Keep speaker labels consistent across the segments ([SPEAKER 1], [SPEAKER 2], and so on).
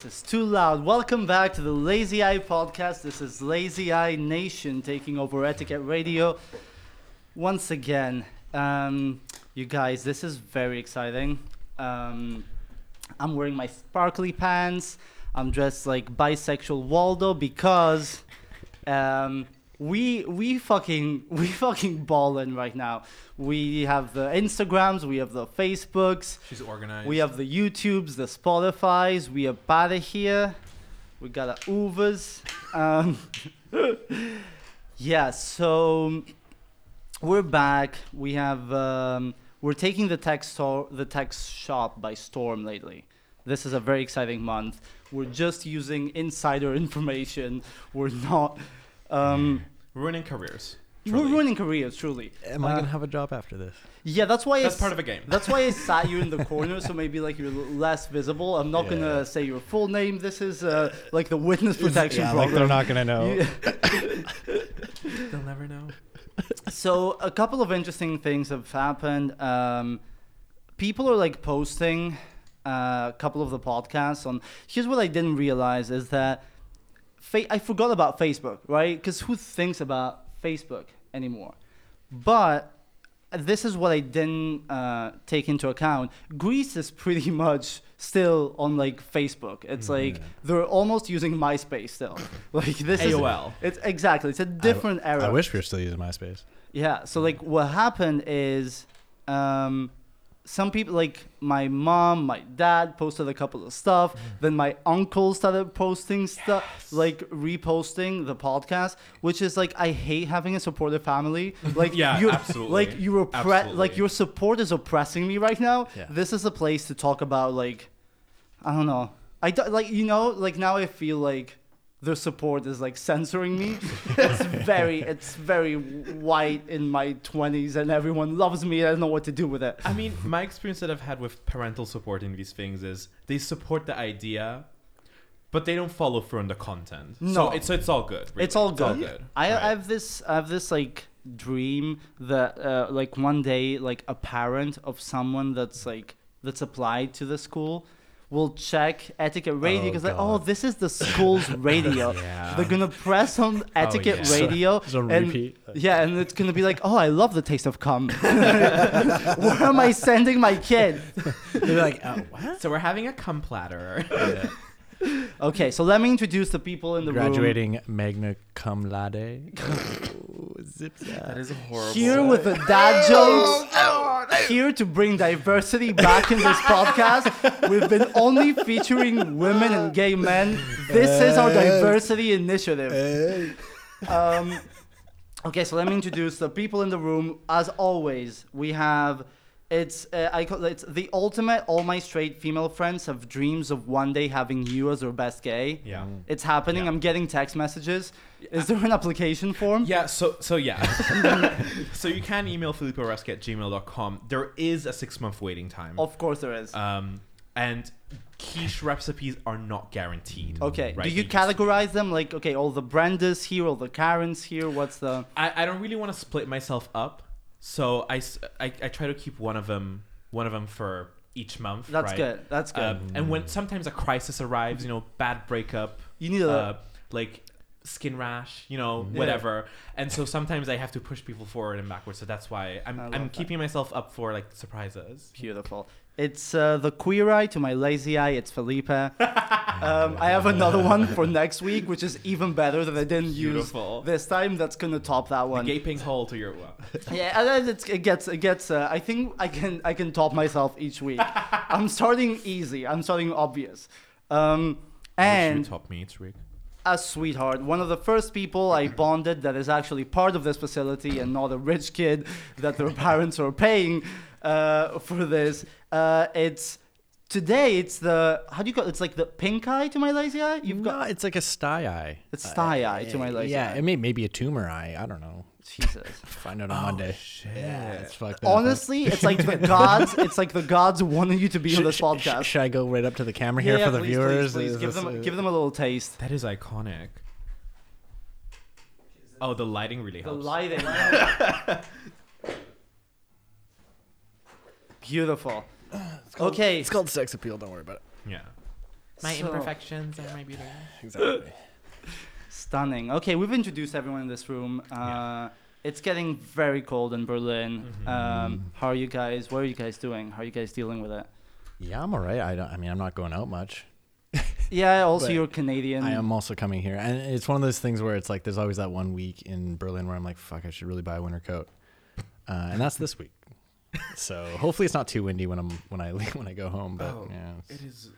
[SPEAKER 1] This is too loud. Welcome back to the Lazy Eye Podcast. This is Lazy Eye Nation taking over Etiquette Radio once again. Um, you guys, this is very exciting. Um, I'm wearing my sparkly pants. I'm dressed like bisexual Waldo because um, we we fucking we fucking balling right now. We have the Instagrams, we have the Facebooks,
[SPEAKER 2] She's organized.
[SPEAKER 1] we have the YouTubes, the Spotify's. We have Bada here. We got our Uvas. Um, yeah, so um, we're back. We have um, we're taking the tech store, the tech shop by storm lately. This is a very exciting month. We're just using insider information. We're not. Um,
[SPEAKER 2] ruining careers.
[SPEAKER 1] we're
[SPEAKER 2] truly.
[SPEAKER 1] ruining careers, truly.
[SPEAKER 3] Am I
[SPEAKER 1] Uh,
[SPEAKER 3] gonna have a job after this?
[SPEAKER 1] Yeah, that's why
[SPEAKER 2] That's
[SPEAKER 1] it's-
[SPEAKER 2] part of a game.
[SPEAKER 1] that's why I sat you in the corner, so maybe like you're l- less visible. I'm not
[SPEAKER 3] Yeah.
[SPEAKER 1] gonna say your full name. This is uh, like the witness protection
[SPEAKER 3] yeah, like
[SPEAKER 1] program.
[SPEAKER 3] they're not gonna know.
[SPEAKER 1] You-
[SPEAKER 2] They'll never know.
[SPEAKER 1] so a couple of interesting things have happened. Um, people are like posting uh, a couple of the podcasts on. Here's what I didn't realize is that fa- I forgot about Facebook, right? Because who thinks about Facebook anymore? But this is what I didn't uh, take into account. Greece is pretty much still on like Facebook. It's
[SPEAKER 3] Mm-hmm.
[SPEAKER 1] like they're almost using MySpace still. Like this
[SPEAKER 2] AOL.
[SPEAKER 1] is it's exactly it's a different era.
[SPEAKER 3] I wish we were still using MySpace.
[SPEAKER 1] Yeah. So
[SPEAKER 2] Mm.
[SPEAKER 1] like, what happened is, um, some people like my mom, my dad posted a couple of stuff.
[SPEAKER 2] Mm-hmm.
[SPEAKER 1] Then my uncle started posting stuff, like reposting the podcast, which is like I hate having a supportive family. Like
[SPEAKER 2] Yeah,
[SPEAKER 1] you're,
[SPEAKER 2] absolutely.
[SPEAKER 1] Like you oppre- like
[SPEAKER 2] Absolutely.
[SPEAKER 1] your support is oppressing me right now.
[SPEAKER 3] Yeah.
[SPEAKER 1] This is a place to talk about like, I don't know. I do, like you know like now I feel like their support is like censoring me. it's very it's very white in my 20s and everyone loves me. I don't know what to do with it.
[SPEAKER 2] I mean, my experience that I've had with parental support in these things is they support the idea, but they don't follow through on the content.
[SPEAKER 1] No.
[SPEAKER 2] So it's, so it's all good. really.
[SPEAKER 1] It's all good. I,
[SPEAKER 2] right.
[SPEAKER 1] I have this I have this like dream that uh, like one day like a parent of someone that's like that's applied to the school will check etiquette radio
[SPEAKER 3] Oh,
[SPEAKER 1] because like oh
[SPEAKER 3] God.
[SPEAKER 1] this is the school's radio
[SPEAKER 2] Yeah.
[SPEAKER 1] they're gonna press on etiquette
[SPEAKER 2] yeah.
[SPEAKER 1] radio
[SPEAKER 3] It's on
[SPEAKER 1] and
[SPEAKER 3] repeat.
[SPEAKER 1] yeah and it's gonna be like oh I love the taste of cum where am I sending my kid
[SPEAKER 3] They're like, oh, what?
[SPEAKER 2] So we're having a cum platter.
[SPEAKER 1] okay so let me introduce the people in the room
[SPEAKER 3] Graduating magna cum laude. oh, zip
[SPEAKER 2] that
[SPEAKER 3] zap.
[SPEAKER 2] is horrible.
[SPEAKER 1] here with the dad jokes here to bring diversity back in this podcast. We've been only featuring women and gay men. This is our diversity initiative.
[SPEAKER 3] Hey.
[SPEAKER 1] Um, okay, so let me introduce the people in the room. As always, we have. It's uh, I call it's the ultimate. All my straight female friends have dreams of one day having you as their best gay.
[SPEAKER 2] Yeah.
[SPEAKER 1] It's happening.
[SPEAKER 2] Yeah.
[SPEAKER 1] I'm getting text messages. Is there an application form?
[SPEAKER 2] Yeah, so so yeah. so you can email filipporesque at gmail.com. There is a six month waiting time.
[SPEAKER 1] Of course there is.
[SPEAKER 2] Um, and quiche recipes are not guaranteed.
[SPEAKER 1] Okay.
[SPEAKER 2] right?
[SPEAKER 1] Do you
[SPEAKER 2] just-
[SPEAKER 1] categorize them like okay, all the Brendas here, all the Karens here? What's the
[SPEAKER 2] I, I don't really want to split myself up, so I, s- I- I try to keep one of them one of them for each month.
[SPEAKER 1] That's
[SPEAKER 2] right?
[SPEAKER 1] good. That's good.
[SPEAKER 2] Um, and when sometimes a crisis arrives, you know, bad breakup,
[SPEAKER 1] you need a
[SPEAKER 2] uh, like skin rash, you know,
[SPEAKER 1] Yeah.
[SPEAKER 2] whatever. And so sometimes I have to push people forward and backwards. So that's why I'm
[SPEAKER 1] I love
[SPEAKER 2] I'm
[SPEAKER 1] that.
[SPEAKER 2] keeping myself up for like surprises.
[SPEAKER 1] beautiful. It's uh, the queer eye to my lazy eye. It's Felipe. um, I have another one for next week, which is even better that I didn't
[SPEAKER 2] Beautiful.
[SPEAKER 1] use this time. That's gonna top that
[SPEAKER 2] A
[SPEAKER 1] one.
[SPEAKER 2] gaping hole to your well,
[SPEAKER 1] Yeah, and then it's, it gets it gets. Uh, I think I can I can top myself each week. I'm starting easy. I'm starting obvious. Um,
[SPEAKER 2] you
[SPEAKER 1] and
[SPEAKER 2] top me each week.
[SPEAKER 1] a sweetheart, one of the first people I bonded that is actually part of this facility and not a rich kid that their parents are paying uh, for this. Uh, it's today. It's the how do you call? It's like the pink eye to my lazy eye. You've got
[SPEAKER 3] no, it's like a sty eye.
[SPEAKER 1] It's sty eye to my lazy
[SPEAKER 3] Yeah,
[SPEAKER 1] eye.
[SPEAKER 3] it may maybe a tumor eye. I don't know.
[SPEAKER 1] Jesus.
[SPEAKER 3] Find out on Monday. Yeah, it's fucked up.
[SPEAKER 1] Oh, Honestly, it's like the gods. It's like the gods wanted you to be on
[SPEAKER 3] should,
[SPEAKER 1] this
[SPEAKER 3] sh-
[SPEAKER 1] podcast.
[SPEAKER 3] sh- should I go right up to the camera
[SPEAKER 1] yeah,
[SPEAKER 3] here
[SPEAKER 1] yeah,
[SPEAKER 3] for the
[SPEAKER 1] please,
[SPEAKER 3] viewers?
[SPEAKER 1] Please, please.
[SPEAKER 3] Is
[SPEAKER 1] Give
[SPEAKER 3] this-
[SPEAKER 1] them give them a little taste.
[SPEAKER 2] That is iconic. Oh, the lighting really
[SPEAKER 1] The
[SPEAKER 2] helps.
[SPEAKER 1] lighting. Beautiful.
[SPEAKER 3] It's called-
[SPEAKER 1] okay.
[SPEAKER 3] It's called sex appeal. Don't worry about it.
[SPEAKER 2] yeah.
[SPEAKER 4] my
[SPEAKER 1] So-
[SPEAKER 4] imperfections and my beauty.
[SPEAKER 3] Exactly.
[SPEAKER 1] Stunning. Okay, we've introduced everyone in this room. Uh, It's getting very cold in Berlin.
[SPEAKER 2] Mhm.
[SPEAKER 3] Mm-hmm.
[SPEAKER 1] Um, how are you guys? What are you guys doing? How are you guys dealing with it?
[SPEAKER 3] yeah, I'm all right. I don't. I mean, I'm not going out much.
[SPEAKER 1] Yeah. Also,
[SPEAKER 3] But
[SPEAKER 1] you're Canadian.
[SPEAKER 3] I am also coming here, and it's one of those things where it's like there's always that one week in Berlin where I'm like, fuck, I should really buy a winter coat, uh, and that's this week. So hopefully it's not too windy when I'm when I leave, when I go home. But
[SPEAKER 2] Oh,
[SPEAKER 3] yeah, it's-
[SPEAKER 2] It is.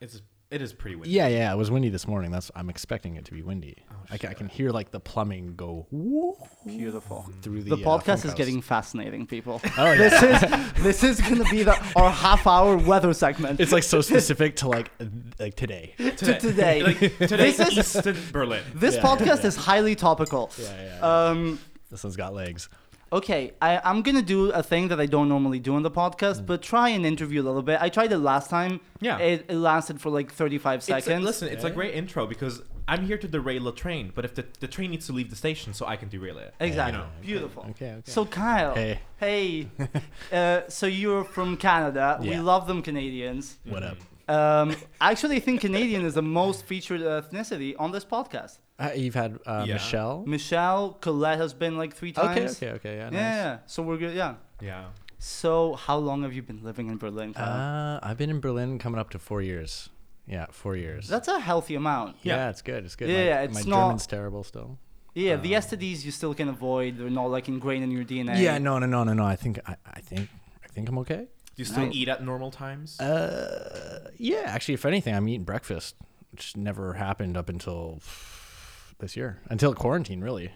[SPEAKER 2] It's. It is pretty windy.
[SPEAKER 3] yeah, yeah, it was windy this morning. That's I'm expecting it to be windy.
[SPEAKER 2] Oh,
[SPEAKER 3] I, ca- I
[SPEAKER 2] shit.
[SPEAKER 3] can hear like the plumbing go whoo
[SPEAKER 1] beautiful.
[SPEAKER 3] through the.
[SPEAKER 1] The,
[SPEAKER 3] uh,
[SPEAKER 1] podcast is
[SPEAKER 3] funkhouse.
[SPEAKER 1] getting fascinating, people.
[SPEAKER 3] Oh yeah.
[SPEAKER 1] This is this is gonna be the our half hour weather segment.
[SPEAKER 3] it's like so specific to like uh, like today.
[SPEAKER 1] to today.
[SPEAKER 2] Like, today
[SPEAKER 1] This is-
[SPEAKER 2] Eastern Berlin.
[SPEAKER 1] this
[SPEAKER 3] Yeah,
[SPEAKER 1] podcast
[SPEAKER 3] yeah.
[SPEAKER 1] is highly topical.
[SPEAKER 3] Yeah, yeah.
[SPEAKER 1] Um,
[SPEAKER 3] this one's got legs.
[SPEAKER 1] Okay, I, I'm gonna do a thing that I don't normally do on the
[SPEAKER 3] Mm.
[SPEAKER 1] podcast, but try and interview a little bit. I tried it last time.
[SPEAKER 2] Yeah.
[SPEAKER 1] It, it lasted for like 35
[SPEAKER 2] It's a,
[SPEAKER 1] seconds.
[SPEAKER 2] listen, it's a
[SPEAKER 3] Yeah.
[SPEAKER 2] great intro because I'm here to derail a train, but if the, the train needs to leave the station, so I can derail it.
[SPEAKER 1] exactly.
[SPEAKER 2] You know.
[SPEAKER 1] Beautiful.
[SPEAKER 3] Okay, okay.
[SPEAKER 1] So Kyle, hey,
[SPEAKER 3] Hey.
[SPEAKER 1] uh, so you're from Canada. We
[SPEAKER 3] Yeah.
[SPEAKER 1] love them Canadians.
[SPEAKER 3] what up?
[SPEAKER 1] Um, I actually think Canadian is the most featured ethnicity on this podcast.
[SPEAKER 3] Uh, you've had uh,
[SPEAKER 2] Yeah.
[SPEAKER 3] Michelle.
[SPEAKER 1] Michelle Colette has been like three
[SPEAKER 3] Okay,
[SPEAKER 1] times.
[SPEAKER 3] okay, okay. Yeah,
[SPEAKER 1] Yeah,
[SPEAKER 3] nice.
[SPEAKER 1] yeah. So we're good. Yeah.
[SPEAKER 2] Yeah.
[SPEAKER 1] So how long have you been living in Berlin, Kyle?
[SPEAKER 3] Uh, I've been in Berlin coming up to four years. Yeah, four years.
[SPEAKER 1] That's a healthy amount.
[SPEAKER 3] yeah,
[SPEAKER 2] Yeah.
[SPEAKER 3] it's good. It's good.
[SPEAKER 1] Yeah,
[SPEAKER 3] my,
[SPEAKER 1] yeah, it's
[SPEAKER 3] my
[SPEAKER 1] not-
[SPEAKER 3] German's terrible still.
[SPEAKER 1] Yeah, the STDs you still can avoid. They're not like ingrained in your DNA.
[SPEAKER 3] Uh, Yeah, no, no, no, no, no. I think I, I think I think I'm okay.
[SPEAKER 2] Do you still
[SPEAKER 1] Nice.
[SPEAKER 2] eat at normal times?
[SPEAKER 3] Uh, yeah, actually, if anything, I'm eating breakfast, which never happened up until this year, until quarantine, really.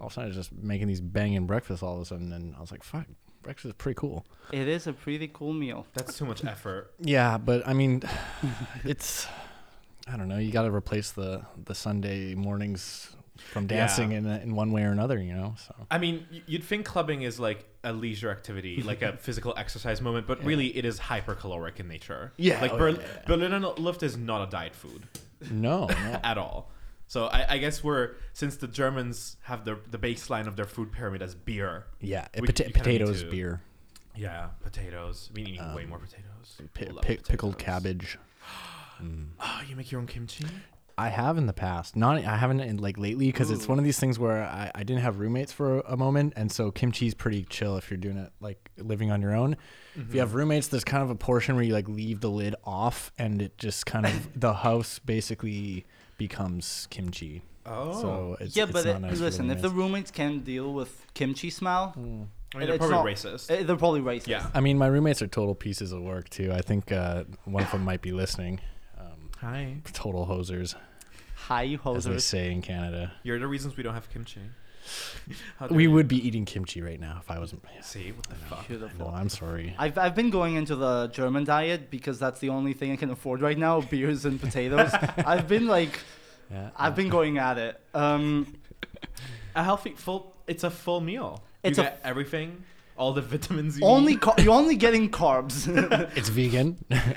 [SPEAKER 3] All of a sudden, I was just making these banging breakfasts all of a sudden, and I was like, "Fuck, breakfast is pretty cool."
[SPEAKER 1] It is a pretty cool meal.
[SPEAKER 2] That's too much effort.
[SPEAKER 3] Yeah, but I mean, it's I don't know. You got to replace the the Sunday mornings from
[SPEAKER 2] Yeah.
[SPEAKER 3] dancing in in one way or another, you know. So
[SPEAKER 2] I mean, y- you'd think clubbing is like a leisure activity, like a physical exercise moment, but really it is hypercaloric in nature.
[SPEAKER 3] Yeah,
[SPEAKER 2] Like
[SPEAKER 3] oh,
[SPEAKER 2] Berl-
[SPEAKER 3] yeah, yeah, yeah.
[SPEAKER 2] Berliner Luft is not a diet food
[SPEAKER 3] no, no.
[SPEAKER 2] at all. So I, I guess we're since the Germans have the the baseline of their food pyramid as beer.
[SPEAKER 3] yeah,
[SPEAKER 2] We-
[SPEAKER 3] pota-
[SPEAKER 2] you kinda need
[SPEAKER 3] potatoes,
[SPEAKER 2] to-
[SPEAKER 3] beer,
[SPEAKER 2] Yeah, potatoes. We need way more potatoes.
[SPEAKER 3] Um, pi-
[SPEAKER 2] Love
[SPEAKER 3] pi- pickled
[SPEAKER 2] potatoes.
[SPEAKER 3] cabbage.
[SPEAKER 2] Oh, you make your own kimchi?
[SPEAKER 3] I have in the past, not I haven't in, like lately because it's one of these things where I, I didn't have roommates for a moment, and so kimchi's pretty chill if you're doing it like living on your own. If you have
[SPEAKER 1] Mm-hmm.
[SPEAKER 3] roommates, there's kind of a portion where you like leave the lid off, and it just kind of the house basically becomes kimchi.
[SPEAKER 2] Oh.
[SPEAKER 3] so it's,
[SPEAKER 1] yeah,
[SPEAKER 3] it's
[SPEAKER 1] but
[SPEAKER 3] not
[SPEAKER 1] it-
[SPEAKER 3] nice Mm. for the
[SPEAKER 1] listen, if the
[SPEAKER 3] roommates.
[SPEAKER 1] roommates can deal with kimchi smell,
[SPEAKER 2] I mean, they're
[SPEAKER 1] it's
[SPEAKER 2] probably
[SPEAKER 1] not-
[SPEAKER 2] racist.
[SPEAKER 1] eh, they're probably racist.
[SPEAKER 2] yeah.
[SPEAKER 3] I mean, my roommates are total pieces of work too. I think uh, one of them might be listening. Um,
[SPEAKER 2] Hi.
[SPEAKER 3] total hosers,
[SPEAKER 1] Hi,
[SPEAKER 3] as they
[SPEAKER 1] hosers.
[SPEAKER 3] say in Canada.
[SPEAKER 2] You're the reasons we don't have kimchi. How dare
[SPEAKER 3] We
[SPEAKER 2] you.
[SPEAKER 3] would be eating kimchi right now if I wasn't.
[SPEAKER 2] See what the fuck.
[SPEAKER 3] No,
[SPEAKER 1] Beautiful.
[SPEAKER 3] I'm sorry.
[SPEAKER 1] I've, I've been going into the German diet because that's the only thing I can afford right now beers and potatoes. I've been like,
[SPEAKER 3] Yeah.
[SPEAKER 1] I've been going at it. Um,
[SPEAKER 2] A healthy full. It's a full meal.
[SPEAKER 1] It's a
[SPEAKER 2] you get everything, all the vitamins. You
[SPEAKER 1] only
[SPEAKER 2] need.
[SPEAKER 1] car- you're only getting carbs. it,
[SPEAKER 3] It's vegan.
[SPEAKER 1] i-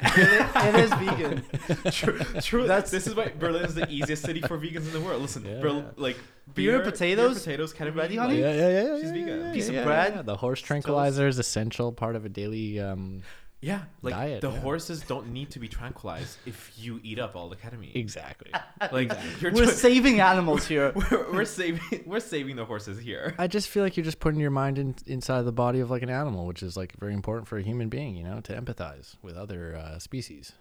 [SPEAKER 1] it is vegan.
[SPEAKER 2] true. true.
[SPEAKER 1] That's-
[SPEAKER 2] this is why Berlin is the easiest city for vegans in the world. Listen,
[SPEAKER 3] Yeah.
[SPEAKER 2] Berl- like
[SPEAKER 1] Beer, potatoes?
[SPEAKER 2] potatoes, kind of
[SPEAKER 1] Ready,
[SPEAKER 2] meat,
[SPEAKER 1] honey?
[SPEAKER 2] like-
[SPEAKER 3] yeah, yeah, yeah.
[SPEAKER 2] She's
[SPEAKER 3] yeah,
[SPEAKER 2] vegan.
[SPEAKER 3] yeah,
[SPEAKER 1] Piece of
[SPEAKER 3] yeah,
[SPEAKER 1] bread,
[SPEAKER 3] yeah. The horse tranquilizer is essential part of a daily. Um,
[SPEAKER 2] Yeah, like
[SPEAKER 3] Diet,
[SPEAKER 2] the
[SPEAKER 3] yeah.
[SPEAKER 2] horses don't need to be tranquilized if you eat up all the ketamine.
[SPEAKER 3] E- exactly.
[SPEAKER 2] Like you're
[SPEAKER 1] We're
[SPEAKER 2] doing-
[SPEAKER 1] saving animals here.
[SPEAKER 2] we're, we're saving we're saving the horses here.
[SPEAKER 3] I just feel like you're just putting your mind in, inside the body of like an animal, which is like very important for a human being, you know, to empathize with other uh, species.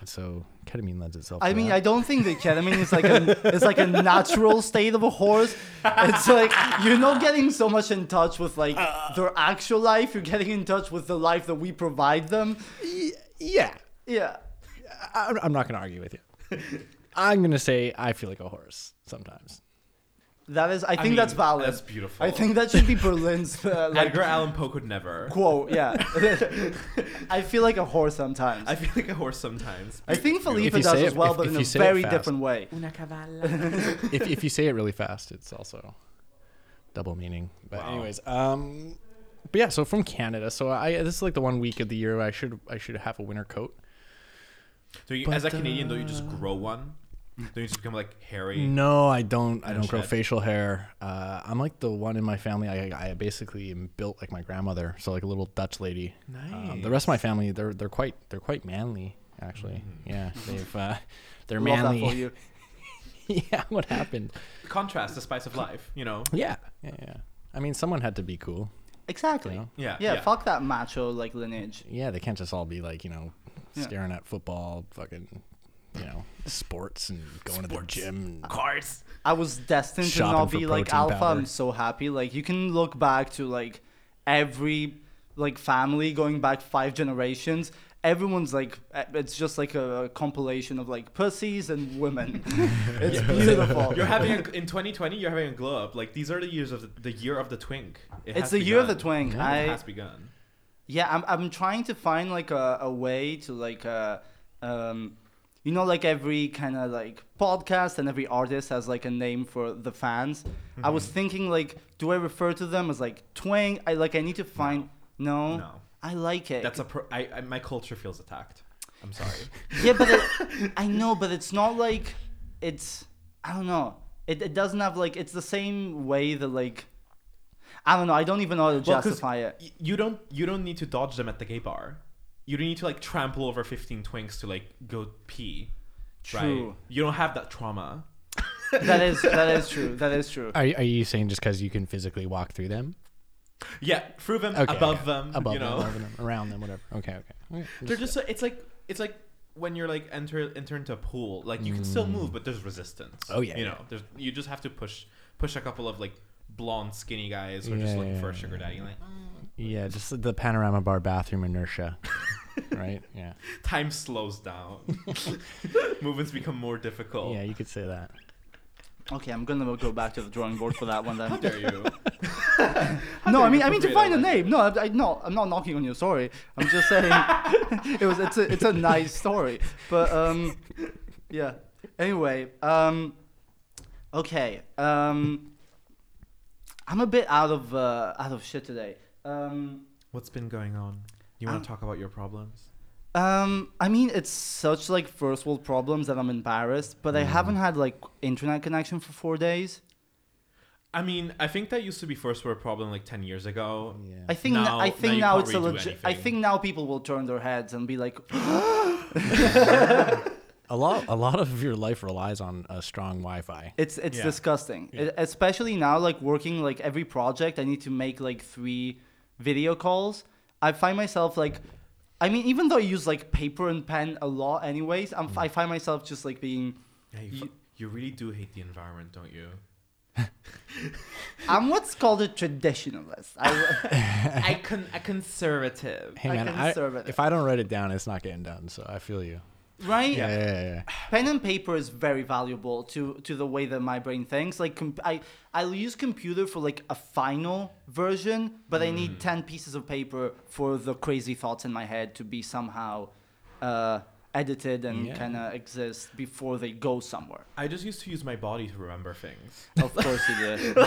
[SPEAKER 3] And so ketamine lends itself.
[SPEAKER 1] I
[SPEAKER 3] to
[SPEAKER 1] mean, I
[SPEAKER 3] that.
[SPEAKER 1] don't think the ketamine is like a it's like a natural state of a horse. It's like you're not getting so much in touch with like their actual life. You're getting in touch with the life that we provide them.
[SPEAKER 3] yeah,
[SPEAKER 1] Yeah.
[SPEAKER 3] I, I'm- I'm not going to argue with you. I'm going to say I feel like a horse sometimes.
[SPEAKER 1] That is, I think that's
[SPEAKER 2] mean,
[SPEAKER 1] valid.
[SPEAKER 2] That's beautiful.
[SPEAKER 1] I think that should be Berlin's uh, like,
[SPEAKER 2] Edgar Allan Poe could never.
[SPEAKER 1] quote. Yeah, I feel like a horse sometimes.
[SPEAKER 2] I
[SPEAKER 1] I,
[SPEAKER 2] feel like a horse sometimes.
[SPEAKER 1] think Felipe
[SPEAKER 3] If you
[SPEAKER 1] does
[SPEAKER 3] say
[SPEAKER 1] as
[SPEAKER 3] it-
[SPEAKER 1] well,
[SPEAKER 3] if-
[SPEAKER 1] but
[SPEAKER 3] if
[SPEAKER 1] in a
[SPEAKER 3] you say it
[SPEAKER 1] very
[SPEAKER 3] fast.
[SPEAKER 1] different way.
[SPEAKER 4] Una cavala.
[SPEAKER 3] if, if you say it really fast, it's also double meaning. But
[SPEAKER 2] Wow.
[SPEAKER 3] anyways, um, but yeah, so from Canada, so I this is like the one week of the year where I should I should have a winter coat.
[SPEAKER 2] So you,
[SPEAKER 3] But,
[SPEAKER 2] as a Canadian, don't you just
[SPEAKER 1] uh,
[SPEAKER 2] grow one? Don't you just become like hairy?
[SPEAKER 3] No, I don't. I
[SPEAKER 2] And
[SPEAKER 3] don't grow
[SPEAKER 2] shed.
[SPEAKER 3] facial hair. Uh, I'm like the one in my family. I, I basically am built like my grandmother, so like a little Dutch lady. Um, the rest of my family, they're they're quite they're quite manly. actually.
[SPEAKER 2] Mhm.
[SPEAKER 3] Yeah, they've uh, they're
[SPEAKER 1] Mm-hmm. Love
[SPEAKER 3] manly.
[SPEAKER 1] that for you.
[SPEAKER 3] yeah, what happened?
[SPEAKER 2] Contrast the spice of life, you know?
[SPEAKER 3] Yeah, yeah, yeah. I mean, someone had to be cool.
[SPEAKER 1] Exactly.
[SPEAKER 3] know?
[SPEAKER 2] Yeah.
[SPEAKER 1] Yeah, fuck that macho like lineage.
[SPEAKER 3] Yeah, they can't just all be like you know
[SPEAKER 1] Yeah.
[SPEAKER 3] staring at football, fucking you know sports and going to the gym. And
[SPEAKER 2] Uh, Cars.
[SPEAKER 1] I was destined
[SPEAKER 3] Shopping
[SPEAKER 1] to not
[SPEAKER 3] for
[SPEAKER 1] be like
[SPEAKER 3] protein
[SPEAKER 1] alpha.
[SPEAKER 3] powder.
[SPEAKER 1] I'm so happy. Like you can look back to like every like family going back five generations. Everyone's like eh, it's just like a compilation of like pussies and women. it's beautiful.
[SPEAKER 2] You're having a, in 2020. You're having a glow up. Like these are the years of the, the year of the twink. It
[SPEAKER 1] it's
[SPEAKER 2] has
[SPEAKER 1] the year of the
[SPEAKER 2] begun.
[SPEAKER 1] twang.
[SPEAKER 3] Yeah.
[SPEAKER 2] It
[SPEAKER 1] I
[SPEAKER 2] has begun.
[SPEAKER 1] yeah, I'm I'm trying to find like a, a way to like uh um you know like every kind of like podcast and every artist has like a name for the fans. I was
[SPEAKER 2] Mm-hmm.
[SPEAKER 1] thinking like do I refer to them as like twang? I like I need to find no.
[SPEAKER 2] No.
[SPEAKER 1] I like it.
[SPEAKER 2] That's a pro- I, I my culture feels attacked. I'm sorry.
[SPEAKER 1] yeah, but it, I know, but it's not like it's. I don't know. It, it doesn't have like it's the same way that like I don't know. I don't even know how to
[SPEAKER 2] Well, 'cause
[SPEAKER 1] justify it.
[SPEAKER 2] y- you don't you don't need to dodge them at the gay bar. You don't need to like trample over 15 twinks to like go pee. Right?
[SPEAKER 1] True.
[SPEAKER 2] You don't have that trauma.
[SPEAKER 1] That is that is true. That is true.
[SPEAKER 3] Are, are you saying just because you can physically walk through them?
[SPEAKER 2] Yeah, through them,
[SPEAKER 3] Okay,
[SPEAKER 2] above
[SPEAKER 3] okay.
[SPEAKER 2] them,
[SPEAKER 3] above
[SPEAKER 2] you
[SPEAKER 3] them,
[SPEAKER 2] know.
[SPEAKER 3] over them, around them, whatever. Okay, okay. okay.
[SPEAKER 2] They're just so- it's like it's like when you're like enter enter into a pool, like you can still move, but there's resistance.
[SPEAKER 3] Mm. Oh, yeah,
[SPEAKER 2] you
[SPEAKER 3] yeah.
[SPEAKER 2] know, there's you just have to push push a couple of like blonde skinny guys who are just
[SPEAKER 3] Yeah,
[SPEAKER 2] looking
[SPEAKER 3] yeah,
[SPEAKER 2] for a
[SPEAKER 3] yeah,
[SPEAKER 2] sugar
[SPEAKER 3] yeah.
[SPEAKER 2] daddy, like
[SPEAKER 3] yeah, just the panorama bar bathroom inertia, right? Yeah,
[SPEAKER 2] time slows down, movements become more difficult.
[SPEAKER 3] yeah, you could say that.
[SPEAKER 1] Okay, I'm gonna go back to the drawing board for that one
[SPEAKER 2] How
[SPEAKER 1] then.
[SPEAKER 2] dare you?
[SPEAKER 1] no,
[SPEAKER 2] dare
[SPEAKER 1] I mean
[SPEAKER 2] you
[SPEAKER 1] I mean to
[SPEAKER 2] appropriate
[SPEAKER 1] find a
[SPEAKER 2] that language.
[SPEAKER 1] name. No, I, I, no, I'm not knocking on you. Sorry, I'm just saying it was it's a it's a nice story, but um, yeah. Anyway, um, okay, um, I'm a bit out of uh, out of shit today. Um,
[SPEAKER 2] What's been going on? You
[SPEAKER 1] wanna
[SPEAKER 2] want
[SPEAKER 1] Um,
[SPEAKER 2] to talk about your problems?
[SPEAKER 1] Um, I mean, it's such like first world problems that I'm embarrassed, but I haven't had like internet connection for four days.
[SPEAKER 2] I mean, I think that used to be first world problem like ten years ago.
[SPEAKER 3] Yeah.
[SPEAKER 1] I think n-
[SPEAKER 2] Now-
[SPEAKER 1] I
[SPEAKER 2] now
[SPEAKER 1] think
[SPEAKER 2] you
[SPEAKER 1] now,
[SPEAKER 2] can't
[SPEAKER 1] it's a
[SPEAKER 2] redo
[SPEAKER 1] legit. I
[SPEAKER 2] anything.
[SPEAKER 1] think now people will turn their heads and be like,
[SPEAKER 3] A lot, a lot of your life relies on a strong Wi-Fi.
[SPEAKER 1] it's it's
[SPEAKER 2] Yeah.
[SPEAKER 1] disgusting.
[SPEAKER 3] Yeah.
[SPEAKER 1] E- especially now, like working like every project, I need to make like three video calls. I find myself like, I mean, even though I use like paper and pen a lot, anyways, I'm,
[SPEAKER 2] Mm.
[SPEAKER 1] I find myself just like being.
[SPEAKER 2] Yeah, you, fu- you really do hate the environment, don't you?
[SPEAKER 1] I'm what's called a traditionalist. I,
[SPEAKER 2] I con a conservative.
[SPEAKER 3] Hey
[SPEAKER 1] I
[SPEAKER 3] man,
[SPEAKER 1] can
[SPEAKER 3] I,
[SPEAKER 1] serve it.
[SPEAKER 3] if I don't write it down, it's not getting done. So I feel you.
[SPEAKER 1] right?
[SPEAKER 3] Yeah, yeah, yeah. yeah.
[SPEAKER 1] pen and paper is very valuable to to the way that my brain thinks like com- i i'll use computer for like a final version but i need 10 pieces of paper for the crazy thoughts in my head to be somehow uh edited and
[SPEAKER 3] Yeah.
[SPEAKER 1] kind of exist before they go somewhere
[SPEAKER 2] I just used to use my body to remember things.
[SPEAKER 1] of course you do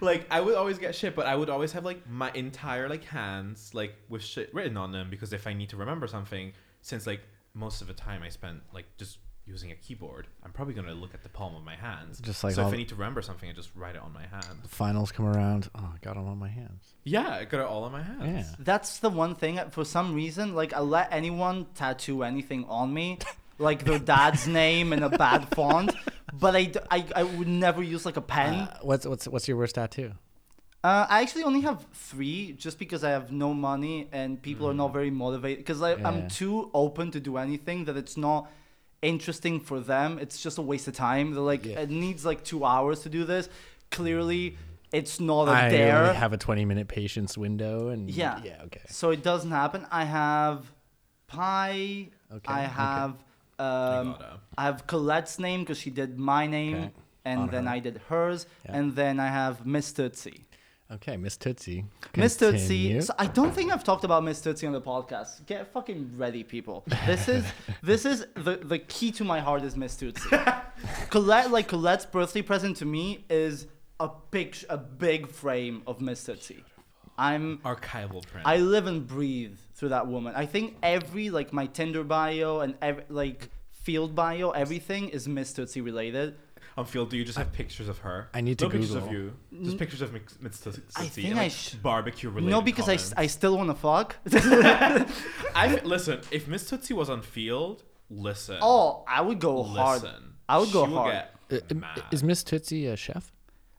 [SPEAKER 2] like I would always get shit, but I would always have like my entire like hands like with shit written on them because if I need to remember something, since like most of the time I spent like just using a keyboard, I'm probably gonna look at the palm of my hands.
[SPEAKER 3] Just like
[SPEAKER 2] so,
[SPEAKER 3] all-
[SPEAKER 2] if I need to remember something, I just write it on my hand.
[SPEAKER 3] Finals come around. Oh, I got them on my hands.
[SPEAKER 2] Yeah, I got it all on my hands.
[SPEAKER 3] Yeah.
[SPEAKER 1] that's the one thing uh, for some reason like i let anyone tattoo anything on me like their dad's name in a bad font but I, d- I- I would never use like a pen
[SPEAKER 3] Uh, what's what's what's your worst tattoo?
[SPEAKER 1] Uh, I actually only have three, just because I have no money and people are not very motivated. Because
[SPEAKER 3] Mm. Yeah.
[SPEAKER 1] I'm too open to do anything that it's not interesting for them. It's just a waste of time. They're like,
[SPEAKER 3] Yeah.
[SPEAKER 1] it needs like two hours to do this. Clearly, it's not a
[SPEAKER 3] I
[SPEAKER 1] dare,
[SPEAKER 3] only have a twenty minute patience window, and
[SPEAKER 1] Yeah.
[SPEAKER 3] yeah, okay.
[SPEAKER 1] so it doesn't happen. I have pie.
[SPEAKER 3] Okay,
[SPEAKER 1] I
[SPEAKER 3] okay.
[SPEAKER 1] have um,
[SPEAKER 2] got a-
[SPEAKER 1] I have Colette's name because she did my name,
[SPEAKER 3] Okay.
[SPEAKER 1] and
[SPEAKER 3] On
[SPEAKER 1] then
[SPEAKER 3] her.
[SPEAKER 1] I did hers,
[SPEAKER 3] Yeah.
[SPEAKER 1] and then I have Miss Tootsie.
[SPEAKER 3] Okay, Miss Tootsie.
[SPEAKER 1] Miss
[SPEAKER 3] Continue.
[SPEAKER 1] Tootsie. So I don't think I've talked about Miss Tootsie on the podcast. Get fucking ready, people. This is this is the the key to my heart is Miss Tootsie. Colette, like Colette's birthday present to me is a big a big frame of Miss Tootsie. I'm
[SPEAKER 2] Archival print.
[SPEAKER 1] I live and breathe through that woman. I think every like my Tinder bio and ev- like field bio, everything is Miss Tootsie related.
[SPEAKER 2] on field, Um, do you just have pictures of her?
[SPEAKER 3] I need to
[SPEAKER 2] no pictures of
[SPEAKER 3] Google.
[SPEAKER 2] you. Just pictures of Mix- Mix Tootsie
[SPEAKER 1] I
[SPEAKER 2] and,
[SPEAKER 1] think I
[SPEAKER 2] like,
[SPEAKER 1] sh-
[SPEAKER 2] barbecue related.
[SPEAKER 1] no, because I,
[SPEAKER 2] comments.
[SPEAKER 1] s- I still want to fuck.
[SPEAKER 2] I listen. If Miss Tootsie was on field, listen.
[SPEAKER 1] Oh, I would go hard.
[SPEAKER 2] listen.
[SPEAKER 1] I would go
[SPEAKER 2] she
[SPEAKER 1] hard.
[SPEAKER 2] Will get
[SPEAKER 3] I-
[SPEAKER 2] mad.
[SPEAKER 3] Is Miss Tootsie a chef?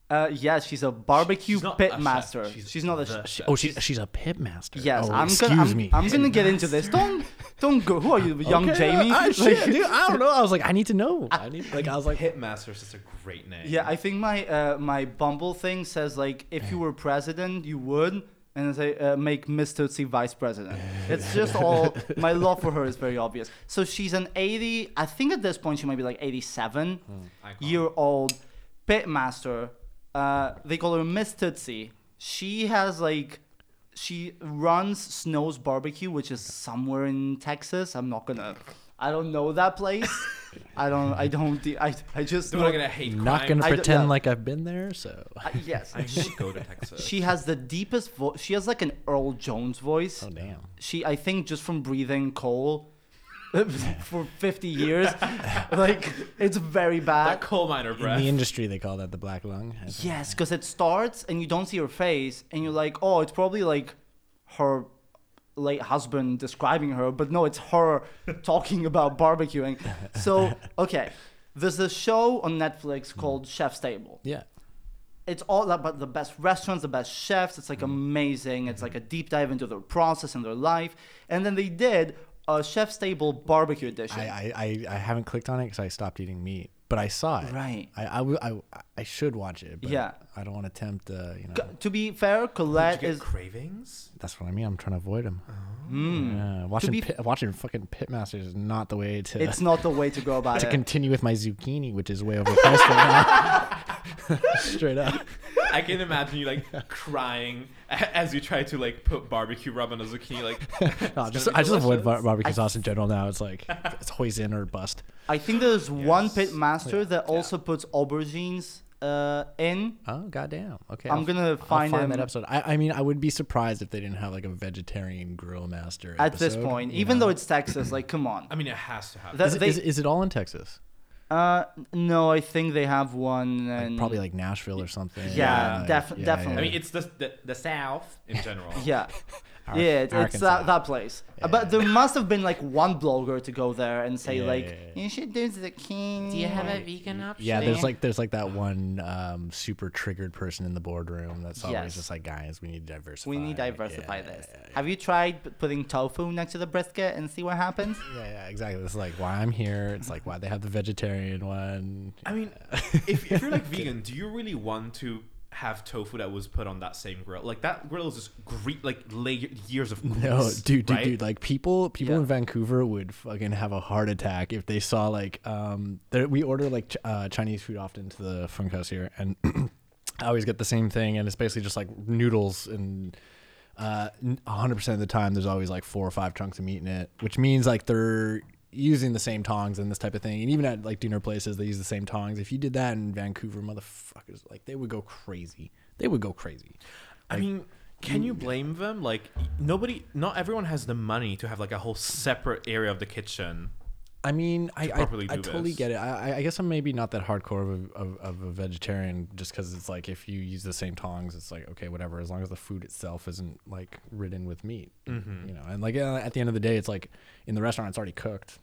[SPEAKER 1] Uh, yeah, she's a barbecue
[SPEAKER 2] She's not
[SPEAKER 1] pit
[SPEAKER 2] a chef,
[SPEAKER 1] master. She's,
[SPEAKER 2] she's
[SPEAKER 1] not a
[SPEAKER 2] the
[SPEAKER 1] chef.
[SPEAKER 2] chef.
[SPEAKER 3] Oh, she's she's a pit master.
[SPEAKER 1] Yes,
[SPEAKER 3] Oh,
[SPEAKER 1] I'm
[SPEAKER 3] excuse
[SPEAKER 1] gonna. I'm,
[SPEAKER 3] me.
[SPEAKER 1] I'm gonna get into this. Don't, don't go. Who are you, young
[SPEAKER 3] Okay,
[SPEAKER 1] Jamie?
[SPEAKER 2] uh,
[SPEAKER 3] I, I-
[SPEAKER 1] Like-
[SPEAKER 3] shit, dude, I don't know. I was like, I need to know. I need like I was like,
[SPEAKER 2] Pitmaster is such a great name.
[SPEAKER 1] Yeah, I think my uh, my Bumble thing says like if you were president, you would, and I say uh, make Miss Tootsie vice president. It's just all my love for her is very obvious. So she's an eighty. I think at this point she might be like eighty-seven
[SPEAKER 2] Icon.
[SPEAKER 1] year old pit master. Uh, they call her Miss Tootsie. She has like. She runs Snow's Barbecue, which is somewhere in Texas. I'm not gonna. I don't know that place. I don't. I don't. de- I. I just.
[SPEAKER 2] Dude,
[SPEAKER 1] know-
[SPEAKER 2] I'm gonna hate
[SPEAKER 3] I'm not
[SPEAKER 2] crime.
[SPEAKER 3] gonna
[SPEAKER 1] I don't-
[SPEAKER 3] pretend
[SPEAKER 1] yeah.
[SPEAKER 3] like I've been there. So oh,
[SPEAKER 1] I- Uh, yes.
[SPEAKER 2] I should go to Texas.
[SPEAKER 1] She has the deepest voice. She has like an Earl Jones voice.
[SPEAKER 3] oh damn.
[SPEAKER 1] She, I think, just from breathing coal for 50 years, like it's very
[SPEAKER 2] that
[SPEAKER 1] bad.
[SPEAKER 2] coal miner breath.
[SPEAKER 3] In the industry, they call that the black lung. I think.
[SPEAKER 1] Yes, because it starts and you don't see her face, and you're like, oh, it's probably like her late husband describing her, but no, it's her talking about barbecuing. So, okay, there's a show on
[SPEAKER 2] Hmm.
[SPEAKER 1] Netflix called Chef's Table.
[SPEAKER 3] Yeah.
[SPEAKER 1] it's all about the best restaurants, the best chefs. It's like
[SPEAKER 3] Mm-hmm.
[SPEAKER 1] amazing. It's like a deep dive into their process and their life. And then they did a chef's table barbecue edition.
[SPEAKER 3] I, I, I, I haven't clicked on it because I stopped eating meat, but I saw it.
[SPEAKER 1] Right.
[SPEAKER 3] I, I, w- I- I should watch it. But
[SPEAKER 1] Yeah.
[SPEAKER 3] I don't want to tempt. Uh, you know.
[SPEAKER 1] C- to be fair,
[SPEAKER 2] Did you
[SPEAKER 1] Colette
[SPEAKER 2] get
[SPEAKER 1] is
[SPEAKER 2] cravings?
[SPEAKER 3] That's what I mean. I'm trying to avoid him. Yeah, watching
[SPEAKER 1] Mm. be
[SPEAKER 3] pit, watching fucking pitmasters is not the way to
[SPEAKER 1] it's not the way to go about
[SPEAKER 3] to
[SPEAKER 1] it.
[SPEAKER 3] continue with my zucchini, which is way overpriced right now. Straight up.
[SPEAKER 2] I can imagine you like crying a- as you try to like put barbecue rub on a zucchini. Like,
[SPEAKER 3] No,
[SPEAKER 2] It's
[SPEAKER 3] just
[SPEAKER 2] gonna be
[SPEAKER 3] I just avoid bar-
[SPEAKER 2] delicious.
[SPEAKER 3] barbecue
[SPEAKER 1] I-
[SPEAKER 3] sauce in general now. It's like it's hoisin or bust.
[SPEAKER 1] I think there's one
[SPEAKER 2] Yes.
[SPEAKER 1] pit master that
[SPEAKER 2] Yeah.
[SPEAKER 1] also puts aubergines uh, in.
[SPEAKER 3] Oh goddamn. Okay.
[SPEAKER 1] I'm
[SPEAKER 3] I'll-
[SPEAKER 1] gonna
[SPEAKER 3] I'll
[SPEAKER 1] find him
[SPEAKER 3] that episode. I, I mean, I would be surprised if they didn't have like a vegetarian grill master
[SPEAKER 1] At this
[SPEAKER 3] episode,
[SPEAKER 1] point,
[SPEAKER 3] you
[SPEAKER 1] even
[SPEAKER 3] know?
[SPEAKER 1] though it's Texas, like come on.
[SPEAKER 2] I mean, it has to happen.
[SPEAKER 1] That-
[SPEAKER 3] is it,
[SPEAKER 1] they-
[SPEAKER 3] is, is it all in Texas?
[SPEAKER 1] Uh, no, I think they have one.
[SPEAKER 3] Like,
[SPEAKER 1] And
[SPEAKER 3] probably like Nashville or something.
[SPEAKER 1] Yeah, def- definitely.
[SPEAKER 2] I mean, it's the the, the South in general.
[SPEAKER 1] Yeah.
[SPEAKER 3] Ar-
[SPEAKER 1] yeah, it- it's
[SPEAKER 3] Arkansas.
[SPEAKER 1] that, that place. Uh, But there must have been like one blogger to go there and say
[SPEAKER 3] Yeah,
[SPEAKER 1] like,
[SPEAKER 3] yeah, yeah.
[SPEAKER 1] "You should do zucchini."
[SPEAKER 4] Do you have a vegan option?
[SPEAKER 3] Yeah, there's like there's like that one um, super triggered person in the boardroom that's always
[SPEAKER 1] Yes.
[SPEAKER 3] just like, guys, we need to diversify.
[SPEAKER 1] We need to diversify
[SPEAKER 3] Yeah,
[SPEAKER 1] this. Have you tried p- putting tofu next to the brisket and see what happens?
[SPEAKER 3] Yeah, yeah, exactly. This is like why I'm here. It's like why they have the vegetarian one.
[SPEAKER 2] I mean, if, if you're like vegan, do you really want to have tofu that was put on that same grill? Like that grill is just gre- like layer, years of grease.
[SPEAKER 3] No, dude, dude,
[SPEAKER 2] right?
[SPEAKER 3] dude. Like people, people
[SPEAKER 1] Yeah.
[SPEAKER 3] in Vancouver would fucking have a heart attack if they saw like um. There, we order like ch- uh, Chinese food often to the Funkhouse here, and I always get the same thing, and it's basically just like noodles and. Uh, n- 100% of the time, there's always like four or five chunks of meat in it, which means like they're using the same tongs and this type of thing. And even at like dinner places, they use the same tongs. If you did that in Vancouver, motherfuckers, like they would go crazy. They would go crazy.
[SPEAKER 2] I mean, can you blame them? Like nobody, not everyone has the money to have like a whole separate area of the kitchen.
[SPEAKER 3] I mean, I, I,
[SPEAKER 2] properly
[SPEAKER 3] I
[SPEAKER 2] do
[SPEAKER 3] totally
[SPEAKER 2] this.
[SPEAKER 3] get it. I, I- I guess I'm maybe not that hardcore of a, of, of a vegetarian just because it's like if you use the same tongs, it's like, okay, whatever, as long as the food itself isn't like ridden with meat,
[SPEAKER 2] Mm-hmm.
[SPEAKER 3] you know, and like uh, at the end of the day, it's like in the restaurant, it's already cooked.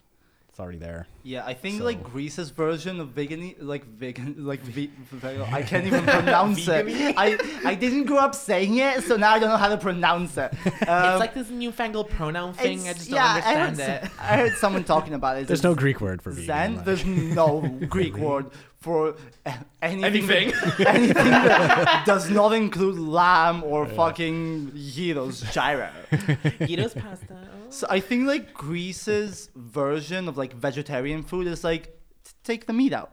[SPEAKER 3] It's already there.
[SPEAKER 1] Yeah, I think like
[SPEAKER 3] So-
[SPEAKER 1] Greece's version of vegan, like vegan, like ve- ve- I can't even pronounce it. I I didn't grow up saying it, so now I don't know how to pronounce it. Um,
[SPEAKER 4] it's like this newfangled pronoun thing. I
[SPEAKER 1] it's-
[SPEAKER 4] just don't
[SPEAKER 1] yeah,
[SPEAKER 4] understand
[SPEAKER 1] I heard,
[SPEAKER 4] it.
[SPEAKER 1] s- I heard someone talking about it.
[SPEAKER 3] There's
[SPEAKER 1] It's-
[SPEAKER 3] no Greek word for vegan.
[SPEAKER 1] Zen,
[SPEAKER 3] like-
[SPEAKER 1] there's no Greek word for a- anything.
[SPEAKER 2] Anything.
[SPEAKER 1] That, anything that does not include lamb or fucking gyros, gyro.
[SPEAKER 4] Guido's pasta. Oh.
[SPEAKER 1] So I think like Greece's version of like vegetarian food is like t- take the meat
[SPEAKER 3] Mm.
[SPEAKER 1] out.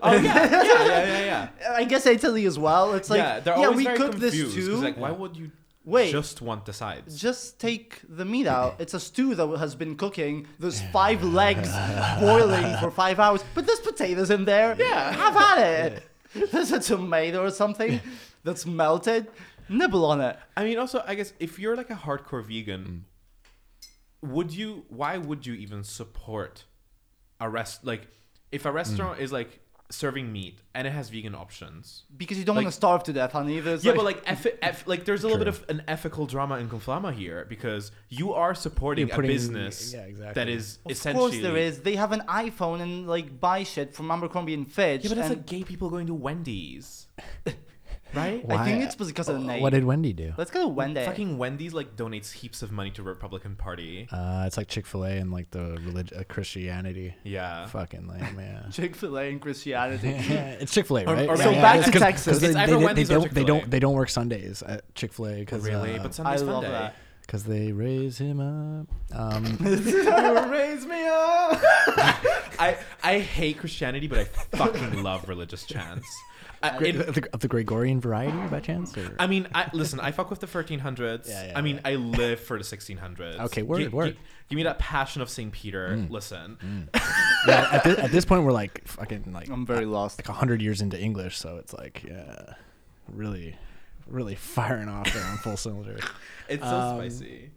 [SPEAKER 2] Oh yeah, yeah, yeah, yeah. yeah.
[SPEAKER 1] I guess Italy as well. It's like
[SPEAKER 2] yeah,
[SPEAKER 1] yeah,
[SPEAKER 2] they're always
[SPEAKER 1] we
[SPEAKER 2] very
[SPEAKER 1] cook this
[SPEAKER 2] confused, 'cause,
[SPEAKER 1] too.
[SPEAKER 2] Like, why would you
[SPEAKER 1] Wait.
[SPEAKER 2] just want the sides?
[SPEAKER 1] just take the meat out. It's a stew that has been cooking. There's five legs boiling for five hours, but there's potatoes in there. Yeah, have at it. There's a tomato or something that's melted. Nibble on it.
[SPEAKER 2] I mean, also, I guess if you're like a hardcore vegan, would Mm. you? Why would you even support a rest? Like, if a restaurant is like serving meat and it has vegan options.
[SPEAKER 1] because you don't
[SPEAKER 2] Like-
[SPEAKER 1] want to starve to death, honey. There's
[SPEAKER 2] yeah,
[SPEAKER 1] like,
[SPEAKER 2] but like, eff- eff- like there's a little
[SPEAKER 3] True.
[SPEAKER 2] bit of an ethical drama in Conflama here because you are supporting
[SPEAKER 3] You're putting-
[SPEAKER 2] a business
[SPEAKER 3] yeah, exactly.
[SPEAKER 2] that is
[SPEAKER 1] of
[SPEAKER 2] essentially.
[SPEAKER 1] course there is. They have an iPhone and like buy shit from Abercrombie and Fitch.
[SPEAKER 2] Yeah, but that's
[SPEAKER 1] and
[SPEAKER 2] like gay people going to Wendy's, right?
[SPEAKER 1] I think it's because of the name.
[SPEAKER 3] What did Wendy do?
[SPEAKER 1] Let's go to Wendy.
[SPEAKER 2] Oh, Fucking Wendy's like donates heaps of money to Republican Party.
[SPEAKER 3] Uh, it's like Chick Fil A and like the religion uh, Christianity.
[SPEAKER 2] Yeah.
[SPEAKER 3] Fucking lame, yeah.
[SPEAKER 1] Chick Fil A and Christianity.
[SPEAKER 3] it's Chick Fil A,
[SPEAKER 2] Or-
[SPEAKER 3] right?
[SPEAKER 2] or
[SPEAKER 3] yeah,
[SPEAKER 2] so
[SPEAKER 3] yeah,
[SPEAKER 2] back
[SPEAKER 3] it's
[SPEAKER 1] to
[SPEAKER 3] 'cause-
[SPEAKER 1] Texas.
[SPEAKER 3] 'cause They,
[SPEAKER 2] It's
[SPEAKER 3] they,
[SPEAKER 2] either
[SPEAKER 3] don't, they,
[SPEAKER 2] Wendy's or
[SPEAKER 3] don't, they
[SPEAKER 2] Chick-fil-A.
[SPEAKER 3] don't. They don't work Sundays at uh, Chick Fil A because
[SPEAKER 2] Really? but
[SPEAKER 1] I
[SPEAKER 2] Sunday's
[SPEAKER 1] love
[SPEAKER 2] Sunday.
[SPEAKER 1] that.
[SPEAKER 3] because they raise him up. Um,
[SPEAKER 2] Raise me up. I I hate Christianity, but I fucking love religious chants. I, it-
[SPEAKER 3] of, the, of the Gregorian variety by chance? Or?
[SPEAKER 2] I mean, I, listen, I fuck with the 1300s.
[SPEAKER 3] Yeah, yeah,
[SPEAKER 2] I mean,
[SPEAKER 3] yeah.
[SPEAKER 2] I live for the 1600s.
[SPEAKER 3] Okay, word,
[SPEAKER 2] Gi- gi-
[SPEAKER 3] word. Mm.
[SPEAKER 2] Give me that passion of St. Peter. Listen,
[SPEAKER 3] yeah, at, this, at this point, we're like fucking like
[SPEAKER 1] I'm very lost.
[SPEAKER 3] like hundred years into English, so it's like yeah, really, really firing off there on full cylinder.
[SPEAKER 2] it's so
[SPEAKER 3] Um,
[SPEAKER 2] spicy.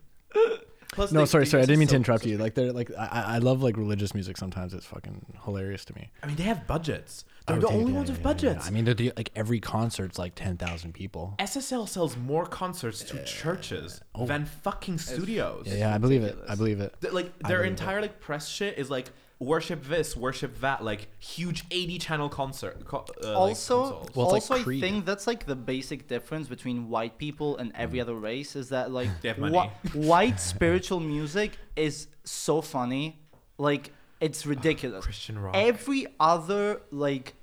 [SPEAKER 2] Plus
[SPEAKER 3] No,
[SPEAKER 2] they-
[SPEAKER 3] sorry,
[SPEAKER 2] they
[SPEAKER 3] sorry, I
[SPEAKER 2] use
[SPEAKER 3] didn't mean to
[SPEAKER 2] so-
[SPEAKER 3] interrupt
[SPEAKER 2] so-
[SPEAKER 3] you. Like they're like I, I love like religious music. Sometimes it's fucking hilarious to me.
[SPEAKER 2] I mean, they have budgets. They're
[SPEAKER 3] Oh,
[SPEAKER 2] the
[SPEAKER 3] dude,
[SPEAKER 2] only
[SPEAKER 3] yeah,
[SPEAKER 2] ones with
[SPEAKER 3] yeah, yeah, yeah.
[SPEAKER 2] budgets.
[SPEAKER 3] I mean, they're the, like every concert's like ten thousand people.
[SPEAKER 2] SSL sells more concerts to churches
[SPEAKER 3] oh.
[SPEAKER 2] than fucking studios.
[SPEAKER 3] Yeah, yeah, I believe it. I believe it.
[SPEAKER 2] Th- like
[SPEAKER 3] I
[SPEAKER 2] their
[SPEAKER 3] believe
[SPEAKER 2] entire like press shit is like worship this, worship that, like huge eighty channel concert. Co- uh, like,
[SPEAKER 1] also,
[SPEAKER 2] consoles.
[SPEAKER 3] Well, it's like
[SPEAKER 1] also I
[SPEAKER 3] Creed.
[SPEAKER 1] think that's like the basic difference between white people and every other race is that like
[SPEAKER 2] Mm. They have money.
[SPEAKER 1] whi- white spiritual music is so funny, like it's ridiculous.
[SPEAKER 2] Christian Oh, rock.
[SPEAKER 1] Every other like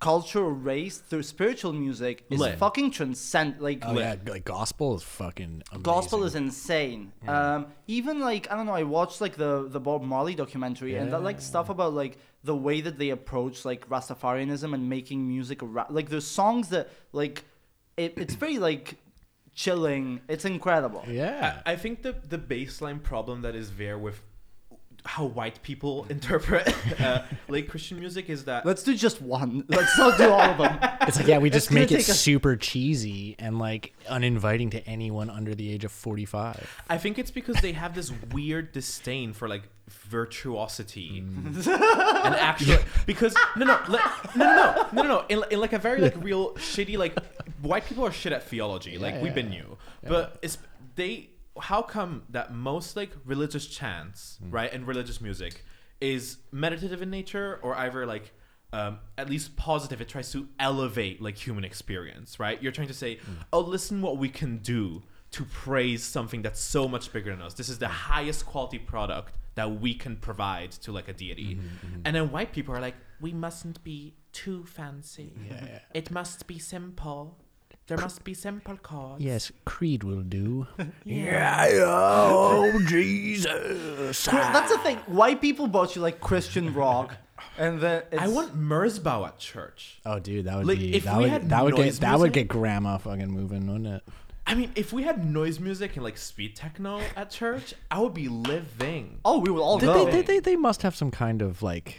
[SPEAKER 1] culture or race, their spiritual music is
[SPEAKER 2] Lit.
[SPEAKER 1] fucking transcend. Like
[SPEAKER 3] Oh yeah, like gospel is fucking amazing.
[SPEAKER 1] gospel is insane. Um, even like I don't know, I watched like the the Bob Marley documentary and that like stuff about like the way that they approach like Rastafarianism and making music. Ra- like there's songs that like it, it's very like chilling. It's incredible.
[SPEAKER 3] yeah.
[SPEAKER 2] I, I think the the baseline problem that is there with how white people interpret uh, like Christian music is that
[SPEAKER 1] Let's do just one. Let's not do all of them.
[SPEAKER 3] It's like, yeah, we just
[SPEAKER 1] gonna
[SPEAKER 3] make it
[SPEAKER 1] take a-
[SPEAKER 3] super cheesy and like uninviting to anyone under the age of 45.
[SPEAKER 2] I think it's because they have this weird disdain for like virtuosity and actually because no no le- no no no no no in, in like a very like real shitty like white people are shit at theology like
[SPEAKER 3] Yeah,
[SPEAKER 2] we've
[SPEAKER 3] yeah,
[SPEAKER 2] been
[SPEAKER 3] yeah.
[SPEAKER 2] you but it's they how come that most like religious chants right and religious music is meditative in nature or either like um, at least positive it tries to elevate like human experience right you're trying to say oh listen what we can do to praise something that's so much bigger than us this is the highest quality product that we can provide to like a deity and then white people are like
[SPEAKER 4] We mustn't be too fancy.
[SPEAKER 3] Yeah.
[SPEAKER 4] It must be simple. There must be simple chords.
[SPEAKER 3] Yes, Creed will do.
[SPEAKER 4] Yeah.
[SPEAKER 3] oh, Jesus.
[SPEAKER 1] That's the thing. White people bought you like Christian rock, and then it's,
[SPEAKER 2] I want Merzbow at church.
[SPEAKER 3] Oh, dude, that would
[SPEAKER 2] Like,
[SPEAKER 3] be
[SPEAKER 2] if
[SPEAKER 3] that
[SPEAKER 2] we
[SPEAKER 3] would,
[SPEAKER 2] had
[SPEAKER 3] that would get
[SPEAKER 2] noise
[SPEAKER 3] that would
[SPEAKER 2] music-
[SPEAKER 3] get grandma fucking moving, wouldn't it?
[SPEAKER 2] I mean, if we had noise music and like speed techno at church, I would be living.
[SPEAKER 1] Oh, we will all
[SPEAKER 3] They,
[SPEAKER 1] go.
[SPEAKER 3] they, they, they, they must have some kind of like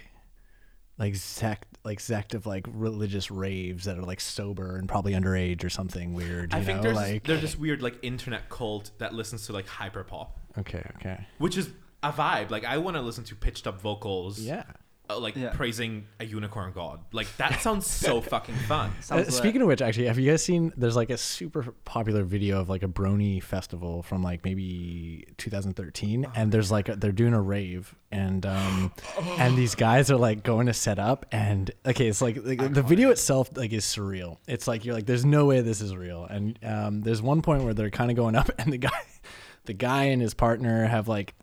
[SPEAKER 3] like sect like sect of like religious raves that are like sober and probably underage or something weird. You
[SPEAKER 2] I think
[SPEAKER 3] know,
[SPEAKER 2] there's
[SPEAKER 3] like
[SPEAKER 2] there's this weird like internet cult that listens to like hyperpop,
[SPEAKER 3] okay, okay,
[SPEAKER 2] which is a vibe. Like I want to listen to pitched up vocals.
[SPEAKER 3] yeah.
[SPEAKER 2] uh, like
[SPEAKER 1] Yeah.
[SPEAKER 2] praising a unicorn god. Like that sounds so fucking fun.
[SPEAKER 1] Sounds
[SPEAKER 3] Uh,
[SPEAKER 1] lit.
[SPEAKER 3] speaking of which, actually, have you guys seen? There's like a super popular video of like a Brony festival from like maybe
[SPEAKER 1] Oh,
[SPEAKER 3] 2013, and there's like a, they're doing a rave, and um,
[SPEAKER 1] Oh.
[SPEAKER 3] and these guys are like going to set up, and okay, it's like, like the video itself like is surreal. It's like you're like, there's no way this is real, and um, there's one point where they're kind of going up, and the guy, the guy and his partner have like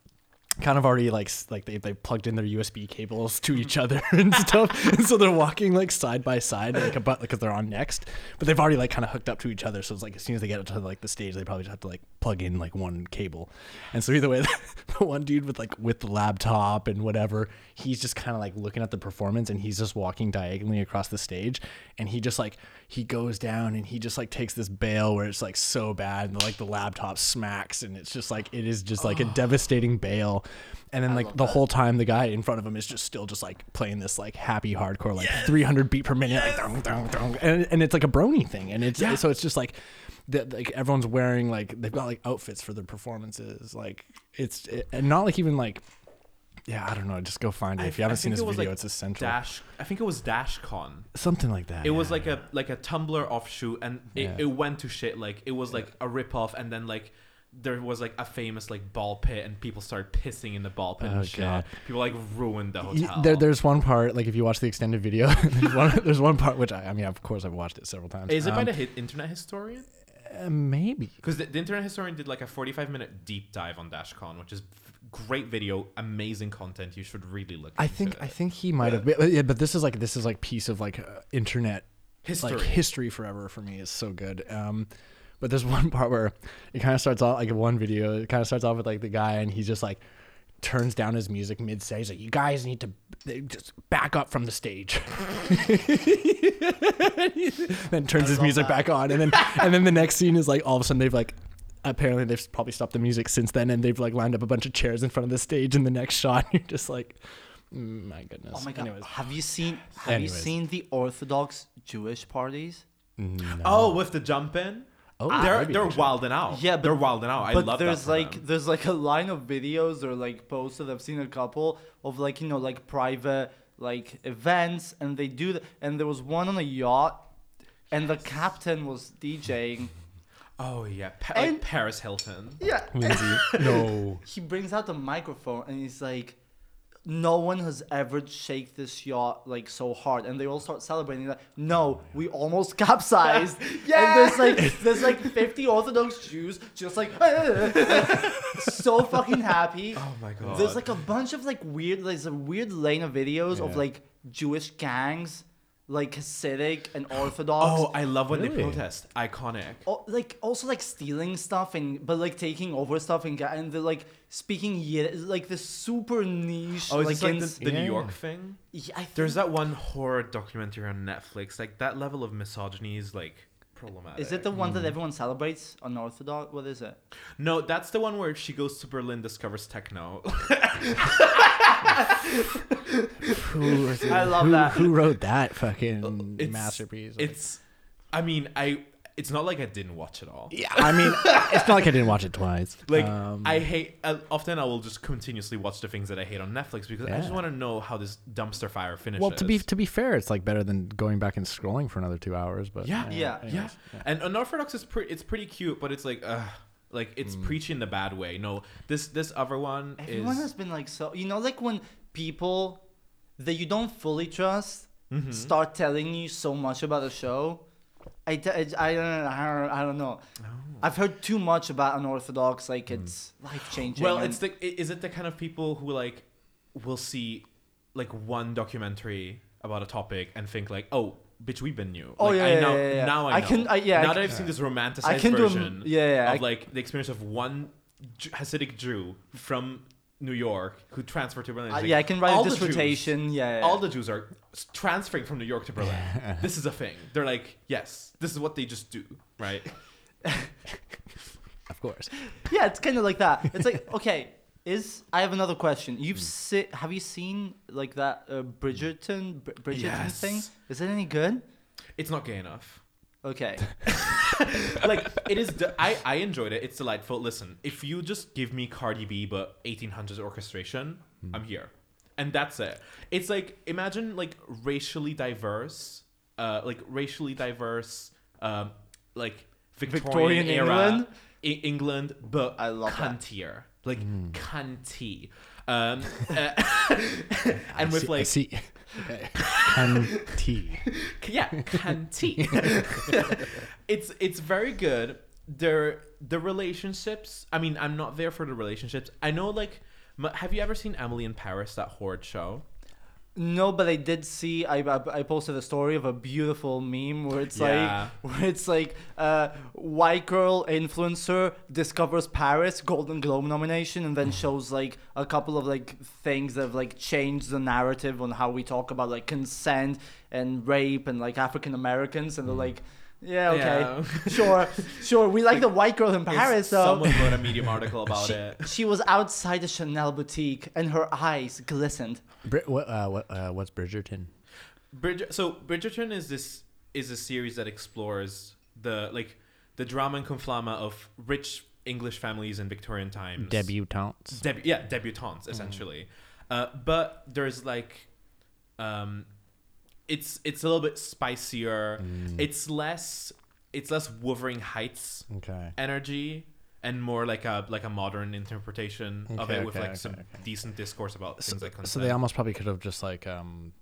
[SPEAKER 3] kind of already like s- like they they plugged in their USB cables to each other and stuff, and so they're walking like side by side like a because they're on next, but they've already like kind of hooked up to each other. So it's like as soon as they get up to like the stage, they probably just have to like plug in like one cable, and so either way, the one dude with like with the laptop and whatever, he's just kind of like looking at the performance and he's just walking diagonally across the stage, and he just like he goes down and he just like takes this bail where it's like so bad and like the laptop smacks and it's just like it is just like a devastating bail and then like the whole time the guy in front of him is just still just like playing this like happy hardcore like 300 beat per minute like, dong, dong, dong. And, and it's like a brony thing and it's so it's just like the, like everyone's wearing like they've got like outfits for their performances like it's it, and not like even like Yeah, I don't know. Just go find it.
[SPEAKER 2] I-
[SPEAKER 3] If you haven't
[SPEAKER 2] I
[SPEAKER 3] seen
[SPEAKER 2] think
[SPEAKER 3] this
[SPEAKER 2] it was,
[SPEAKER 3] video,
[SPEAKER 2] like,
[SPEAKER 3] it's essential.
[SPEAKER 2] Dash. I think it was DashCon.
[SPEAKER 3] Something like that.
[SPEAKER 2] It was
[SPEAKER 3] yeah.
[SPEAKER 2] like a like a Tumblr offshoot, and it,
[SPEAKER 3] Yeah.
[SPEAKER 2] it went to shit. Like it was like a ripoff, and then like there was like a famous like ball pit, and people started pissing in the ball pit
[SPEAKER 3] Oh,
[SPEAKER 2] and shit.
[SPEAKER 3] God.
[SPEAKER 2] People like ruined the
[SPEAKER 3] Y-
[SPEAKER 2] hotel.
[SPEAKER 3] There, there's one part like if you watch the extended video, there's, one, there's one part which I, I mean, of course, I've watched it several times.
[SPEAKER 2] Is it by
[SPEAKER 3] Um,
[SPEAKER 2] the hi- internet historian?
[SPEAKER 3] uh, maybe?
[SPEAKER 2] Because the, the internet historian did like a 45 minute deep dive on DashCon, which is f- great video, amazing content. You should really look.
[SPEAKER 3] I
[SPEAKER 2] into
[SPEAKER 3] think
[SPEAKER 2] it.
[SPEAKER 3] I think he might have. But, yeah, but this is like this is like piece of like uh, internet
[SPEAKER 2] history.
[SPEAKER 3] like history forever for me is so good. Um, but there's one part where it kind of starts off like in one video. It kind of starts off with like the guy and he's just like turns down his music mid stage. Like you guys need to they just back up from the stage. then turns his music back on, and then and then the next scene is like all of a sudden they've like. Apparently they've probably stopped the music since then, and they've like lined up a bunch of chairs in front of the stage. In the next shot, you're just like, "Mm, my goodness.
[SPEAKER 1] Oh my god!
[SPEAKER 3] Anyways.
[SPEAKER 1] Have you seen Have
[SPEAKER 3] Anyways.
[SPEAKER 1] you seen the Orthodox Jewish parties?
[SPEAKER 2] Oh, with the jump in.
[SPEAKER 3] Oh,
[SPEAKER 2] they're
[SPEAKER 3] maybe
[SPEAKER 2] they're
[SPEAKER 3] actually.
[SPEAKER 2] wilding out.
[SPEAKER 1] Yeah, but-
[SPEAKER 2] they're wilding out. I
[SPEAKER 1] but
[SPEAKER 2] love
[SPEAKER 1] there's
[SPEAKER 2] that. for
[SPEAKER 1] like
[SPEAKER 2] them.
[SPEAKER 1] there's like a line of videos or like posts that I've seen a couple of like you know like private like events and they do th- and there was one on a yacht and the captain was DJing.
[SPEAKER 2] oh yeah, pa- like
[SPEAKER 1] And-
[SPEAKER 2] Paris Hilton.
[SPEAKER 1] Yeah,
[SPEAKER 3] Lindsay, no.
[SPEAKER 1] he brings out the microphone and he's like no one has ever shaked this yacht like so hard and they all start celebrating like no we almost capsized yeah and there's like there's like 50 orthodox jews just like so fucking happy
[SPEAKER 2] Oh my god.
[SPEAKER 1] there's like a bunch of like weird there's a weird lane of videos of
[SPEAKER 3] Yeah.
[SPEAKER 1] like jewish gangs like hasidic and orthodox
[SPEAKER 2] oh, I love when
[SPEAKER 3] Really?
[SPEAKER 2] they protest. Iconic.
[SPEAKER 1] Oh, like also like stealing stuff and but like taking over stuff and ga- and the like speaking Yiddish, like the super niche.
[SPEAKER 2] Oh,
[SPEAKER 1] like,
[SPEAKER 2] is this like
[SPEAKER 1] ins-
[SPEAKER 2] the, the
[SPEAKER 3] Yeah.
[SPEAKER 2] New York thing?
[SPEAKER 1] Yeah, I think,
[SPEAKER 2] There's that one horror documentary on Netflix. Like that level of misogyny is like problematic.
[SPEAKER 1] Is it the
[SPEAKER 2] Mm-hmm.
[SPEAKER 1] one that everyone celebrates on Orthodox? What is it?
[SPEAKER 2] No, that's the one where she goes to Berlin, discovers techno.
[SPEAKER 3] Who,
[SPEAKER 1] I love
[SPEAKER 3] who,
[SPEAKER 1] that.
[SPEAKER 3] Who wrote that fucking
[SPEAKER 2] It's-
[SPEAKER 3] masterpiece? Like,
[SPEAKER 2] It's, I mean, I. It's not like I didn't watch it all.
[SPEAKER 3] yeah. I mean, it's not like I didn't watch it twice.
[SPEAKER 2] Like
[SPEAKER 3] Um,
[SPEAKER 2] I hate. Uh, often I will just continuously watch the things that I hate on Netflix because I just
[SPEAKER 3] Yeah.
[SPEAKER 2] want to know how this dumpster fire finishes.
[SPEAKER 3] well, to be to be fair, it's like better than going back and scrolling for another two hours. But
[SPEAKER 2] Yeah.
[SPEAKER 1] Yeah.
[SPEAKER 3] anyways.
[SPEAKER 2] yeah. and unorthodox is pretty. It's pretty cute, but it's like, ugh, like it's preaching the bad way. No, this this other one
[SPEAKER 1] Everyone
[SPEAKER 2] is.
[SPEAKER 1] has been like so. You know, like when people that you don't fully trust
[SPEAKER 2] Mm-hmm.
[SPEAKER 1] start telling you so much about a show. I, t- I, I, don't, I, don't, I don't know.
[SPEAKER 2] Oh.
[SPEAKER 1] I've heard too much about unorthodox. Like it's life changing.
[SPEAKER 2] Mm. well, it's the. i- Is it the kind of people who like will see like one documentary about a topic and think like, oh. Bitch, we've been new.
[SPEAKER 1] Oh,
[SPEAKER 2] like,
[SPEAKER 1] yeah,
[SPEAKER 2] I
[SPEAKER 1] yeah,
[SPEAKER 2] know,
[SPEAKER 1] yeah, yeah.
[SPEAKER 2] Now I,
[SPEAKER 1] I
[SPEAKER 2] know.
[SPEAKER 1] can- I- yeah, I
[SPEAKER 2] Now
[SPEAKER 1] can-
[SPEAKER 2] that I've seen this romanticized
[SPEAKER 1] I can do a m-
[SPEAKER 2] version.
[SPEAKER 1] yeah, yeah, I-
[SPEAKER 2] Of like the experience of one J- Hasidic Jew from New York who transferred to Berlin.
[SPEAKER 1] Uh,
[SPEAKER 2] It's like,
[SPEAKER 1] yeah, I can write
[SPEAKER 2] all
[SPEAKER 1] a
[SPEAKER 2] the Jews-
[SPEAKER 1] dissertation. Yeah, yeah,
[SPEAKER 2] all the Jews are s- transferring from New York to Berlin. this is a thing. They're like, yes, this is what they just do, right?
[SPEAKER 3] of course.
[SPEAKER 1] yeah, it's kind of like that. It's like okay, is I have another question. You've
[SPEAKER 2] Hmm.
[SPEAKER 1] si- have you seen like that uh, Bridgerton Br- Bridgerton thing?
[SPEAKER 2] Yes.
[SPEAKER 1] Is it any good?
[SPEAKER 2] It's not gay enough.
[SPEAKER 1] Okay,
[SPEAKER 2] Like it is. De- I I enjoyed it. It's delightful. Listen, if you just give me Cardi B but 1800s orchestration,
[SPEAKER 1] Hmm.
[SPEAKER 2] I'm here, and that's it. It's like imagine like racially diverse, uh, like racially diverse, um, like Victorian,
[SPEAKER 1] Victorian
[SPEAKER 2] era
[SPEAKER 1] England?
[SPEAKER 2] I- England, but
[SPEAKER 1] I love that. Hmm.
[SPEAKER 2] cuntier, like cunty. Um, uh, and with
[SPEAKER 3] See-
[SPEAKER 2] like
[SPEAKER 3] see, and tea.
[SPEAKER 2] yeah, canteen. it's it's very good. There the relationships. I mean, I'm not there for the relationships. I know like m- have you ever seen Emily in Paris that horrid show?
[SPEAKER 1] no, but I did see. I, I I posted a story of a beautiful meme where it's
[SPEAKER 2] Yeah.
[SPEAKER 1] like where it's like uh, white girl influencer discovers Paris Golden Globe nomination and
[SPEAKER 2] Mm.
[SPEAKER 1] then shows like a couple of like things that have like changed the narrative on how we talk about like consent and rape and like African Americans and they're like. Yeah, okay.
[SPEAKER 2] Mm. Yeah.
[SPEAKER 1] Sure, sure. We like the white girl in
[SPEAKER 2] It's-
[SPEAKER 1] Paris, though.
[SPEAKER 2] Someone wrote a Medium article about it.
[SPEAKER 1] She was outside the Chanel boutique and her eyes glistened.
[SPEAKER 3] Brit, what, uh, what, uh, what's Bridgerton?
[SPEAKER 2] Bridger- so Bridgerton is this is a series that explores the like the drama and conflama of rich English families in Victorian times.
[SPEAKER 3] Debutantes. Mm-hmm.
[SPEAKER 2] Debu- yeah, debutantes essentially. Uh, but there's like, um, it's it's a little bit spicier.
[SPEAKER 3] Mm.
[SPEAKER 2] It's less it's less Wuthering Heights
[SPEAKER 3] Okay.
[SPEAKER 2] energy and more like a like a modern interpretation of
[SPEAKER 3] Okay,
[SPEAKER 2] it with
[SPEAKER 3] okay,
[SPEAKER 2] like
[SPEAKER 3] okay,
[SPEAKER 2] some
[SPEAKER 3] okay.
[SPEAKER 2] decent discourse about
[SPEAKER 3] So,
[SPEAKER 2] things like
[SPEAKER 3] so they
[SPEAKER 2] consent.
[SPEAKER 3] almost probably could have just like um,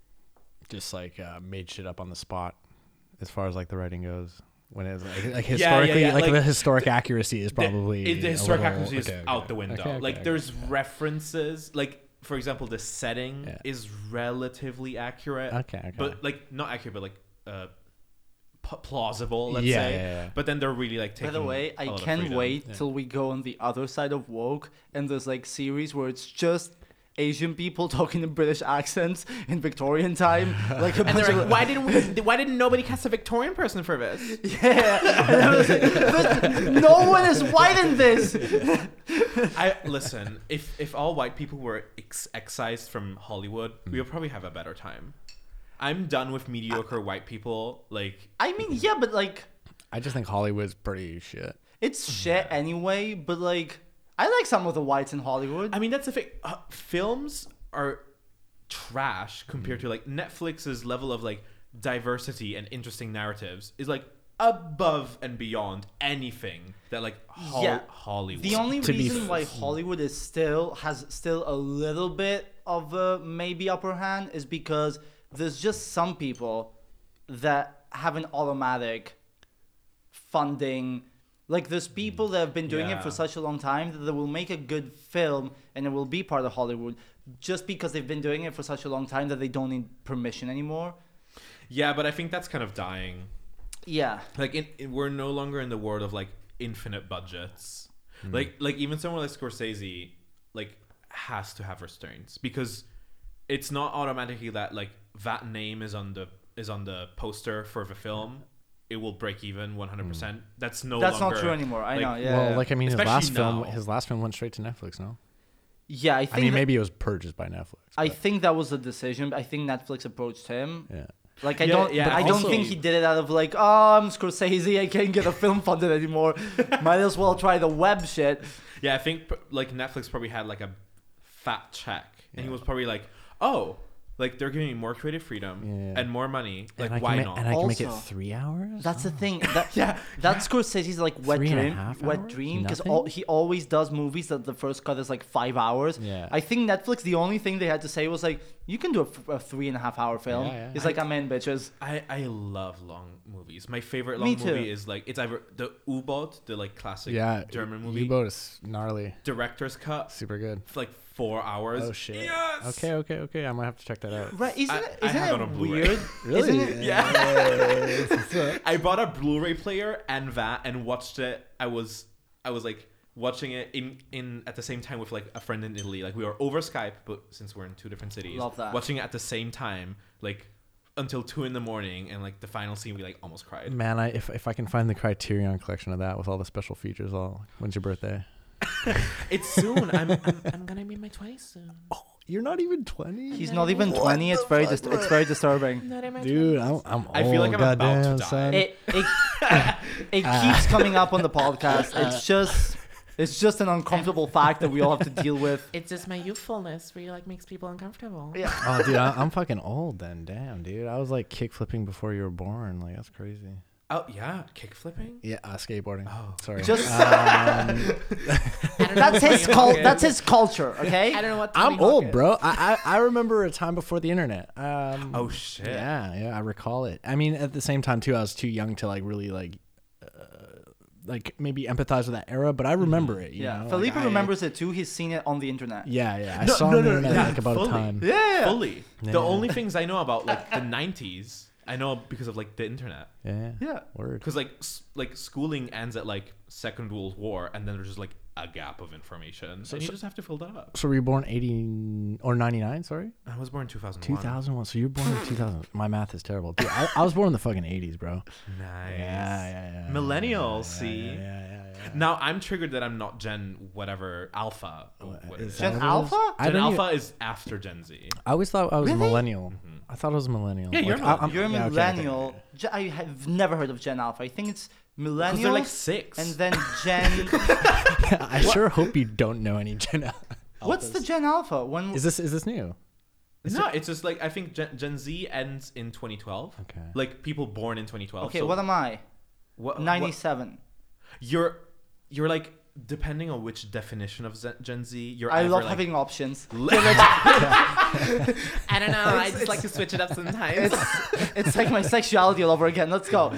[SPEAKER 3] just like uh, made shit up on the spot, as far as like the writing goes. When it's like, like
[SPEAKER 2] yeah,
[SPEAKER 3] historically,
[SPEAKER 2] yeah,
[SPEAKER 3] like,
[SPEAKER 2] like,
[SPEAKER 3] the historic accuracy is
[SPEAKER 2] The-
[SPEAKER 3] probably
[SPEAKER 2] it- the
[SPEAKER 3] a
[SPEAKER 2] historic
[SPEAKER 3] little-
[SPEAKER 2] accuracy is
[SPEAKER 3] okay, okay.
[SPEAKER 2] out the window.
[SPEAKER 3] Okay, okay,
[SPEAKER 2] like
[SPEAKER 3] okay.
[SPEAKER 2] there's references like. For example, the setting
[SPEAKER 3] Yeah.
[SPEAKER 2] is relatively accurate,
[SPEAKER 3] Okay, okay.
[SPEAKER 2] but like not accurate, but like uh, p- plausible. Let's
[SPEAKER 3] Yeah,
[SPEAKER 2] say.
[SPEAKER 3] yeah, yeah.
[SPEAKER 2] But then they're really like
[SPEAKER 1] By
[SPEAKER 2] taking.
[SPEAKER 1] the way,
[SPEAKER 2] a
[SPEAKER 1] I
[SPEAKER 2] lot of
[SPEAKER 1] can't
[SPEAKER 2] freedom.
[SPEAKER 1] wait till we go on the other side of woke and there's like series where it's just Asian people talking in British accents in Victorian time, like a
[SPEAKER 4] And
[SPEAKER 1] bunch
[SPEAKER 4] they're
[SPEAKER 1] of
[SPEAKER 4] like, why didn't we, why didn't nobody cast a Victorian person for this?
[SPEAKER 1] yeah. And I was like, "But no one is white in this.
[SPEAKER 2] I listen. If if all white people were ex- excised from Hollywood, we
[SPEAKER 3] Mm.
[SPEAKER 2] would probably have a better time. I'm done with mediocre white people. Like,
[SPEAKER 1] I mean, yeah, but like
[SPEAKER 3] I just think Hollywood's pretty shit.
[SPEAKER 1] it's shit anyway. But like, I like some of the whites in Hollywood.
[SPEAKER 2] I mean, that's the thing. Uh, films are trash compared
[SPEAKER 1] Mm.
[SPEAKER 2] to like Netflix's level of like diversity and interesting narratives is like above and beyond anything that like Hol-
[SPEAKER 1] Yeah.
[SPEAKER 2] Hollywood.
[SPEAKER 1] The only
[SPEAKER 3] To be
[SPEAKER 1] reason
[SPEAKER 3] f-
[SPEAKER 1] why Hollywood is still has still a little bit of a maybe upper hand is because there's just some people that have an automatic funding. Like
[SPEAKER 3] Mm.
[SPEAKER 1] there's people that have been doing it for
[SPEAKER 2] Yeah.
[SPEAKER 1] such a long time that they will make a good film and it will be part of Hollywood just because they've been doing it for such a long time that they don't need permission anymore.
[SPEAKER 2] yeah, but I think that's kind of dying.
[SPEAKER 1] Yeah.
[SPEAKER 2] like in, in- we're no longer in the world of like infinite budgets
[SPEAKER 3] Hmm.
[SPEAKER 2] like like even someone like scorsese like has to have restraints because it's not automatically that like that name is on the is on the poster for the film it will break even 100%
[SPEAKER 3] Hmm.
[SPEAKER 2] that's no
[SPEAKER 1] That's not
[SPEAKER 2] longer-
[SPEAKER 1] true anymore. I
[SPEAKER 2] like,
[SPEAKER 1] know. Yeah.
[SPEAKER 3] well,
[SPEAKER 1] yeah.
[SPEAKER 3] like I mean, his
[SPEAKER 2] Especially
[SPEAKER 3] last film,
[SPEAKER 2] now.
[SPEAKER 3] his last film went straight to Netflix. No,
[SPEAKER 1] yeah, I think
[SPEAKER 3] I mean
[SPEAKER 1] that-
[SPEAKER 3] maybe it was purchased by Netflix.
[SPEAKER 1] I
[SPEAKER 3] but,
[SPEAKER 1] think that was the decision. I think Netflix approached him
[SPEAKER 3] yeah.
[SPEAKER 1] Like I
[SPEAKER 2] Yeah,
[SPEAKER 1] don't,
[SPEAKER 2] yeah,
[SPEAKER 1] but I
[SPEAKER 2] also-
[SPEAKER 1] don't think he did it out of like, oh, I'm Scorsese, I can't get a film funded anymore. Might as well try the web shit.
[SPEAKER 2] yeah i think pr- like netflix probably had like a fat check and he was probably like oh like they're giving me more creative freedom
[SPEAKER 3] Yeah.
[SPEAKER 2] and more money like
[SPEAKER 3] and I
[SPEAKER 2] why
[SPEAKER 3] can ma-
[SPEAKER 2] not
[SPEAKER 3] And I can make it
[SPEAKER 1] Also-
[SPEAKER 3] three hours.
[SPEAKER 1] That's the thing. That, yeah, that's Scorsese's like wet
[SPEAKER 3] Three and a
[SPEAKER 1] dream,
[SPEAKER 3] half
[SPEAKER 1] wet
[SPEAKER 3] hours?
[SPEAKER 1] dream, because
[SPEAKER 3] Nothing?
[SPEAKER 1] he always does movies that the first cut is like five hours.
[SPEAKER 3] Yeah.
[SPEAKER 1] I think Netflix. The only thing they had to say was like, you can do a, f- a three and a half hour film.
[SPEAKER 3] Yeah, yeah.
[SPEAKER 1] He's like, I'm in, bitches.
[SPEAKER 2] I, I love long movies. My favorite long
[SPEAKER 1] Me too.
[SPEAKER 2] movie is like it's either the U-boat, the like classic
[SPEAKER 3] yeah,
[SPEAKER 2] German
[SPEAKER 3] U-
[SPEAKER 2] movie,
[SPEAKER 3] U-boat is gnarly,
[SPEAKER 2] director's cut,
[SPEAKER 3] super good.
[SPEAKER 2] it's like four hours.
[SPEAKER 3] Oh shit.
[SPEAKER 2] Yes!
[SPEAKER 3] Okay, okay, okay. I'm gonna have to check that out.
[SPEAKER 1] Right? Isn't
[SPEAKER 2] I-
[SPEAKER 1] it?
[SPEAKER 2] I
[SPEAKER 1] Isn't
[SPEAKER 2] have it
[SPEAKER 1] it
[SPEAKER 2] on Blu-ray.
[SPEAKER 1] weird? Isn't it?
[SPEAKER 3] Yeah.
[SPEAKER 2] I bought a Blu-ray player and that and watched it. I was I was like watching it in in at the same time with like a friend in Italy. Like we were over Skype, but since we're in two different cities,
[SPEAKER 1] Love that.
[SPEAKER 2] watching it at the same time, like until two in the morning, and like the final scene, we like almost cried.
[SPEAKER 3] Man, I if, if I can find the Criterion collection of that with all the special features, all. When's your birthday?
[SPEAKER 2] It's soon. I'm, I'm
[SPEAKER 4] I'm gonna be in my 20s soon.
[SPEAKER 3] You're not even twenty.
[SPEAKER 1] He's not even twenty. It's very, dis- it's very disturbing.
[SPEAKER 4] Not in my
[SPEAKER 3] Dude, I'm, I'm old.
[SPEAKER 2] I feel like I'm about to
[SPEAKER 3] goddamn,
[SPEAKER 2] die.
[SPEAKER 3] son.
[SPEAKER 1] it it, it keeps coming up on the podcast.
[SPEAKER 4] Uh,
[SPEAKER 1] It's just it's just an uncomfortable fact that we all have to deal with.
[SPEAKER 4] It's just my youthfulness really like makes people uncomfortable.
[SPEAKER 1] Yeah.
[SPEAKER 3] oh, dude, I, I'm fucking old then. Damn, dude, I was like kick flipping before you were born. Like that's crazy.
[SPEAKER 2] oh yeah, kick flipping.
[SPEAKER 3] Yeah, uh, skateboarding.
[SPEAKER 2] Oh.
[SPEAKER 3] sorry.
[SPEAKER 1] Just
[SPEAKER 4] Uh,
[SPEAKER 3] Um,
[SPEAKER 4] I don't know
[SPEAKER 1] that's
[SPEAKER 4] what
[SPEAKER 1] his
[SPEAKER 4] Tony
[SPEAKER 1] cul-
[SPEAKER 4] Hawk
[SPEAKER 1] that's
[SPEAKER 4] is.
[SPEAKER 1] his culture,
[SPEAKER 4] I
[SPEAKER 1] okay?
[SPEAKER 4] don't know what
[SPEAKER 3] I'm
[SPEAKER 4] Tony Hawk
[SPEAKER 3] old,
[SPEAKER 4] is.
[SPEAKER 3] bro. I, I I remember a time before the internet. Um,
[SPEAKER 2] Oh shit.
[SPEAKER 3] Yeah, yeah, I recall it. I mean, at the same time too, I was too young to like really like, uh, like maybe empathize with that era. But I
[SPEAKER 2] Mm-hmm.
[SPEAKER 3] remember it. You
[SPEAKER 1] Yeah.
[SPEAKER 3] know?
[SPEAKER 1] Felipe
[SPEAKER 3] like, I-
[SPEAKER 1] remembers it too. He's seen it on the internet.
[SPEAKER 3] Yeah, yeah. I
[SPEAKER 2] No,
[SPEAKER 3] saw
[SPEAKER 2] no,
[SPEAKER 3] it
[SPEAKER 2] no,
[SPEAKER 3] internet
[SPEAKER 2] yeah,
[SPEAKER 3] like about
[SPEAKER 2] fully.
[SPEAKER 3] a time.
[SPEAKER 1] Yeah.
[SPEAKER 2] fully.
[SPEAKER 3] Yeah.
[SPEAKER 2] The only things I know about like the '90s, I know because of like the internet.
[SPEAKER 3] Yeah.
[SPEAKER 1] Yeah.
[SPEAKER 3] Word.
[SPEAKER 2] Because like s- like schooling ends at like Second World War, and then there's just like a gap of information, so, and you
[SPEAKER 3] so-
[SPEAKER 2] just have to fill that up.
[SPEAKER 3] So were you born eighty or ninety nine? Sorry,
[SPEAKER 2] I was born in 2001.
[SPEAKER 3] two thousand one. So you were born in two thousand. My math is terrible. Dude, I, I was born in the fucking eighties, bro.
[SPEAKER 2] Nice.
[SPEAKER 3] Yeah, yeah, yeah.
[SPEAKER 2] Millennial,
[SPEAKER 3] yeah,
[SPEAKER 2] see?
[SPEAKER 3] Yeah, yeah, yeah. yeah.
[SPEAKER 2] Now I'm triggered that I'm not Gen whatever Alpha. Or
[SPEAKER 3] Uh,
[SPEAKER 2] what it
[SPEAKER 3] is
[SPEAKER 2] is.
[SPEAKER 1] Gen
[SPEAKER 3] that what it is?
[SPEAKER 1] Alpha?
[SPEAKER 3] I
[SPEAKER 2] Gen
[SPEAKER 3] don't even-
[SPEAKER 2] Alpha is after Gen Z.
[SPEAKER 3] I always thought I was a
[SPEAKER 1] Really?
[SPEAKER 3] millennial. I thought I was a millennial.
[SPEAKER 2] Mm-hmm. Yeah, you're a
[SPEAKER 3] I- I'm-
[SPEAKER 1] You're a
[SPEAKER 3] yeah, okay, okay,
[SPEAKER 1] millennial.
[SPEAKER 3] okay.
[SPEAKER 1] Ge- I have never heard of Gen Alpha. I think it's
[SPEAKER 2] Because they're like
[SPEAKER 1] millennials
[SPEAKER 2] six.
[SPEAKER 1] and then Gen
[SPEAKER 3] I sure hope you don't know any Gen Alpha.
[SPEAKER 1] What's the
[SPEAKER 3] Alphas.
[SPEAKER 1] Gen Alpha? When
[SPEAKER 3] Is this is this new?
[SPEAKER 2] no, it's just like I think Gen, Gen Z ends in 2012.
[SPEAKER 3] Okay.
[SPEAKER 2] Like people born in 2012.
[SPEAKER 1] okay,
[SPEAKER 2] so
[SPEAKER 1] what am
[SPEAKER 3] Uh,
[SPEAKER 1] I?
[SPEAKER 2] what- what-
[SPEAKER 1] Ninety-seven.
[SPEAKER 2] you're you're like depending on which definition of Zen- Gen Z you're.
[SPEAKER 1] I
[SPEAKER 2] either,
[SPEAKER 1] love
[SPEAKER 2] like,
[SPEAKER 1] having options.
[SPEAKER 4] I don't know. I just like to switch it up sometimes.
[SPEAKER 1] it's like my sexuality all over again. Let's go.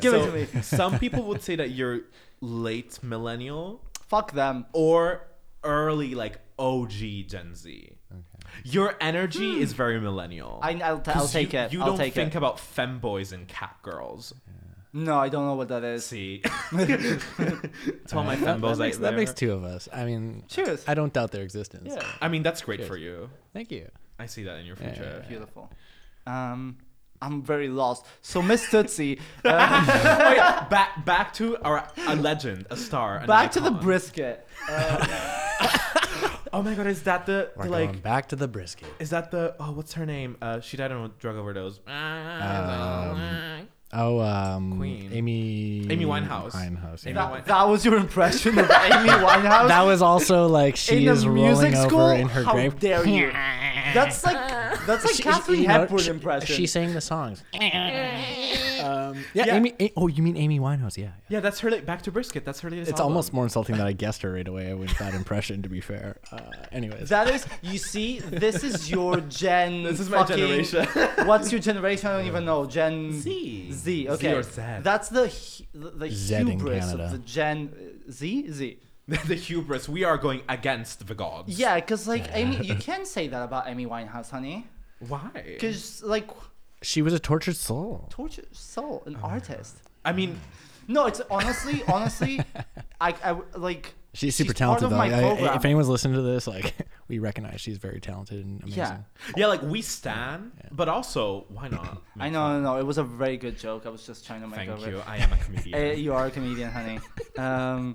[SPEAKER 1] Give it to me.
[SPEAKER 2] some people would say that you're late millennial
[SPEAKER 1] Fuck them.
[SPEAKER 2] or early like OG Gen Z. Your energy is very millennial.
[SPEAKER 1] Hmm. I, I'll, t- I'll
[SPEAKER 2] 'Cause
[SPEAKER 1] take
[SPEAKER 2] you,
[SPEAKER 1] it.
[SPEAKER 2] You
[SPEAKER 1] I'll
[SPEAKER 2] don't
[SPEAKER 1] take
[SPEAKER 2] think
[SPEAKER 1] it.
[SPEAKER 2] about femboys and catgirls.
[SPEAKER 1] no, I don't know what that is.
[SPEAKER 2] See, tell my
[SPEAKER 3] That,
[SPEAKER 2] femboys
[SPEAKER 3] that makes,
[SPEAKER 2] out
[SPEAKER 3] that makes
[SPEAKER 2] there.
[SPEAKER 3] two of us. I mean,
[SPEAKER 1] Cheers.
[SPEAKER 3] I don't doubt their existence.
[SPEAKER 1] Yeah.
[SPEAKER 2] I mean, that's great
[SPEAKER 3] Cheers.
[SPEAKER 2] for you.
[SPEAKER 3] Thank you.
[SPEAKER 2] I see that in your
[SPEAKER 3] Yeah,
[SPEAKER 2] future.
[SPEAKER 1] Beautiful. Um, I'm very lost. So Miss Tootsie, uh,
[SPEAKER 2] Oh, yeah. Back back to our a legend, a star. an
[SPEAKER 1] back to the
[SPEAKER 2] icon.
[SPEAKER 1] brisket.
[SPEAKER 2] Oh my god, is that the,
[SPEAKER 3] We're
[SPEAKER 2] the,
[SPEAKER 3] going
[SPEAKER 2] like
[SPEAKER 3] back to the brisket.
[SPEAKER 2] is that the oh what's her name? Uh, she died on a drug overdose. Ah.
[SPEAKER 3] Um, Oh, um,
[SPEAKER 2] Queen.
[SPEAKER 3] Amy.
[SPEAKER 2] Amy Winehouse.
[SPEAKER 3] Winehouse.
[SPEAKER 2] Amy
[SPEAKER 3] yeah.
[SPEAKER 1] That, that was your impression of Amy Winehouse.
[SPEAKER 3] That was also like she
[SPEAKER 1] in
[SPEAKER 3] is
[SPEAKER 1] a
[SPEAKER 3] rolling
[SPEAKER 1] music school.
[SPEAKER 3] over in her
[SPEAKER 1] How
[SPEAKER 3] grave.
[SPEAKER 1] dare you? That's like that's like
[SPEAKER 3] She-
[SPEAKER 1] Catherine
[SPEAKER 3] you know,
[SPEAKER 1] Hepburn
[SPEAKER 3] she-
[SPEAKER 1] impression.
[SPEAKER 3] She sang the songs. um, yeah,
[SPEAKER 2] Yeah.
[SPEAKER 3] Amy. A- oh, you mean Amy Winehouse? Yeah. yeah.
[SPEAKER 2] Yeah, that's her. la- Back to brisket. That's her latest.
[SPEAKER 3] It's
[SPEAKER 2] album.
[SPEAKER 3] almost more insulting that I guessed her right away with that impression. To be fair. Uh, anyways.
[SPEAKER 1] that is, you see, this is your gen.
[SPEAKER 2] This is my
[SPEAKER 1] fucking-
[SPEAKER 2] generation.
[SPEAKER 1] what's your generation? I don't even know. Gen
[SPEAKER 2] Z.
[SPEAKER 1] Z.
[SPEAKER 2] Z
[SPEAKER 1] Okay.
[SPEAKER 2] or Z.
[SPEAKER 1] That's the hu- the, the
[SPEAKER 3] Z in
[SPEAKER 1] hubris
[SPEAKER 3] Canada.
[SPEAKER 1] of the Gen uh, Z. Z.
[SPEAKER 2] the hubris. We are going against the gods.
[SPEAKER 1] Yeah, because like Amy, you can say that about Amy Winehouse, honey.
[SPEAKER 2] Why?
[SPEAKER 1] Because like
[SPEAKER 3] She was a tortured soul.
[SPEAKER 1] torture soul, an
[SPEAKER 3] Oh.
[SPEAKER 1] artist.
[SPEAKER 2] I mean,
[SPEAKER 1] No, it's honestly, honestly, I, I w- like.
[SPEAKER 3] She's super
[SPEAKER 1] part
[SPEAKER 3] talented
[SPEAKER 1] of
[SPEAKER 3] though.
[SPEAKER 1] my
[SPEAKER 3] I- I-
[SPEAKER 1] program.
[SPEAKER 3] if anyone's listening to this, like we recognize she's very talented and amazing.
[SPEAKER 1] yeah,
[SPEAKER 2] yeah, like we stan, but also why not?
[SPEAKER 1] I know, no, no, it was a very good joke. I was just trying to make
[SPEAKER 3] Oh
[SPEAKER 2] Thank
[SPEAKER 1] over.
[SPEAKER 2] you. I am a
[SPEAKER 1] Uh,
[SPEAKER 2] comedian.
[SPEAKER 1] you are a comedian, honey. Um,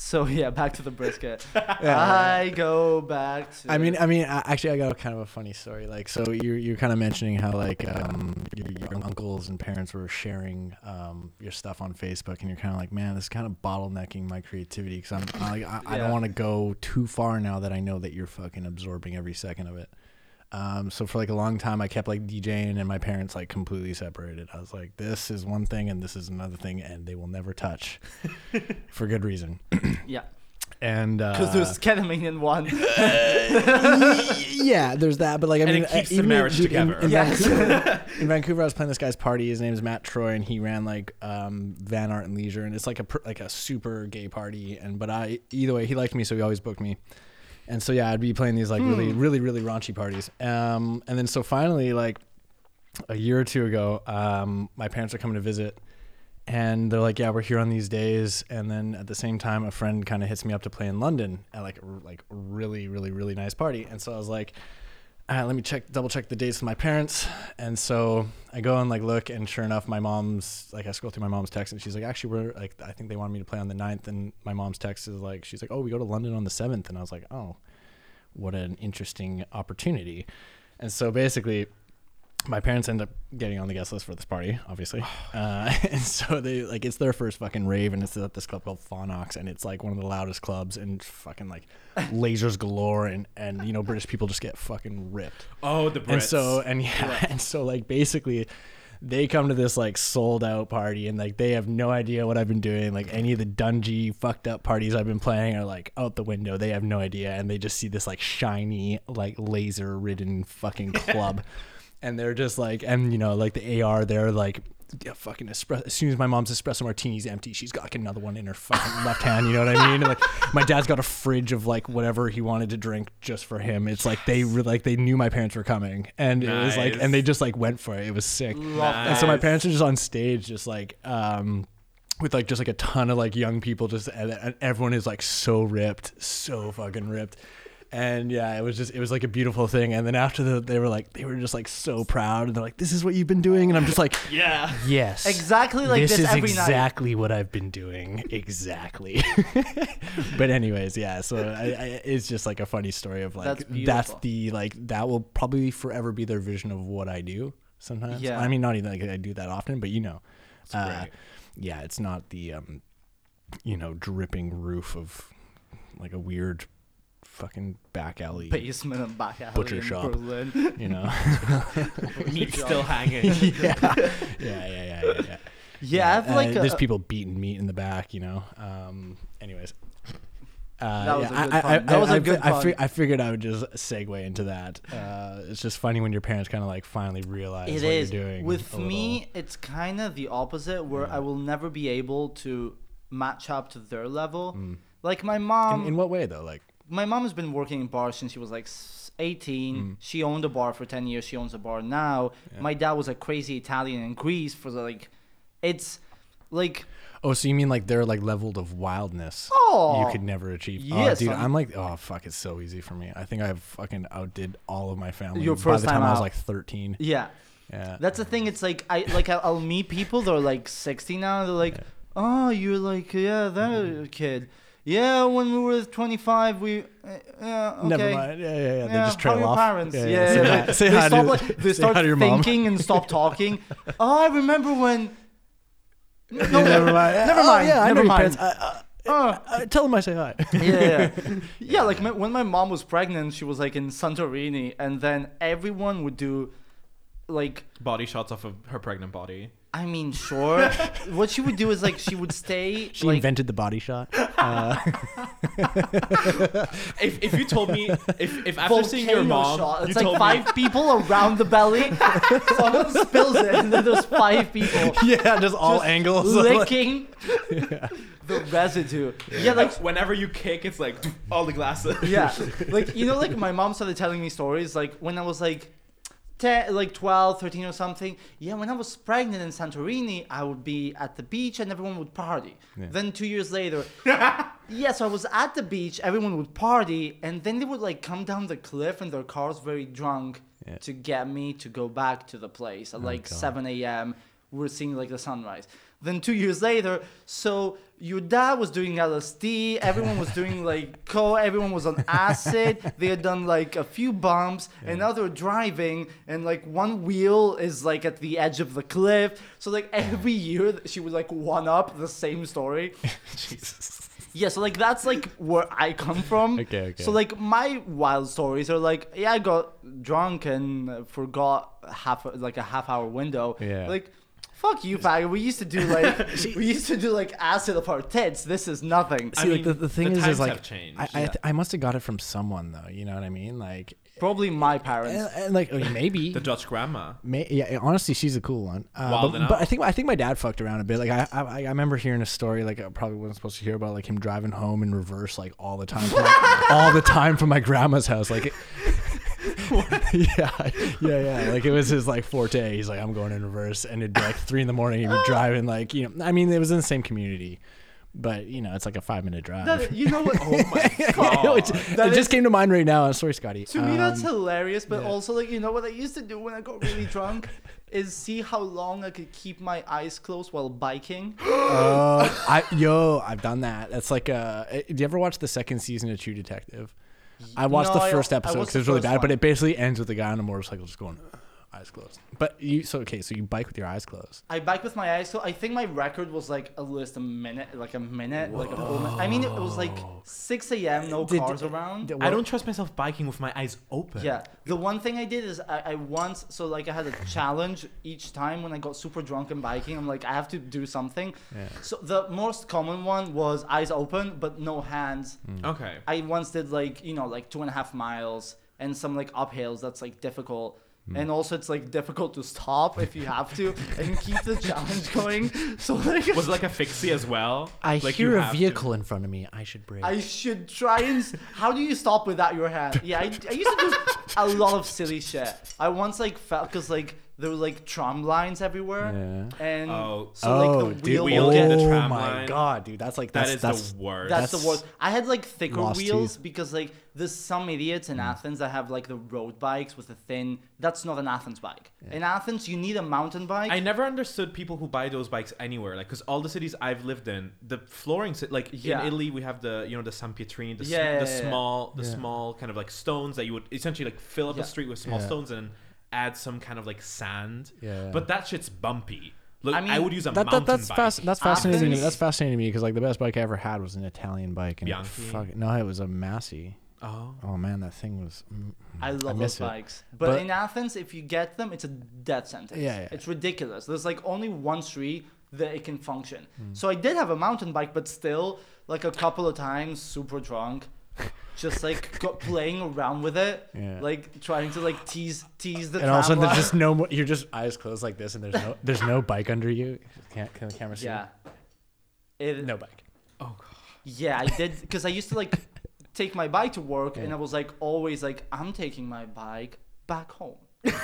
[SPEAKER 1] so yeah, back to the brisket. I go back to.
[SPEAKER 3] I mean, I mean, I, actually, I got kind of a funny story. Like, so you you're kind of mentioning how like um, your, your uncles and parents were sharing um, your stuff on Facebook, and you're kind of like, man, this is kind of bottlenecking my creativity because I'm I, like, I, I
[SPEAKER 1] Yeah.
[SPEAKER 3] don't want to go too far now that I know that you're fucking absorbing every second of it. Um, so for like a long time, I kept like DJing, and my parents like completely separated. I was like, this is one thing, and this is another thing, and they will never touch, for good reason.
[SPEAKER 1] yeah,
[SPEAKER 3] And
[SPEAKER 1] because
[SPEAKER 3] uh,
[SPEAKER 1] there's ketamine in one.
[SPEAKER 3] yeah, there's that. But like, I
[SPEAKER 2] And
[SPEAKER 3] mean,
[SPEAKER 2] it keeps
[SPEAKER 3] uh,
[SPEAKER 2] the
[SPEAKER 3] even
[SPEAKER 2] marriage
[SPEAKER 3] in-
[SPEAKER 2] together.
[SPEAKER 3] In, in,
[SPEAKER 1] Yes.
[SPEAKER 3] Vancouver, in Vancouver, I was playing this guy's party. His name is Matt Troy, and he ran like um, Van Art and Leisure, and it's like a pr- like a super gay party. And but I either way, he liked me, so he always booked me. And so yeah, I'd be playing these like really, really, really raunchy parties. Um, and then so finally, like a year or two ago, um, my parents are coming to visit. And they're like, yeah, we're here on these days. And then at the same time, a friend kind of hits me up to play in London at like a r- like really, really, really nice party. And so I was like, all right, let me check, double check the dates with my parents. And so I go and like look, and sure enough, my mom's like, I scroll through my mom's text, and she's like, actually, we're like, I think they wanted me to play on the 9th. And my mom's text is like, she's like, oh, we go to London on the seventh. And I was like, oh, what an interesting opportunity. And so basically, my parents end up getting on the guest list for this party, obviously. Uh, and so they like it's their first fucking rave, and it's at this club called Fonox, and it's like one of the loudest clubs, and fucking like lasers galore, and and you know British people just get fucking ripped.
[SPEAKER 2] oh, the Brits.
[SPEAKER 3] And so and yeah, and so like basically they come to this like sold out party and like they have no idea what I've been doing. Like any of the dungy fucked up parties I've been playing are like out the window. They have no idea and they just see this like shiny, like laser ridden fucking club. and they're just like and you know, like the AR they're like yeah, fucking espresso. As soon as my mom's espresso martini's empty, she's got another one in her fucking left hand. You know what I mean? And, like my dad's got a fridge of like whatever he wanted to drink just for him. It's like they re- like they knew my parents were coming, and it was like
[SPEAKER 2] Nice.
[SPEAKER 3] and they just like went for it. It was sick.
[SPEAKER 1] Love
[SPEAKER 2] Nice.
[SPEAKER 1] that.
[SPEAKER 3] And so my parents are just on stage, just like um, with like just like a ton of like young people, just and, and everyone is like so ripped, so fucking ripped. And yeah, it was just it was like a beautiful thing. And then after the, they were like they were just like so proud, and they're like, "This is what you've been doing," and I'm just like,
[SPEAKER 2] yeah.
[SPEAKER 3] "Yes,
[SPEAKER 1] Exactly like this,
[SPEAKER 3] is
[SPEAKER 1] every night.
[SPEAKER 3] exactly what I've been doing. Exactly. but anyways, yeah. So I, I, it's just like a funny story of like
[SPEAKER 1] That's
[SPEAKER 3] that's,
[SPEAKER 1] beautiful.
[SPEAKER 3] the like that will probably forever be their vision of what I do. Sometimes,
[SPEAKER 1] Yeah.
[SPEAKER 3] I mean, not even like I do that often, but you know, uh,
[SPEAKER 2] great.
[SPEAKER 3] yeah, it's not the um, you know dripping roof of like a weird fucking back alley,
[SPEAKER 1] basement and back alley
[SPEAKER 3] Butcher
[SPEAKER 1] in
[SPEAKER 3] shop.
[SPEAKER 1] Berlin.
[SPEAKER 3] you know.
[SPEAKER 2] Meat still hanging.
[SPEAKER 3] yeah. yeah, yeah, yeah, yeah, yeah.
[SPEAKER 1] Yeah, I have like
[SPEAKER 3] uh,
[SPEAKER 1] a,
[SPEAKER 3] there's people beating meat in the back, you know. Um, anyways, uh,
[SPEAKER 1] That was
[SPEAKER 3] yeah,
[SPEAKER 1] a good
[SPEAKER 3] I- I-
[SPEAKER 1] pun.
[SPEAKER 3] I-
[SPEAKER 1] That was a
[SPEAKER 3] I-
[SPEAKER 1] good
[SPEAKER 3] I, fi-
[SPEAKER 1] pun.
[SPEAKER 3] I figured I would just segue into that. Uh, it's just funny when your parents kind of like finally realize
[SPEAKER 1] It
[SPEAKER 3] what
[SPEAKER 1] is.
[SPEAKER 3] you're doing.
[SPEAKER 1] With
[SPEAKER 3] a Mm.
[SPEAKER 1] me, it's kind of the opposite, where I will never be able to match up to their level.
[SPEAKER 3] Mm.
[SPEAKER 1] Like my
[SPEAKER 3] little.
[SPEAKER 1] mom,
[SPEAKER 3] in, in what way though? Like,
[SPEAKER 1] my mom has been working in bars since she was like s- 18.
[SPEAKER 3] Mm.
[SPEAKER 1] She owned a bar for 10 years. She owns a bar now. My dad was a crazy Italian in Greece for the, like, it's like
[SPEAKER 3] oh, so you mean like they're like leveled of wildness?
[SPEAKER 1] Oh,
[SPEAKER 3] you could never achieve.
[SPEAKER 1] yes,
[SPEAKER 3] oh, dude,
[SPEAKER 1] I'm-
[SPEAKER 3] I'm, like, oh fuck, it's so easy for me. I think I fucking outdid all of my family
[SPEAKER 1] Your
[SPEAKER 3] by
[SPEAKER 1] first
[SPEAKER 3] the time
[SPEAKER 1] time
[SPEAKER 3] I was
[SPEAKER 1] out.
[SPEAKER 3] like 13.
[SPEAKER 1] yeah.
[SPEAKER 3] Yeah,
[SPEAKER 1] That's the thing. It's like I like I'll, I'll meet people that are like 60 now. And they're like, oh, you're like yeah that
[SPEAKER 3] Mm-hmm.
[SPEAKER 1] kid. Yeah, when we were 25, we uh, yeah okay.
[SPEAKER 3] Never mind. Yeah, yeah, yeah. They just
[SPEAKER 1] how are
[SPEAKER 3] trail
[SPEAKER 1] your
[SPEAKER 3] off.
[SPEAKER 1] parents? Yeah, yeah,
[SPEAKER 3] Say
[SPEAKER 1] yeah.
[SPEAKER 3] hi- Say
[SPEAKER 1] they
[SPEAKER 3] hi
[SPEAKER 1] stop,
[SPEAKER 3] to-
[SPEAKER 1] like, they
[SPEAKER 3] say
[SPEAKER 1] start
[SPEAKER 3] hi to your mom.
[SPEAKER 1] thinking and stop talking. oh, I remember when. No,
[SPEAKER 3] Yeah, never mind.
[SPEAKER 1] Never
[SPEAKER 3] Oh,
[SPEAKER 1] mind.
[SPEAKER 3] yeah, I
[SPEAKER 1] never
[SPEAKER 3] know your
[SPEAKER 1] mind.
[SPEAKER 3] parents. I,
[SPEAKER 1] Oh.
[SPEAKER 3] I, I, tell them I say hi.
[SPEAKER 1] yeah, yeah, yeah. yeah. Like my, when my mom was pregnant, she was like in Santorini, and then everyone would do, like,
[SPEAKER 2] Body shots off of her pregnant body.
[SPEAKER 1] I mean, sure. what she would do is like she would stay.
[SPEAKER 3] She
[SPEAKER 1] like,
[SPEAKER 3] invented the body shot.
[SPEAKER 2] If, if you told me, if, if after
[SPEAKER 1] volcano
[SPEAKER 2] seeing your mom,
[SPEAKER 1] shot.
[SPEAKER 2] you
[SPEAKER 1] It's
[SPEAKER 2] told
[SPEAKER 1] like
[SPEAKER 2] me,
[SPEAKER 1] five people around the belly. Someone spills it, and then there's five people.
[SPEAKER 3] yeah, just all
[SPEAKER 1] Just
[SPEAKER 3] angles. Oh,
[SPEAKER 1] licking the residue. Yeah, like
[SPEAKER 2] whenever you kick, it's like all the glasses.
[SPEAKER 1] yeah, like you know, like my mom started telling me stories like when I was like. 10, like 12, 13 or something. Yeah, when I was pregnant in Santorini, I would be at the beach and everyone would party. Then two years later, yeah, so I was at the beach, everyone would party, and then they would like come down the cliff in their cars very drunk
[SPEAKER 3] Yeah. Oh,
[SPEAKER 1] to get me to go back to the place at like
[SPEAKER 3] God.
[SPEAKER 1] 7 a.m. We're seeing like the sunrise. Then two years later, so your dad was doing LSD, everyone was doing like co, everyone was on acid, they had done like a few bumps, and now they're driving, and like one wheel is like at the edge of the cliff. So, like, every year she would like one up the same story. Yeah, so like that's like where I come from.
[SPEAKER 3] Okay, okay.
[SPEAKER 1] So like my wild stories are like, yeah, I got drunk and uh, forgot half like a half hour window.
[SPEAKER 3] Yeah.
[SPEAKER 1] Like, fuck you, faggot. We used to do like we used to do like acid of our tits. This is nothing.
[SPEAKER 2] I
[SPEAKER 3] See, like the,
[SPEAKER 2] mean,
[SPEAKER 3] the thing
[SPEAKER 2] the
[SPEAKER 3] is,
[SPEAKER 2] times
[SPEAKER 3] is
[SPEAKER 2] have
[SPEAKER 3] like
[SPEAKER 2] changed.
[SPEAKER 3] I, I,
[SPEAKER 1] Yeah.
[SPEAKER 3] th- I must have got it from someone though. You know what I mean? Like,
[SPEAKER 1] Probably my parents.
[SPEAKER 3] and, and, like okay, maybe.
[SPEAKER 2] the Dutch grandma.
[SPEAKER 3] May, yeah, honestly, she's a cool one. Uh,
[SPEAKER 2] Wild
[SPEAKER 3] but,
[SPEAKER 2] and
[SPEAKER 3] but
[SPEAKER 2] out.
[SPEAKER 3] I think I think my dad fucked around a bit. Like I, I I remember hearing a story like I probably wasn't supposed to hear about like him driving home in reverse like all the time, from my- all the time from my grandma's house. Like, it, yeah, yeah, yeah. Like it was his like forte. He's like, I'm going in reverse, and it'd be like three in the morning. He'd be driving like you know. I mean, it was in the same community, but you know, it's like a five minute drive.
[SPEAKER 1] That- you know what?
[SPEAKER 3] Oh I know, it's-
[SPEAKER 1] That
[SPEAKER 3] it just came to mind right now. I'm sorry, Scotty.
[SPEAKER 1] To me, that's
[SPEAKER 3] Um,
[SPEAKER 1] hilarious, but also like you know what I used to do when I got really drunk is see how long I could keep my eyes closed while biking.
[SPEAKER 3] Oh, I yo, I've done that. That's like uh Do you ever watch the second season of True Detective? I watched
[SPEAKER 1] No, I-
[SPEAKER 3] the first
[SPEAKER 1] I
[SPEAKER 3] episode
[SPEAKER 1] watched
[SPEAKER 3] because
[SPEAKER 1] the
[SPEAKER 3] it was really
[SPEAKER 1] first
[SPEAKER 3] bad,
[SPEAKER 1] one.
[SPEAKER 3] but it basically ends with a guy on a motorcycle just going eyes closed. But you so okay, so you bike with your eyes closed.
[SPEAKER 1] I biked with my eyes. So I think my record was like at least a minute, like a minute, like a full minute. I mean, it was like 6 a.m. No
[SPEAKER 3] Did-
[SPEAKER 1] cars around.
[SPEAKER 3] Did-
[SPEAKER 2] I don't trust myself biking with my eyes open.
[SPEAKER 1] yeah. The one thing I did is I, I once, so like I had a challenge each time when I got super drunk and biking. I'm like, I have to do something.
[SPEAKER 3] Yeah.
[SPEAKER 1] So the most common one was eyes open, but no hands.
[SPEAKER 2] Okay.
[SPEAKER 1] I once did like you know like two and a half miles and some like uphills that's like difficult. And also, it's like difficult to stop if you have to and keep the challenge going. So like,
[SPEAKER 2] Was it like a fixie as well? like you have to-
[SPEAKER 3] in front of me. I should brake.
[SPEAKER 1] I should try and. s- How do you stop without your hand? Yeah, I, I used to do a lot of silly shit. I once like felt because like there were like tram lines everywhere, and
[SPEAKER 2] Oh.
[SPEAKER 1] so like the
[SPEAKER 3] oh, dude,
[SPEAKER 1] wheel
[SPEAKER 2] wheel
[SPEAKER 1] would
[SPEAKER 2] in
[SPEAKER 1] get
[SPEAKER 2] the
[SPEAKER 3] oh
[SPEAKER 2] tram
[SPEAKER 3] my
[SPEAKER 2] line.
[SPEAKER 3] god, dude, that's like
[SPEAKER 2] That
[SPEAKER 3] that's
[SPEAKER 2] is
[SPEAKER 3] that's
[SPEAKER 2] the worst.
[SPEAKER 1] That's, the
[SPEAKER 3] That's
[SPEAKER 1] worst. I had like thicker
[SPEAKER 3] lost Mm.
[SPEAKER 1] wheels because like there's some idiots in Athens that have like the road bikes with a thin. That's not an Athens bike. In Athens, you need a mountain bike.
[SPEAKER 2] I never understood people who buy those bikes anywhere, like because all the cities I've lived in, the flooring, si- like
[SPEAKER 1] Yeah.
[SPEAKER 2] in Italy, we have the you know the San Pietrini, the, s-
[SPEAKER 1] Yeah,
[SPEAKER 2] the
[SPEAKER 1] yeah, yeah.
[SPEAKER 2] small, the
[SPEAKER 3] Yeah.
[SPEAKER 2] small kind of like stones that you would essentially like fill up
[SPEAKER 1] Yeah.
[SPEAKER 2] a street with small
[SPEAKER 3] Yeah.
[SPEAKER 2] stones and add some kind of like sand.
[SPEAKER 3] Yeah.
[SPEAKER 2] But that shit's bumpy. Look,
[SPEAKER 1] I
[SPEAKER 2] I,
[SPEAKER 1] mean,
[SPEAKER 2] would use a
[SPEAKER 3] that,
[SPEAKER 2] mountain
[SPEAKER 3] that, that's
[SPEAKER 2] bike.
[SPEAKER 3] fast. That's fascinating. To me.
[SPEAKER 1] Athens-
[SPEAKER 3] That's fascinating to me because like the best bike I ever had was an Italian bike, and it
[SPEAKER 2] Bianchi?
[SPEAKER 3] fuck, no, it was a Massey.
[SPEAKER 2] Oh.
[SPEAKER 3] Oh man, that thing was. mm,
[SPEAKER 1] I love
[SPEAKER 3] miss
[SPEAKER 1] those
[SPEAKER 3] it.
[SPEAKER 1] bikes. But,
[SPEAKER 3] But-
[SPEAKER 1] in Athens, if you get them, it's a death sentence.
[SPEAKER 3] Yeah, yeah.
[SPEAKER 1] It's ridiculous. There's like only one street that it can function.
[SPEAKER 3] Mm.
[SPEAKER 1] So I did have a mountain bike, but still, like a couple of times, super drunk, just like go, playing around with it,
[SPEAKER 3] Yeah.
[SPEAKER 1] like trying to like tease tease the.
[SPEAKER 3] and all of a sudden,
[SPEAKER 1] tram
[SPEAKER 3] there's
[SPEAKER 1] line.
[SPEAKER 3] just no. mo- You're just eyes closed like this, and there's no. There's no bike under you. Can't can the camera see?
[SPEAKER 1] yeah. It,
[SPEAKER 3] No bike.
[SPEAKER 2] Oh
[SPEAKER 1] Yeah, I did because I used to like take my bike to work, and
[SPEAKER 3] Yeah.
[SPEAKER 1] I was like always like I'm taking my bike back home.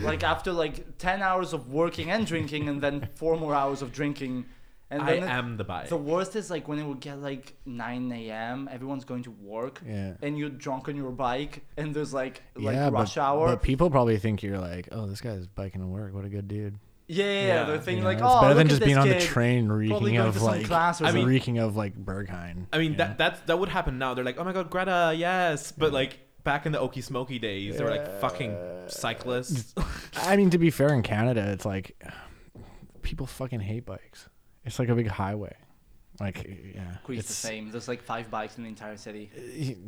[SPEAKER 1] like after like ten hours of working and drinking, and then four more hours of drinking, and
[SPEAKER 2] god. I
[SPEAKER 1] then it-
[SPEAKER 2] am the bike.
[SPEAKER 1] the worst is like when it would get like 9 a.m. Everyone's going to work,
[SPEAKER 3] Yeah.
[SPEAKER 1] and you're drunk on your bike, and there's like like
[SPEAKER 3] yeah,
[SPEAKER 1] rush
[SPEAKER 3] but,
[SPEAKER 1] hour.
[SPEAKER 3] But people probably think you're like, oh, this guy's biking to work. What a good dude.
[SPEAKER 1] yeah, yeah, yeah,
[SPEAKER 2] Yeah.
[SPEAKER 1] they're thinking
[SPEAKER 3] You
[SPEAKER 1] like,
[SPEAKER 3] know, it's
[SPEAKER 1] oh,
[SPEAKER 3] better
[SPEAKER 1] look
[SPEAKER 3] than
[SPEAKER 1] at
[SPEAKER 3] just
[SPEAKER 1] this
[SPEAKER 3] being on the
[SPEAKER 1] kid.
[SPEAKER 3] train
[SPEAKER 1] probably
[SPEAKER 3] reeking
[SPEAKER 1] going to
[SPEAKER 3] of
[SPEAKER 1] some
[SPEAKER 3] like,
[SPEAKER 1] class or
[SPEAKER 3] I mean,
[SPEAKER 1] something.
[SPEAKER 3] reeking of like Berghain.
[SPEAKER 2] I mean
[SPEAKER 3] you know?
[SPEAKER 2] that that's that would happen now. They're like, oh my god, Greta, yes. But like back in the Okie Smoky days, they were like fucking cyclists.
[SPEAKER 3] I mean, to be fair, in Canada, it's like people fucking hate bikes. It's like a big highway. Like, yeah,
[SPEAKER 1] Greece the
[SPEAKER 3] it's-
[SPEAKER 1] same. There's like five bikes in the entire city.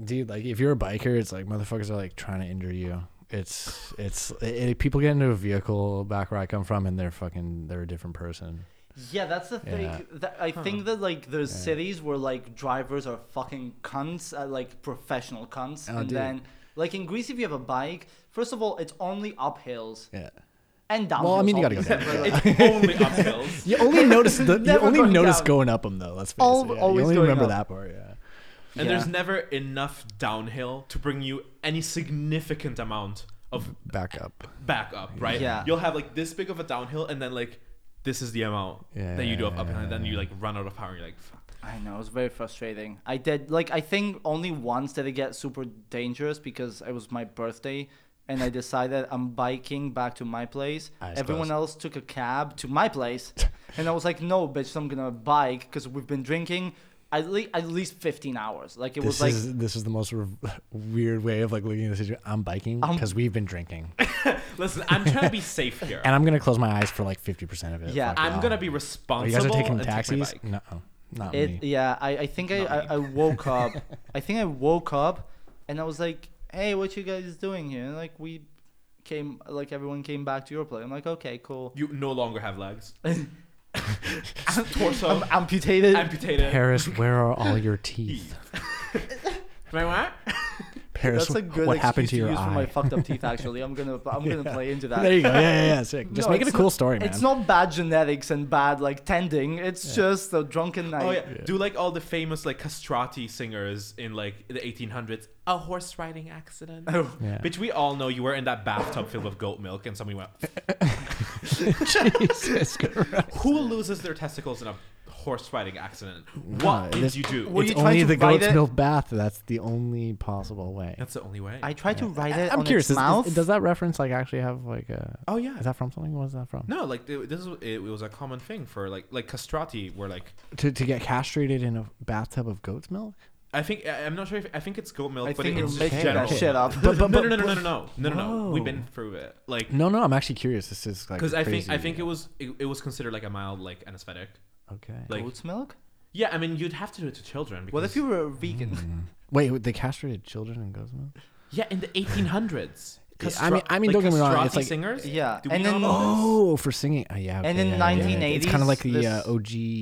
[SPEAKER 3] dude like if you're a biker it's like motherfuckers are like trying to injure you it's it's it, it- people get into a vehicle back where i come from and they're fucking they're a different person
[SPEAKER 1] Yeah, that's the thing.
[SPEAKER 3] Yeah.
[SPEAKER 1] That, I think that like there's
[SPEAKER 3] Yeah.
[SPEAKER 1] cities where like drivers are fucking cunts, uh, like professional cunts,
[SPEAKER 3] Oh,
[SPEAKER 1] and
[SPEAKER 3] dude.
[SPEAKER 1] then like in Greece, if you have a bike, first of all, it's only uphills
[SPEAKER 3] yeah
[SPEAKER 1] and downhills.
[SPEAKER 3] Well, I mean, you gotta go
[SPEAKER 1] obviously,
[SPEAKER 3] down,
[SPEAKER 1] but, like,
[SPEAKER 2] it's only uphills.
[SPEAKER 3] you only notice the you
[SPEAKER 1] Never
[SPEAKER 3] only
[SPEAKER 1] going
[SPEAKER 3] notice
[SPEAKER 1] down.
[SPEAKER 3] going up them though let's face
[SPEAKER 1] Al-
[SPEAKER 3] it yeah.
[SPEAKER 1] always
[SPEAKER 3] you only
[SPEAKER 1] going
[SPEAKER 3] remember
[SPEAKER 1] up.
[SPEAKER 3] that part yeah
[SPEAKER 2] And there's
[SPEAKER 1] Yeah.
[SPEAKER 2] never enough downhill to bring you any significant amount of
[SPEAKER 3] back up
[SPEAKER 2] back up, right?
[SPEAKER 1] Yeah.
[SPEAKER 2] You'll have like this big of a downhill, and then like this is the amount
[SPEAKER 3] Yeah,
[SPEAKER 2] that you do
[SPEAKER 3] yeah,
[SPEAKER 2] of uphill,
[SPEAKER 3] yeah,
[SPEAKER 2] and then
[SPEAKER 3] yeah.
[SPEAKER 2] you like run out of power. And you're like, fuck.
[SPEAKER 1] I know it's very frustrating. I did like I think only once did it get super dangerous because it was my birthday. And I decided I'm biking back to my place.
[SPEAKER 3] Eyes
[SPEAKER 1] Everyone
[SPEAKER 3] closed.
[SPEAKER 1] else took a cab to my place, and I was like, "No, bitch, I'm gonna bike because we've been drinking at, le- at least 15 hours. Like it
[SPEAKER 3] this
[SPEAKER 1] was like
[SPEAKER 3] is this is the most re- weird way of like looking at the situation i'm biking
[SPEAKER 1] I'm-
[SPEAKER 3] because we've been drinking
[SPEAKER 2] Listen, I'm trying to be safe here.
[SPEAKER 3] and i'm gonna close my eyes for like 50% of it
[SPEAKER 1] Yeah,
[SPEAKER 3] Fuck
[SPEAKER 2] I'm
[SPEAKER 3] off.
[SPEAKER 2] gonna be
[SPEAKER 3] oh,
[SPEAKER 2] responsible.
[SPEAKER 3] you guys are taking
[SPEAKER 2] and take my
[SPEAKER 3] taxis
[SPEAKER 2] bike.
[SPEAKER 3] no not me
[SPEAKER 1] It, yeah, I, I think I,
[SPEAKER 2] Not
[SPEAKER 1] I,
[SPEAKER 2] me.
[SPEAKER 1] I woke up. I think I woke up and I was like, hey, what you guys doing here? And, like, we came, like, everyone came back to your place. I'm like, okay, cool.
[SPEAKER 2] You no longer have legs. Torso
[SPEAKER 1] I'm amputated.
[SPEAKER 2] amputated.
[SPEAKER 3] paris where are all your teeth
[SPEAKER 2] Wait, what?
[SPEAKER 3] Paris,
[SPEAKER 1] That's a good
[SPEAKER 3] what
[SPEAKER 1] excuse
[SPEAKER 3] happened
[SPEAKER 1] to
[SPEAKER 3] to your
[SPEAKER 1] use for
[SPEAKER 3] eye?
[SPEAKER 1] my fucked up teeth, actually. I'm going to I'm gonna play into that.
[SPEAKER 3] there you go. Yeah, yeah, yeah. Sick. Just
[SPEAKER 1] No,
[SPEAKER 3] make it a
[SPEAKER 1] it's
[SPEAKER 3] cool
[SPEAKER 1] not-
[SPEAKER 3] story, man.
[SPEAKER 1] It's not bad genetics and bad, like, tending. It's just a drunken night.
[SPEAKER 2] Oh yeah. do like all the famous like castrati singers in like the 1800s.
[SPEAKER 4] a horse riding accident.
[SPEAKER 1] Oh.
[SPEAKER 3] yeah.
[SPEAKER 2] Bitch, we all know you were in that bathtub filled with goat milk, and somebody went,
[SPEAKER 3] Jesus Christ.
[SPEAKER 2] "Who loses their testicles in a horse riding accident?
[SPEAKER 3] No,
[SPEAKER 2] What did
[SPEAKER 3] this-
[SPEAKER 2] you do?"
[SPEAKER 1] Were
[SPEAKER 3] it's
[SPEAKER 1] you trying
[SPEAKER 3] only
[SPEAKER 1] to
[SPEAKER 3] the
[SPEAKER 1] write
[SPEAKER 3] goat's
[SPEAKER 1] it?
[SPEAKER 3] milk bath. That's the only possible way.
[SPEAKER 2] That's the only way.
[SPEAKER 1] I tried to write it
[SPEAKER 3] I'm
[SPEAKER 1] on
[SPEAKER 3] curious.
[SPEAKER 1] its
[SPEAKER 3] Is,
[SPEAKER 1] mouth.
[SPEAKER 3] is- does that reference like actually have like a?
[SPEAKER 2] oh yeah.
[SPEAKER 3] Is that from something? What is that from?
[SPEAKER 2] No, like th- this is it was a common thing for like like castrati were like
[SPEAKER 3] To to get castrated in a bathtub of goat's milk?
[SPEAKER 2] I think I- I'm not sure if I think it's goat milk,
[SPEAKER 1] I
[SPEAKER 2] Oh, but
[SPEAKER 1] think
[SPEAKER 2] it-
[SPEAKER 1] you're
[SPEAKER 2] it's just
[SPEAKER 1] making
[SPEAKER 2] general.
[SPEAKER 1] that shit up.
[SPEAKER 3] But, but,
[SPEAKER 2] no,
[SPEAKER 3] but,
[SPEAKER 2] no, no, no, no, no, no, no, no.
[SPEAKER 3] Whoa.
[SPEAKER 2] We've been through it. Like
[SPEAKER 3] no, no. I'm actually curious. This is like
[SPEAKER 2] because I think I
[SPEAKER 3] crazy.
[SPEAKER 2] think it was it, it was considered like a mild like anesthetic.
[SPEAKER 3] okay.
[SPEAKER 2] Like Mm.
[SPEAKER 1] Goat's milk?
[SPEAKER 2] yeah, I mean you'd have to do it to children. Because,
[SPEAKER 1] What if you were a vegan?
[SPEAKER 3] Wait, they castrated children in goat's milk?
[SPEAKER 2] Yeah, in the 1800s.
[SPEAKER 3] Yeah, I mean- I mean,
[SPEAKER 2] like
[SPEAKER 3] don't get me wrong,
[SPEAKER 2] castrati
[SPEAKER 3] it's like-
[SPEAKER 2] singers.
[SPEAKER 1] Yeah,
[SPEAKER 2] Do we
[SPEAKER 1] and
[SPEAKER 2] know
[SPEAKER 1] then-
[SPEAKER 2] about this?
[SPEAKER 3] Oh, for singing. Oh, yeah.
[SPEAKER 1] And
[SPEAKER 3] okay,
[SPEAKER 1] in
[SPEAKER 3] yeah, yeah, yeah. It's kind of like the
[SPEAKER 1] 1980s,
[SPEAKER 3] uh,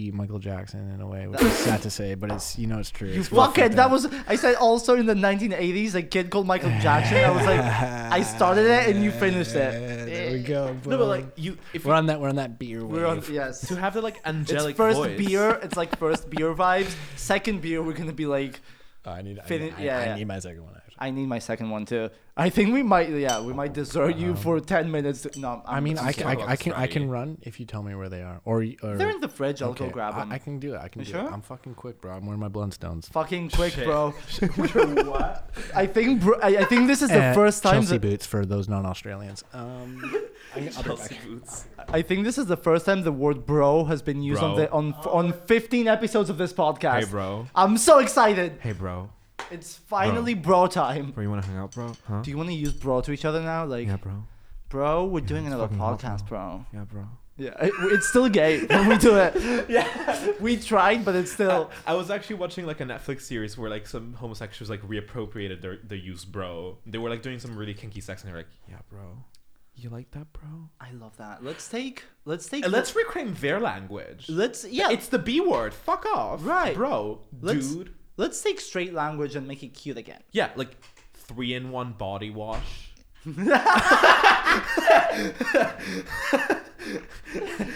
[SPEAKER 3] OG Michael Jackson in a way, which is sad to say, but it's you know it's true.
[SPEAKER 1] You
[SPEAKER 3] It's really
[SPEAKER 1] fucking.
[SPEAKER 3] fucked
[SPEAKER 1] That
[SPEAKER 3] up.
[SPEAKER 1] was. I said also in the 1980s, a kid called Michael Jackson. I was like, I started it and you finished
[SPEAKER 3] Yeah,
[SPEAKER 1] it.
[SPEAKER 3] There we go.
[SPEAKER 2] No, but
[SPEAKER 3] boom.
[SPEAKER 2] like you, if you,
[SPEAKER 3] we're on that. We're on that beer.
[SPEAKER 1] We're on.
[SPEAKER 3] wave.
[SPEAKER 1] Yes.
[SPEAKER 2] to have the like
[SPEAKER 1] It's
[SPEAKER 2] angelic
[SPEAKER 1] first
[SPEAKER 2] voice,
[SPEAKER 1] beer. It's like first beer vibes. Second beer, we're gonna be like,
[SPEAKER 3] Oh, I need. I,
[SPEAKER 1] Fini-
[SPEAKER 3] I-
[SPEAKER 1] yeah,
[SPEAKER 3] I
[SPEAKER 1] yeah.
[SPEAKER 3] need my second one. Actually.
[SPEAKER 1] I need my second one too. I think we might. Yeah, we might desert you for 10 minutes. To, no, I'm,
[SPEAKER 3] Um, I mean,
[SPEAKER 1] I'm
[SPEAKER 3] I can,
[SPEAKER 1] sorry.
[SPEAKER 2] sorry.
[SPEAKER 3] I, I can, I can
[SPEAKER 2] Sorry.
[SPEAKER 3] run if you tell me where they are, or y- or.
[SPEAKER 1] They're in the fridge. I'll go
[SPEAKER 3] okay,
[SPEAKER 1] grab
[SPEAKER 3] I-
[SPEAKER 1] them.
[SPEAKER 3] I, can do it. I can
[SPEAKER 1] You
[SPEAKER 3] do
[SPEAKER 1] sure?
[SPEAKER 3] it. I'm fucking quick, bro. I'm wearing my Blundstones.
[SPEAKER 1] Fucking quick,
[SPEAKER 2] Shit.
[SPEAKER 1] bro. what? I think. Bro, I, I think this is the
[SPEAKER 3] Uh,
[SPEAKER 1] first time.
[SPEAKER 3] Chelsea
[SPEAKER 1] that-
[SPEAKER 3] boots for those non-Australians. Um,
[SPEAKER 2] Chelsea boots.
[SPEAKER 1] I think this is the first time the word "bro" has been used on
[SPEAKER 2] Bro.
[SPEAKER 1] the on on 15 episodes of this podcast.
[SPEAKER 2] Hey, bro.
[SPEAKER 1] I'm so excited.
[SPEAKER 2] Hey, bro.
[SPEAKER 1] It's finally bro, time.
[SPEAKER 2] Bro, you want to hang out, bro? Huh?
[SPEAKER 1] Do you want to use bro to each other now? Like,
[SPEAKER 2] bro.
[SPEAKER 1] bro, we're doing another
[SPEAKER 2] fucking hot,
[SPEAKER 1] podcast, bro.
[SPEAKER 2] Yeah, bro.
[SPEAKER 1] Yeah, it- it's still gay when we do it. yeah, we tried, but it's still.
[SPEAKER 2] I, I was actually watching like a Netflix series where like some homosexuals like reappropriated their their use bro. They were like doing some really kinky sex, and they were like, "Yeah, bro, you like that, bro?"
[SPEAKER 1] I love that. Let's take. Let's take.
[SPEAKER 2] And let's reclaim their language.
[SPEAKER 1] Let's yeah.
[SPEAKER 2] it's the B word. Fuck off,
[SPEAKER 1] Right.
[SPEAKER 2] bro,
[SPEAKER 1] let's,
[SPEAKER 2] dude.
[SPEAKER 1] Let's take straight language and make it cute again.
[SPEAKER 2] Yeah, like three in one body wash.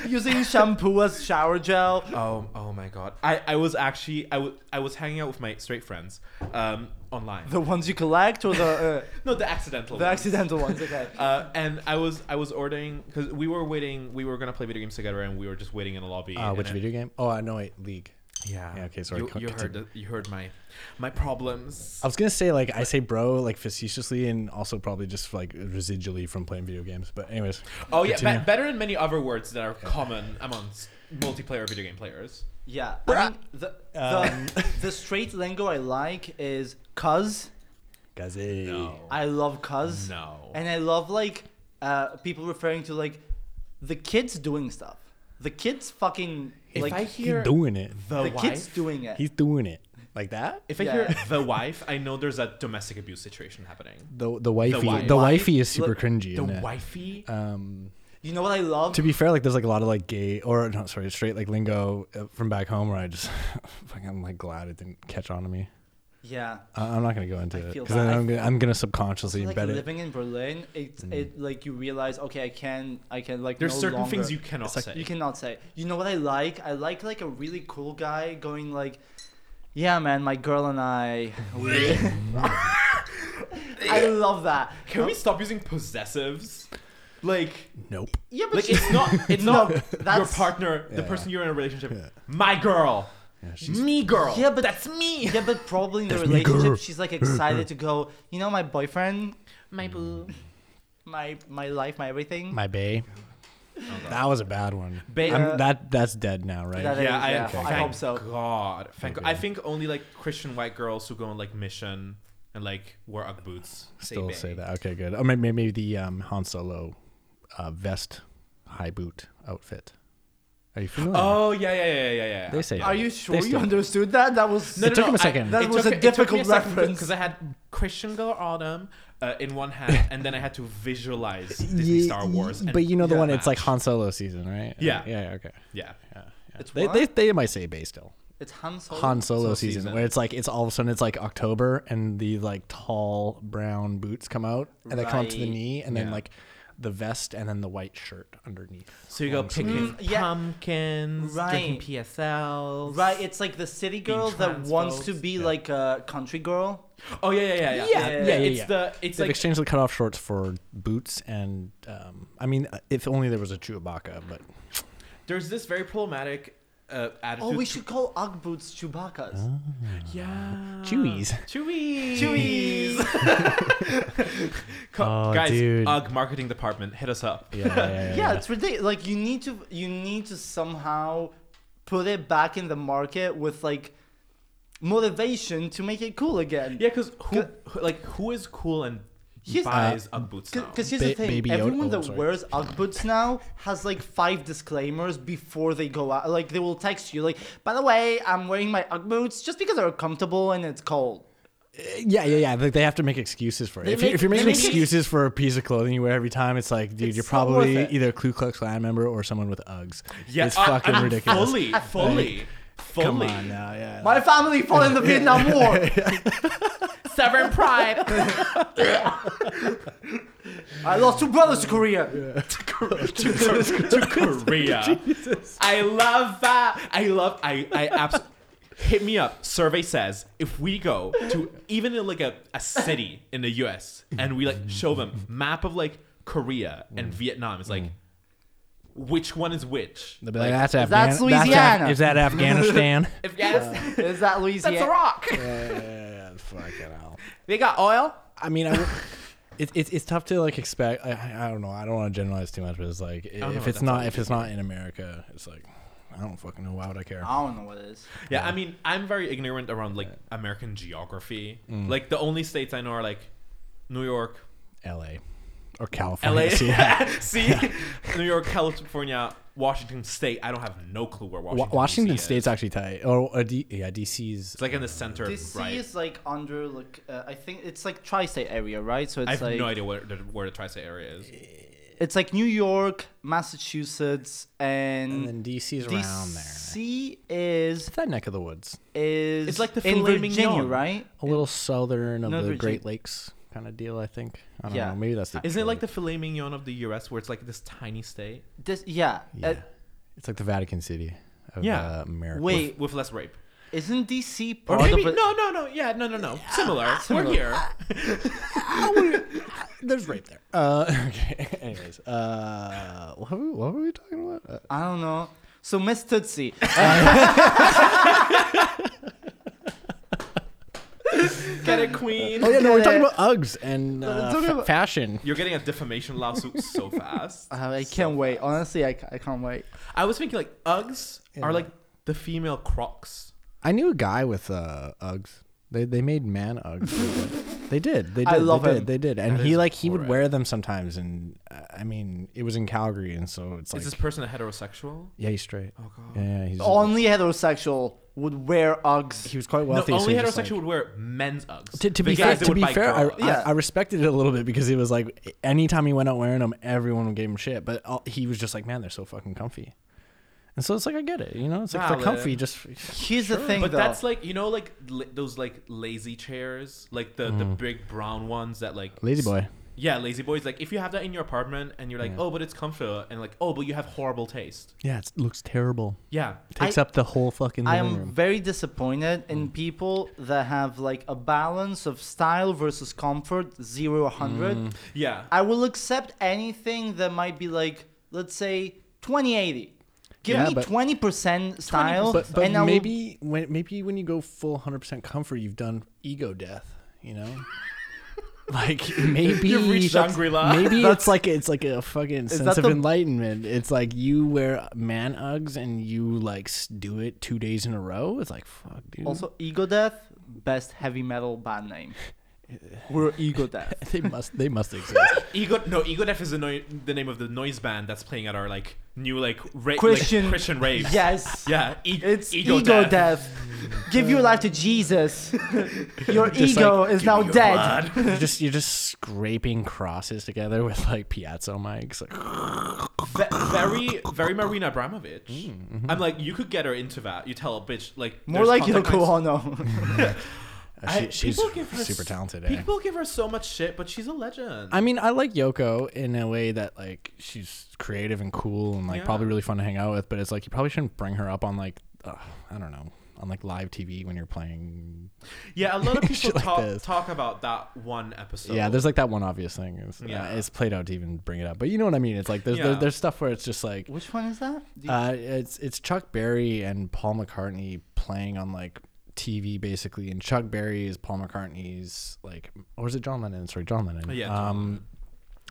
[SPEAKER 1] Using shampoo as shower gel.
[SPEAKER 2] Oh, oh my god! I, I was actually I wa- I was hanging out with my straight friends, um, online.
[SPEAKER 1] The ones you collect or the
[SPEAKER 2] no, the accidental.
[SPEAKER 1] uh, the
[SPEAKER 2] ones.
[SPEAKER 1] accidental ones. Okay.
[SPEAKER 2] Uh, and I was I was ordering because we were waiting. We were gonna play video games together, and we were just waiting in the lobby.
[SPEAKER 3] Uh,
[SPEAKER 2] and
[SPEAKER 3] which
[SPEAKER 2] it-
[SPEAKER 3] video game? Oh, I know it. League.
[SPEAKER 2] Yeah.
[SPEAKER 3] Yeah, okay, sorry,
[SPEAKER 2] You,
[SPEAKER 3] co-
[SPEAKER 2] you heard
[SPEAKER 3] continue. Oh,
[SPEAKER 2] the, you heard my my problems.
[SPEAKER 3] I was gonna say like I say bro like facetiously and also probably just like residually from playing video games. But anyways.
[SPEAKER 2] Oh yeah,
[SPEAKER 3] continue.
[SPEAKER 2] be- better than many other words that are common amongst multiplayer video game players.
[SPEAKER 1] Yeah. I mean, the,
[SPEAKER 2] Um.
[SPEAKER 1] the, the straight lingo I like is cuz.
[SPEAKER 3] Guys, hey.
[SPEAKER 1] I love cuz.
[SPEAKER 2] No.
[SPEAKER 1] And I love like uh, people referring to like the kids doing stuff. The kids fucking like
[SPEAKER 2] I
[SPEAKER 3] He
[SPEAKER 2] hear-
[SPEAKER 3] doing it.
[SPEAKER 2] the,
[SPEAKER 1] the
[SPEAKER 2] wife.
[SPEAKER 1] kids doing it.
[SPEAKER 3] He's doing it like that.
[SPEAKER 2] if I
[SPEAKER 1] Yeah.
[SPEAKER 2] hear the wife, I know there's a domestic abuse situation happening.
[SPEAKER 3] The the wifey the,
[SPEAKER 2] wife.
[SPEAKER 3] wifey is super
[SPEAKER 1] Look,
[SPEAKER 3] cringy.
[SPEAKER 2] The
[SPEAKER 3] isn't it?
[SPEAKER 2] wifey.
[SPEAKER 3] Um,
[SPEAKER 1] You know what I love?
[SPEAKER 3] to be fair, like there's like a lot of like gay or no, sorry, straight like lingo uh, from back home where I just fucking I'm like glad it didn't catch on to me.
[SPEAKER 1] yeah.
[SPEAKER 3] I- I'm not gonna go into
[SPEAKER 1] I
[SPEAKER 3] it
[SPEAKER 1] feel
[SPEAKER 3] because
[SPEAKER 1] that.
[SPEAKER 3] then
[SPEAKER 1] I
[SPEAKER 3] I'm
[SPEAKER 1] feel-
[SPEAKER 3] gonna, I'm gonna subconsciously
[SPEAKER 1] like
[SPEAKER 3] embed it. Mm-hmm.
[SPEAKER 1] living in Berlin, it's it like you realize okay, I can I can like
[SPEAKER 2] There's
[SPEAKER 1] no
[SPEAKER 2] certain things
[SPEAKER 1] longer-
[SPEAKER 2] you cannot say.
[SPEAKER 1] You cannot say. You know what I like? I like like a really cool guy going like, yeah, man, my girl and I. We... I love that.
[SPEAKER 2] Can we stop using possessives? Like,
[SPEAKER 3] Nope.
[SPEAKER 1] Yeah, but
[SPEAKER 2] like
[SPEAKER 1] you-
[SPEAKER 2] it's not it's
[SPEAKER 1] No,
[SPEAKER 2] not your
[SPEAKER 1] that's-
[SPEAKER 2] partner, the
[SPEAKER 3] Yeah.
[SPEAKER 2] person you're in a relationship.
[SPEAKER 3] Yeah.
[SPEAKER 2] My girl,
[SPEAKER 3] Yeah, she's
[SPEAKER 2] me girl.
[SPEAKER 1] Yeah, but-
[SPEAKER 2] that's me.
[SPEAKER 1] yeah, but probably in the
[SPEAKER 3] That's me, girl.
[SPEAKER 1] relationship, she's like excited to go. You know, my boyfriend,
[SPEAKER 3] Mm.
[SPEAKER 4] My boo.
[SPEAKER 1] my my life, my everything.
[SPEAKER 3] my bae. That was a bad one.
[SPEAKER 2] Bae-
[SPEAKER 3] I'm- uh, that that's dead now, right?
[SPEAKER 1] That-
[SPEAKER 2] yeah, I,
[SPEAKER 1] Yeah,
[SPEAKER 3] okay.
[SPEAKER 2] thank
[SPEAKER 3] I
[SPEAKER 1] hope so.
[SPEAKER 2] God, thank God.
[SPEAKER 3] Okay.
[SPEAKER 2] I think only like Christian white girls who go on like mission and like wear Ugg boots
[SPEAKER 3] Still
[SPEAKER 2] bae.
[SPEAKER 3] say that. Okay, good. Oh, maybe, maybe the um, Han Solo uh, vest, high boot outfit. Are you familiar?
[SPEAKER 2] Oh yeah, yeah, yeah, yeah, yeah.
[SPEAKER 3] They say
[SPEAKER 2] yeah.
[SPEAKER 1] Are you sure you
[SPEAKER 3] still-
[SPEAKER 1] understood that? That was
[SPEAKER 3] No, It took him a second.
[SPEAKER 1] That was a difficult reference.
[SPEAKER 2] because I had Christian girl autumn uh, in one hand, and then I had to visualize Disney
[SPEAKER 3] Ye-
[SPEAKER 2] Star Wars. and
[SPEAKER 3] But you know the
[SPEAKER 2] that
[SPEAKER 3] one. It's like
[SPEAKER 2] match.
[SPEAKER 3] Han Solo season, right?
[SPEAKER 2] Yeah.
[SPEAKER 3] Yeah. yeah, Okay.
[SPEAKER 2] Yeah.
[SPEAKER 3] Yeah. yeah.
[SPEAKER 1] It's
[SPEAKER 3] They,
[SPEAKER 1] what?
[SPEAKER 3] they they might say Bay still.
[SPEAKER 1] It's Han Solo.
[SPEAKER 3] Oh, Han Solo,
[SPEAKER 2] Solo
[SPEAKER 3] season,
[SPEAKER 2] season.
[SPEAKER 3] where it's like it's all of a sudden it's like October and the like tall brown boots come out and they come up to the
[SPEAKER 1] Right.
[SPEAKER 3] knee and then
[SPEAKER 2] Yeah.
[SPEAKER 3] like the vest and then the white shirt underneath.
[SPEAKER 2] So you go
[SPEAKER 3] Um,
[SPEAKER 2] picking
[SPEAKER 1] Mm, yeah.
[SPEAKER 2] pumpkins,
[SPEAKER 1] Right.
[SPEAKER 2] drinking PSLs.
[SPEAKER 1] Right, it's like the city girl that wants to
[SPEAKER 2] transposed.
[SPEAKER 1] be like a country girl.
[SPEAKER 2] Oh yeah, yeah, yeah, yeah.
[SPEAKER 1] Yeah, yeah,
[SPEAKER 3] yeah,
[SPEAKER 2] It's
[SPEAKER 3] yeah.
[SPEAKER 2] the it's
[SPEAKER 3] They've
[SPEAKER 2] like
[SPEAKER 3] exchanged the cutoff shorts for boots and um, I mean uh, if only there was a Chewbacca, but
[SPEAKER 1] Uh,
[SPEAKER 2] there's this very problematic uh, attitude.
[SPEAKER 1] Oh, we
[SPEAKER 2] to-
[SPEAKER 1] should call Ugg boots Chewbacca's.
[SPEAKER 2] Yeah.
[SPEAKER 3] Chewies.
[SPEAKER 2] Chewies.
[SPEAKER 1] Chewies.
[SPEAKER 2] Co-
[SPEAKER 3] Oh,
[SPEAKER 2] guys,
[SPEAKER 3] dude.
[SPEAKER 2] UGG marketing department, hit us up.
[SPEAKER 3] yeah, yeah, yeah,
[SPEAKER 1] yeah, it's ridiculous. Like you need to, you need to somehow put it back in the market with like motivation to make it cool again.
[SPEAKER 2] Yeah, because who, who- like who is cool and
[SPEAKER 1] Here's-
[SPEAKER 2] buys UGG boots now?
[SPEAKER 1] Because here's
[SPEAKER 3] Ba-
[SPEAKER 1] the thing:
[SPEAKER 3] Baby Yoda-
[SPEAKER 1] everyone
[SPEAKER 3] oh,
[SPEAKER 1] that
[SPEAKER 3] sorry.
[SPEAKER 1] wears UGG boots now has like five disclaimers before they go out. Like they will text you, like, "By the way, I'm wearing my UGG boots just because they're comfortable and it's cold."
[SPEAKER 3] yeah, yeah, yeah. Like they have to make excuses for it.
[SPEAKER 1] They
[SPEAKER 3] If, you,
[SPEAKER 1] make-
[SPEAKER 3] if you're
[SPEAKER 1] they
[SPEAKER 3] making
[SPEAKER 1] make-
[SPEAKER 3] excuses for a piece of clothing you wear every time, it's like,
[SPEAKER 1] It's
[SPEAKER 3] dude, you're
[SPEAKER 1] not worth
[SPEAKER 3] probably
[SPEAKER 1] it.
[SPEAKER 3] either a Ku Klux Klan member or someone with Uggs.
[SPEAKER 2] yeah,
[SPEAKER 3] it's
[SPEAKER 2] uh,
[SPEAKER 3] fucking
[SPEAKER 2] uh,
[SPEAKER 3] ridiculous.
[SPEAKER 2] Fully, fully, fully.
[SPEAKER 3] Come on now, yeah.
[SPEAKER 1] My family fought in the Vietnam War.
[SPEAKER 4] Severn Pride.
[SPEAKER 1] I lost two brothers to Korea.
[SPEAKER 2] to, to- to Korea. I love that. I love. I I abs- hit me up. Survey says if we go to even in like a, a city in the U.S. and we like show them map of like Korea and Vietnam, it's like which one is which?
[SPEAKER 3] They'll be like, that's Afghanistan.
[SPEAKER 1] that's Louisiana.
[SPEAKER 3] is that Afghanistan?
[SPEAKER 2] If yes,
[SPEAKER 1] Is that
[SPEAKER 4] That's
[SPEAKER 1] Louisiana?
[SPEAKER 4] a rock.
[SPEAKER 3] fucking hell.
[SPEAKER 4] They got oil.
[SPEAKER 3] I mean, I would- it, it, it's tough to like expect. I- I, I don't know. I don't want to generalize too much, but it's like
[SPEAKER 2] know
[SPEAKER 3] if
[SPEAKER 2] what
[SPEAKER 3] it's
[SPEAKER 2] that's
[SPEAKER 3] not
[SPEAKER 2] like.
[SPEAKER 3] if it's not in America, it's like I don't fucking know. Why would I care?
[SPEAKER 1] I don't know what it is.
[SPEAKER 2] yeah. I mean, I'm very ignorant around like American geography. Like the only states I know are like New York,
[SPEAKER 3] L.A. or California. See,
[SPEAKER 2] See, New York, California, Washington State. I don't have no clue where
[SPEAKER 3] Wa-
[SPEAKER 2] Washington.
[SPEAKER 3] Washington
[SPEAKER 2] DC is.
[SPEAKER 3] State's actually tight. Or uh, D- yeah, DC's.
[SPEAKER 2] It's like in the center,
[SPEAKER 1] DC
[SPEAKER 2] right?
[SPEAKER 1] is like under like uh, I think it's like tri-state area, right? So it's
[SPEAKER 2] I have
[SPEAKER 1] like
[SPEAKER 2] no idea where the, where the tri-state area is.
[SPEAKER 1] it's like New York, Massachusetts,
[SPEAKER 2] Mm,
[SPEAKER 3] and
[SPEAKER 1] and,
[SPEAKER 3] then DC's around there. It's
[SPEAKER 1] DC is
[SPEAKER 3] that neck of the woods.
[SPEAKER 1] is
[SPEAKER 2] It's like the
[SPEAKER 1] in
[SPEAKER 2] filet
[SPEAKER 1] Virginia,
[SPEAKER 2] mignon.
[SPEAKER 1] right?
[SPEAKER 3] A little southern of
[SPEAKER 1] No,
[SPEAKER 3] the
[SPEAKER 1] Virgin-
[SPEAKER 3] Great Lakes kind of deal, I think. I don't
[SPEAKER 1] Yeah.
[SPEAKER 3] know. Maybe that's the.
[SPEAKER 2] Isn't it like the filet mignon of the U.S., where it's like this tiny state
[SPEAKER 1] This yeah.
[SPEAKER 3] Yeah.
[SPEAKER 1] Uh,
[SPEAKER 3] it's like the Vatican City of
[SPEAKER 2] Yeah.
[SPEAKER 3] uh, America.
[SPEAKER 1] Wait.
[SPEAKER 2] with, with less rape?
[SPEAKER 1] isn't DC
[SPEAKER 2] Or
[SPEAKER 1] part
[SPEAKER 2] maybe
[SPEAKER 1] of it?
[SPEAKER 2] no, no, no. Yeah, no, no, no. Similar.
[SPEAKER 1] similar.
[SPEAKER 2] We're here.
[SPEAKER 3] There's rape there. Uh, okay. Anyways, uh, what, were we, what were we talking about? Uh,
[SPEAKER 1] I don't know. So Miss Tootsie, uh,
[SPEAKER 2] Get it, queen.
[SPEAKER 3] oh yeah, no, we're talking
[SPEAKER 1] Yeah.
[SPEAKER 3] about Uggs and uh,
[SPEAKER 1] talking
[SPEAKER 3] fa-
[SPEAKER 1] about-
[SPEAKER 3] fashion.
[SPEAKER 2] You're getting a defamation lawsuit so fast.
[SPEAKER 3] Uh-huh.
[SPEAKER 1] uh, I can't wait. Honestly, I, ca- I can't wait.
[SPEAKER 2] I was thinking like Uggs
[SPEAKER 3] Yeah.
[SPEAKER 2] are like the female Crocs.
[SPEAKER 3] I knew a guy with uh, Uggs. They they made man Uggs. they did. They did.
[SPEAKER 1] I love
[SPEAKER 3] they
[SPEAKER 1] him.
[SPEAKER 3] did. They did. And
[SPEAKER 2] That
[SPEAKER 3] he
[SPEAKER 2] is
[SPEAKER 3] like he would
[SPEAKER 2] correct.
[SPEAKER 3] wear them sometimes. And uh, I mean, it was in Calgary, and so it's like
[SPEAKER 2] is this person a heterosexual?
[SPEAKER 3] yeah, he's straight.
[SPEAKER 2] Oh god.
[SPEAKER 3] Yeah, yeah, he's
[SPEAKER 1] Only heterosexual would wear Uggs.
[SPEAKER 3] he was quite
[SPEAKER 2] No,
[SPEAKER 3] wealthy. so
[SPEAKER 2] only
[SPEAKER 3] he just,
[SPEAKER 2] heterosexual
[SPEAKER 3] like-
[SPEAKER 2] would wear men's Uggs.
[SPEAKER 3] to, to
[SPEAKER 2] The
[SPEAKER 3] be fair,
[SPEAKER 2] guys that
[SPEAKER 3] to
[SPEAKER 2] would
[SPEAKER 3] be
[SPEAKER 2] buy
[SPEAKER 3] fair, I,
[SPEAKER 2] girl-
[SPEAKER 1] Yeah.
[SPEAKER 3] I, I respected it a little bit because it was like anytime he went out wearing them, everyone gave him shit. But all, he was just like, man, they're so fucking comfy. And so it's like I get it, you know. It's like they're
[SPEAKER 2] Valid.
[SPEAKER 3] comfy. Just
[SPEAKER 1] Here's the thing,
[SPEAKER 2] but
[SPEAKER 1] though.
[SPEAKER 2] that's like you know like la- those like lazy chairs, like the the big brown ones that like
[SPEAKER 3] lazy boy.
[SPEAKER 2] Yeah, lazy boys. Like if you have that in your apartment and you're like,
[SPEAKER 3] Yeah.
[SPEAKER 2] oh, but it's comfy, and like, oh, but you have horrible taste.
[SPEAKER 3] Yeah, it looks terrible.
[SPEAKER 2] Yeah,
[SPEAKER 3] Takes
[SPEAKER 1] I-
[SPEAKER 3] up the whole fucking
[SPEAKER 1] I
[SPEAKER 3] living
[SPEAKER 1] am
[SPEAKER 3] room. Mm.
[SPEAKER 1] very disappointed in people that have like a balance of style versus comfort, zero 100.
[SPEAKER 3] Mm.
[SPEAKER 2] yeah.
[SPEAKER 1] I will accept anything that might be like, let's say, 2080. Give
[SPEAKER 3] Yeah,
[SPEAKER 1] me
[SPEAKER 3] but-
[SPEAKER 1] 20% style.
[SPEAKER 3] But, but
[SPEAKER 1] and I will-
[SPEAKER 3] maybe when maybe when you go full hundred percent comfort, you've done ego death. You know, like maybe
[SPEAKER 2] You've reached
[SPEAKER 3] that's-
[SPEAKER 2] Shangri-La.
[SPEAKER 3] Maybe it's like it's like a fucking sense
[SPEAKER 1] that
[SPEAKER 3] of
[SPEAKER 1] the-
[SPEAKER 3] enlightenment. It's like you wear man Uggs and you like s- do it two days in a row. It's like fuck, dude.
[SPEAKER 1] also, Ego Death, best heavy metal band name. We're Ego Death.
[SPEAKER 3] they must they must exist.
[SPEAKER 2] Ego, no, Ego Def is the, noi- the name of the noise band that's playing at our like new like, ra- Christian
[SPEAKER 1] Christian-
[SPEAKER 2] like Christian raves.
[SPEAKER 1] Yes.
[SPEAKER 2] yeah. E-
[SPEAKER 1] It's
[SPEAKER 2] Ego,
[SPEAKER 1] ego,
[SPEAKER 2] Death.
[SPEAKER 1] death. Give your life to Jesus. your
[SPEAKER 3] Just
[SPEAKER 1] ego
[SPEAKER 3] like,
[SPEAKER 1] is now
[SPEAKER 2] Your
[SPEAKER 1] dead.
[SPEAKER 2] blood.
[SPEAKER 3] you're just you're just scraping crosses together with like piezo mics. Like,
[SPEAKER 2] Ve- very, very Marina Abramovich. I'm like, you could get her into that. You tell a bitch like
[SPEAKER 1] More
[SPEAKER 2] there's
[SPEAKER 1] like
[SPEAKER 2] contact
[SPEAKER 1] Yoko
[SPEAKER 2] lines-
[SPEAKER 1] Ono.
[SPEAKER 3] Uh, she,
[SPEAKER 2] I-
[SPEAKER 3] she's
[SPEAKER 2] people give her
[SPEAKER 3] super
[SPEAKER 2] s-
[SPEAKER 3] talented. eh?
[SPEAKER 2] People give her so much shit, but she's a legend.
[SPEAKER 3] I mean, I like Yoko in a way that like she's creative and cool and like
[SPEAKER 2] Yeah.
[SPEAKER 3] probably really fun to hang out with. But it's like you probably shouldn't bring her up on like uh, I don't know on like live TV when you're playing.
[SPEAKER 2] yeah, a lot of people
[SPEAKER 3] Shit like
[SPEAKER 2] talk
[SPEAKER 3] this.
[SPEAKER 2] talk about that one episode.
[SPEAKER 3] yeah, there's like that one obvious thing. It's, yeah,
[SPEAKER 2] Yeah.
[SPEAKER 3] it's played out to even bring it up, but you know what I mean. It's like there's there,
[SPEAKER 2] Yeah.
[SPEAKER 3] there's stuff where it's just like
[SPEAKER 1] Which one is that? Do you-
[SPEAKER 3] uh, it's it's Chuck Berry and Paul McCartney playing on like TV basically, and Chuck Berry is Paul McCartney's like, or is it John Lennon? Sorry, John Lennon.
[SPEAKER 2] Yeah, John
[SPEAKER 3] Um,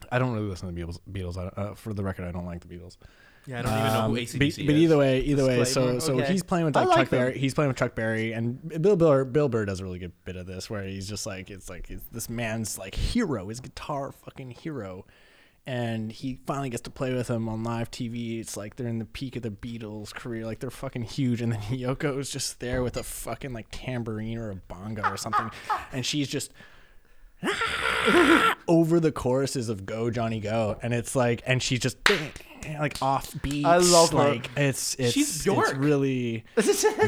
[SPEAKER 3] I don't really listen to the Beatles. Beatles. I, uh, for the record, I don't like the Beatles.
[SPEAKER 2] yeah, I don't even know who
[SPEAKER 3] Um,
[SPEAKER 2] ACDC
[SPEAKER 3] but,
[SPEAKER 2] is.
[SPEAKER 3] but either way, either way, so
[SPEAKER 1] Disclaimer.
[SPEAKER 3] so
[SPEAKER 1] Okay.
[SPEAKER 3] he's playing with
[SPEAKER 1] I
[SPEAKER 3] like,
[SPEAKER 1] like
[SPEAKER 3] Chuck
[SPEAKER 1] them.
[SPEAKER 3] Berry. He's playing with Chuck Berry, and Bill Burr. Bill Burr does a really good bit of this, where he's just like, it's like it's this man's like hero, his guitar fucking hero, and he finally gets to play with him on live TV. It's like they're in the peak of the Beatles' career, like they're fucking huge, and then Yoko is just there with a fucking like tambourine or a bongo or something, and she's just over the choruses of "Go Johnny Go," and it's like, and she's just like off beat.
[SPEAKER 1] I love her.
[SPEAKER 3] like it's it's
[SPEAKER 2] She's
[SPEAKER 3] It's
[SPEAKER 2] Bjork.
[SPEAKER 3] really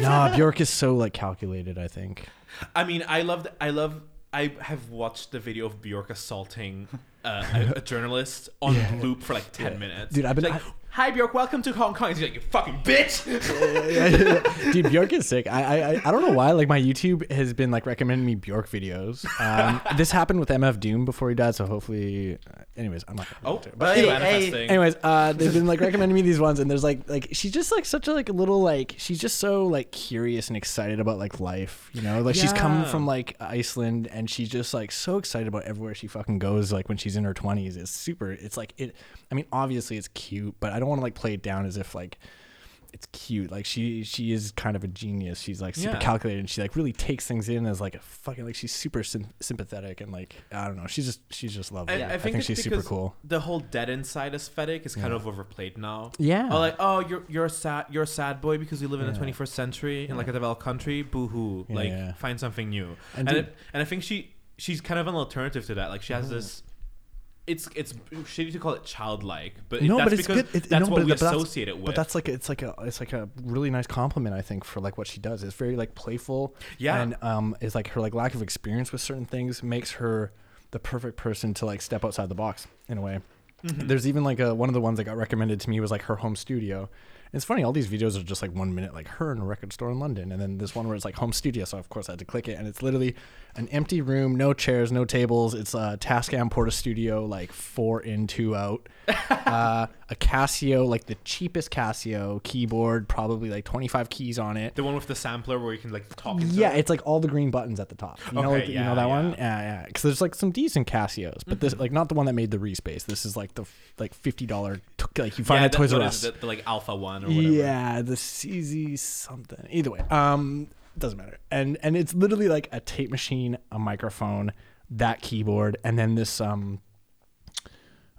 [SPEAKER 3] nah. Bjork is so like calculated. I think
[SPEAKER 2] I mean, I loved. I love. I have watched the video of Bjork assaulting uh, a, a journalist on loop for like ten minutes.
[SPEAKER 3] Dude, I've been-
[SPEAKER 2] She's like, "Hi Bjork, welcome to Hong Kong." He's like, "You fucking bitch."
[SPEAKER 3] dude bjork is sick I, I I- i don't know why like my youtube has been like recommending me bjork videos um this happened with mf doom before he died so hopefully anyways i'm not
[SPEAKER 2] Oh,
[SPEAKER 1] But
[SPEAKER 2] but
[SPEAKER 1] hey,
[SPEAKER 2] manifesting.
[SPEAKER 3] Anyways, uh, they've been like recommending me these ones, and there's like like she's just like such a like a little like she's just so like curious and excited about like life, you know. Like she's come
[SPEAKER 2] Yeah.
[SPEAKER 3] from like Iceland, and she's just like so excited about everywhere she fucking goes. Like when she's in her twenties, it's super. It's like it. I mean, obviously it's cute, but I don't want to like play it down as if like it's cute. Like she she is kind of a genius. She's like super
[SPEAKER 2] Yeah.
[SPEAKER 3] calculated and she like really takes things in as like a fucking like she's super sym- sympathetic and like I don't know. She's just she's just lovely.
[SPEAKER 2] I, I think, it's
[SPEAKER 3] she's super
[SPEAKER 2] because
[SPEAKER 3] cool.
[SPEAKER 2] The whole dead inside aesthetic is kind
[SPEAKER 3] Yeah.
[SPEAKER 2] of overplayed now.
[SPEAKER 3] Yeah.
[SPEAKER 2] Oh, like oh, you're you're a sad you're a sad boy because you live in
[SPEAKER 3] Yeah.
[SPEAKER 2] the 21st century in like a developed country. Boo hoo!
[SPEAKER 3] Yeah,
[SPEAKER 2] like
[SPEAKER 3] yeah.
[SPEAKER 2] find something new. And
[SPEAKER 3] And dude-
[SPEAKER 2] it- and I think she she's kind of an alternative to that. Like she has this. It's it's shitty to call it childlike, but
[SPEAKER 3] no,
[SPEAKER 2] that's
[SPEAKER 3] but it's
[SPEAKER 2] because
[SPEAKER 3] good. It,
[SPEAKER 2] that's
[SPEAKER 3] no,
[SPEAKER 2] what
[SPEAKER 3] but,
[SPEAKER 2] we
[SPEAKER 3] but that's-
[SPEAKER 2] associate it with.
[SPEAKER 3] But that's like a, it's like a it's like a really nice compliment I think for like what she does. It's very like playful.
[SPEAKER 2] Yeah.
[SPEAKER 3] and um, is like her like lack of experience with certain things makes her the perfect person to like step outside the box in a way.
[SPEAKER 2] Mm-hmm.
[SPEAKER 3] There's even like a, one of the ones that got recommended to me was like her home studio. And it's funny, all these videos are just like one minute, like her in a record store in London, and then this one where it's like home studio. So of course I had to click it, and it's literally an empty room, no chairs, no tables. It's a Tascam Porta Studio, like four in, two out. uh, a Casio, like the cheapest Casio keyboard, probably like 25 keys on it.
[SPEAKER 2] the one with the sampler where you can like talk. into
[SPEAKER 3] Yeah,
[SPEAKER 2] it.
[SPEAKER 3] it's like all the green buttons at the top. You
[SPEAKER 2] Okay,
[SPEAKER 3] know, like, you know
[SPEAKER 2] yeah,
[SPEAKER 3] that
[SPEAKER 2] yeah. Mm-hmm.
[SPEAKER 3] one. Yeah, yeah. Because there's like some decent Casios, but this like not the one that made the respace. This is like the f- like fifty dollar like you find
[SPEAKER 2] yeah,
[SPEAKER 3] at
[SPEAKER 2] that-
[SPEAKER 3] Toys R
[SPEAKER 2] what is
[SPEAKER 3] Us.
[SPEAKER 2] it, the, the, like Alpha One or whatever.
[SPEAKER 3] Yeah, the CZ something. Either way, um, doesn't matter. And and it's literally like a tape machine, a microphone, that keyboard, and then this um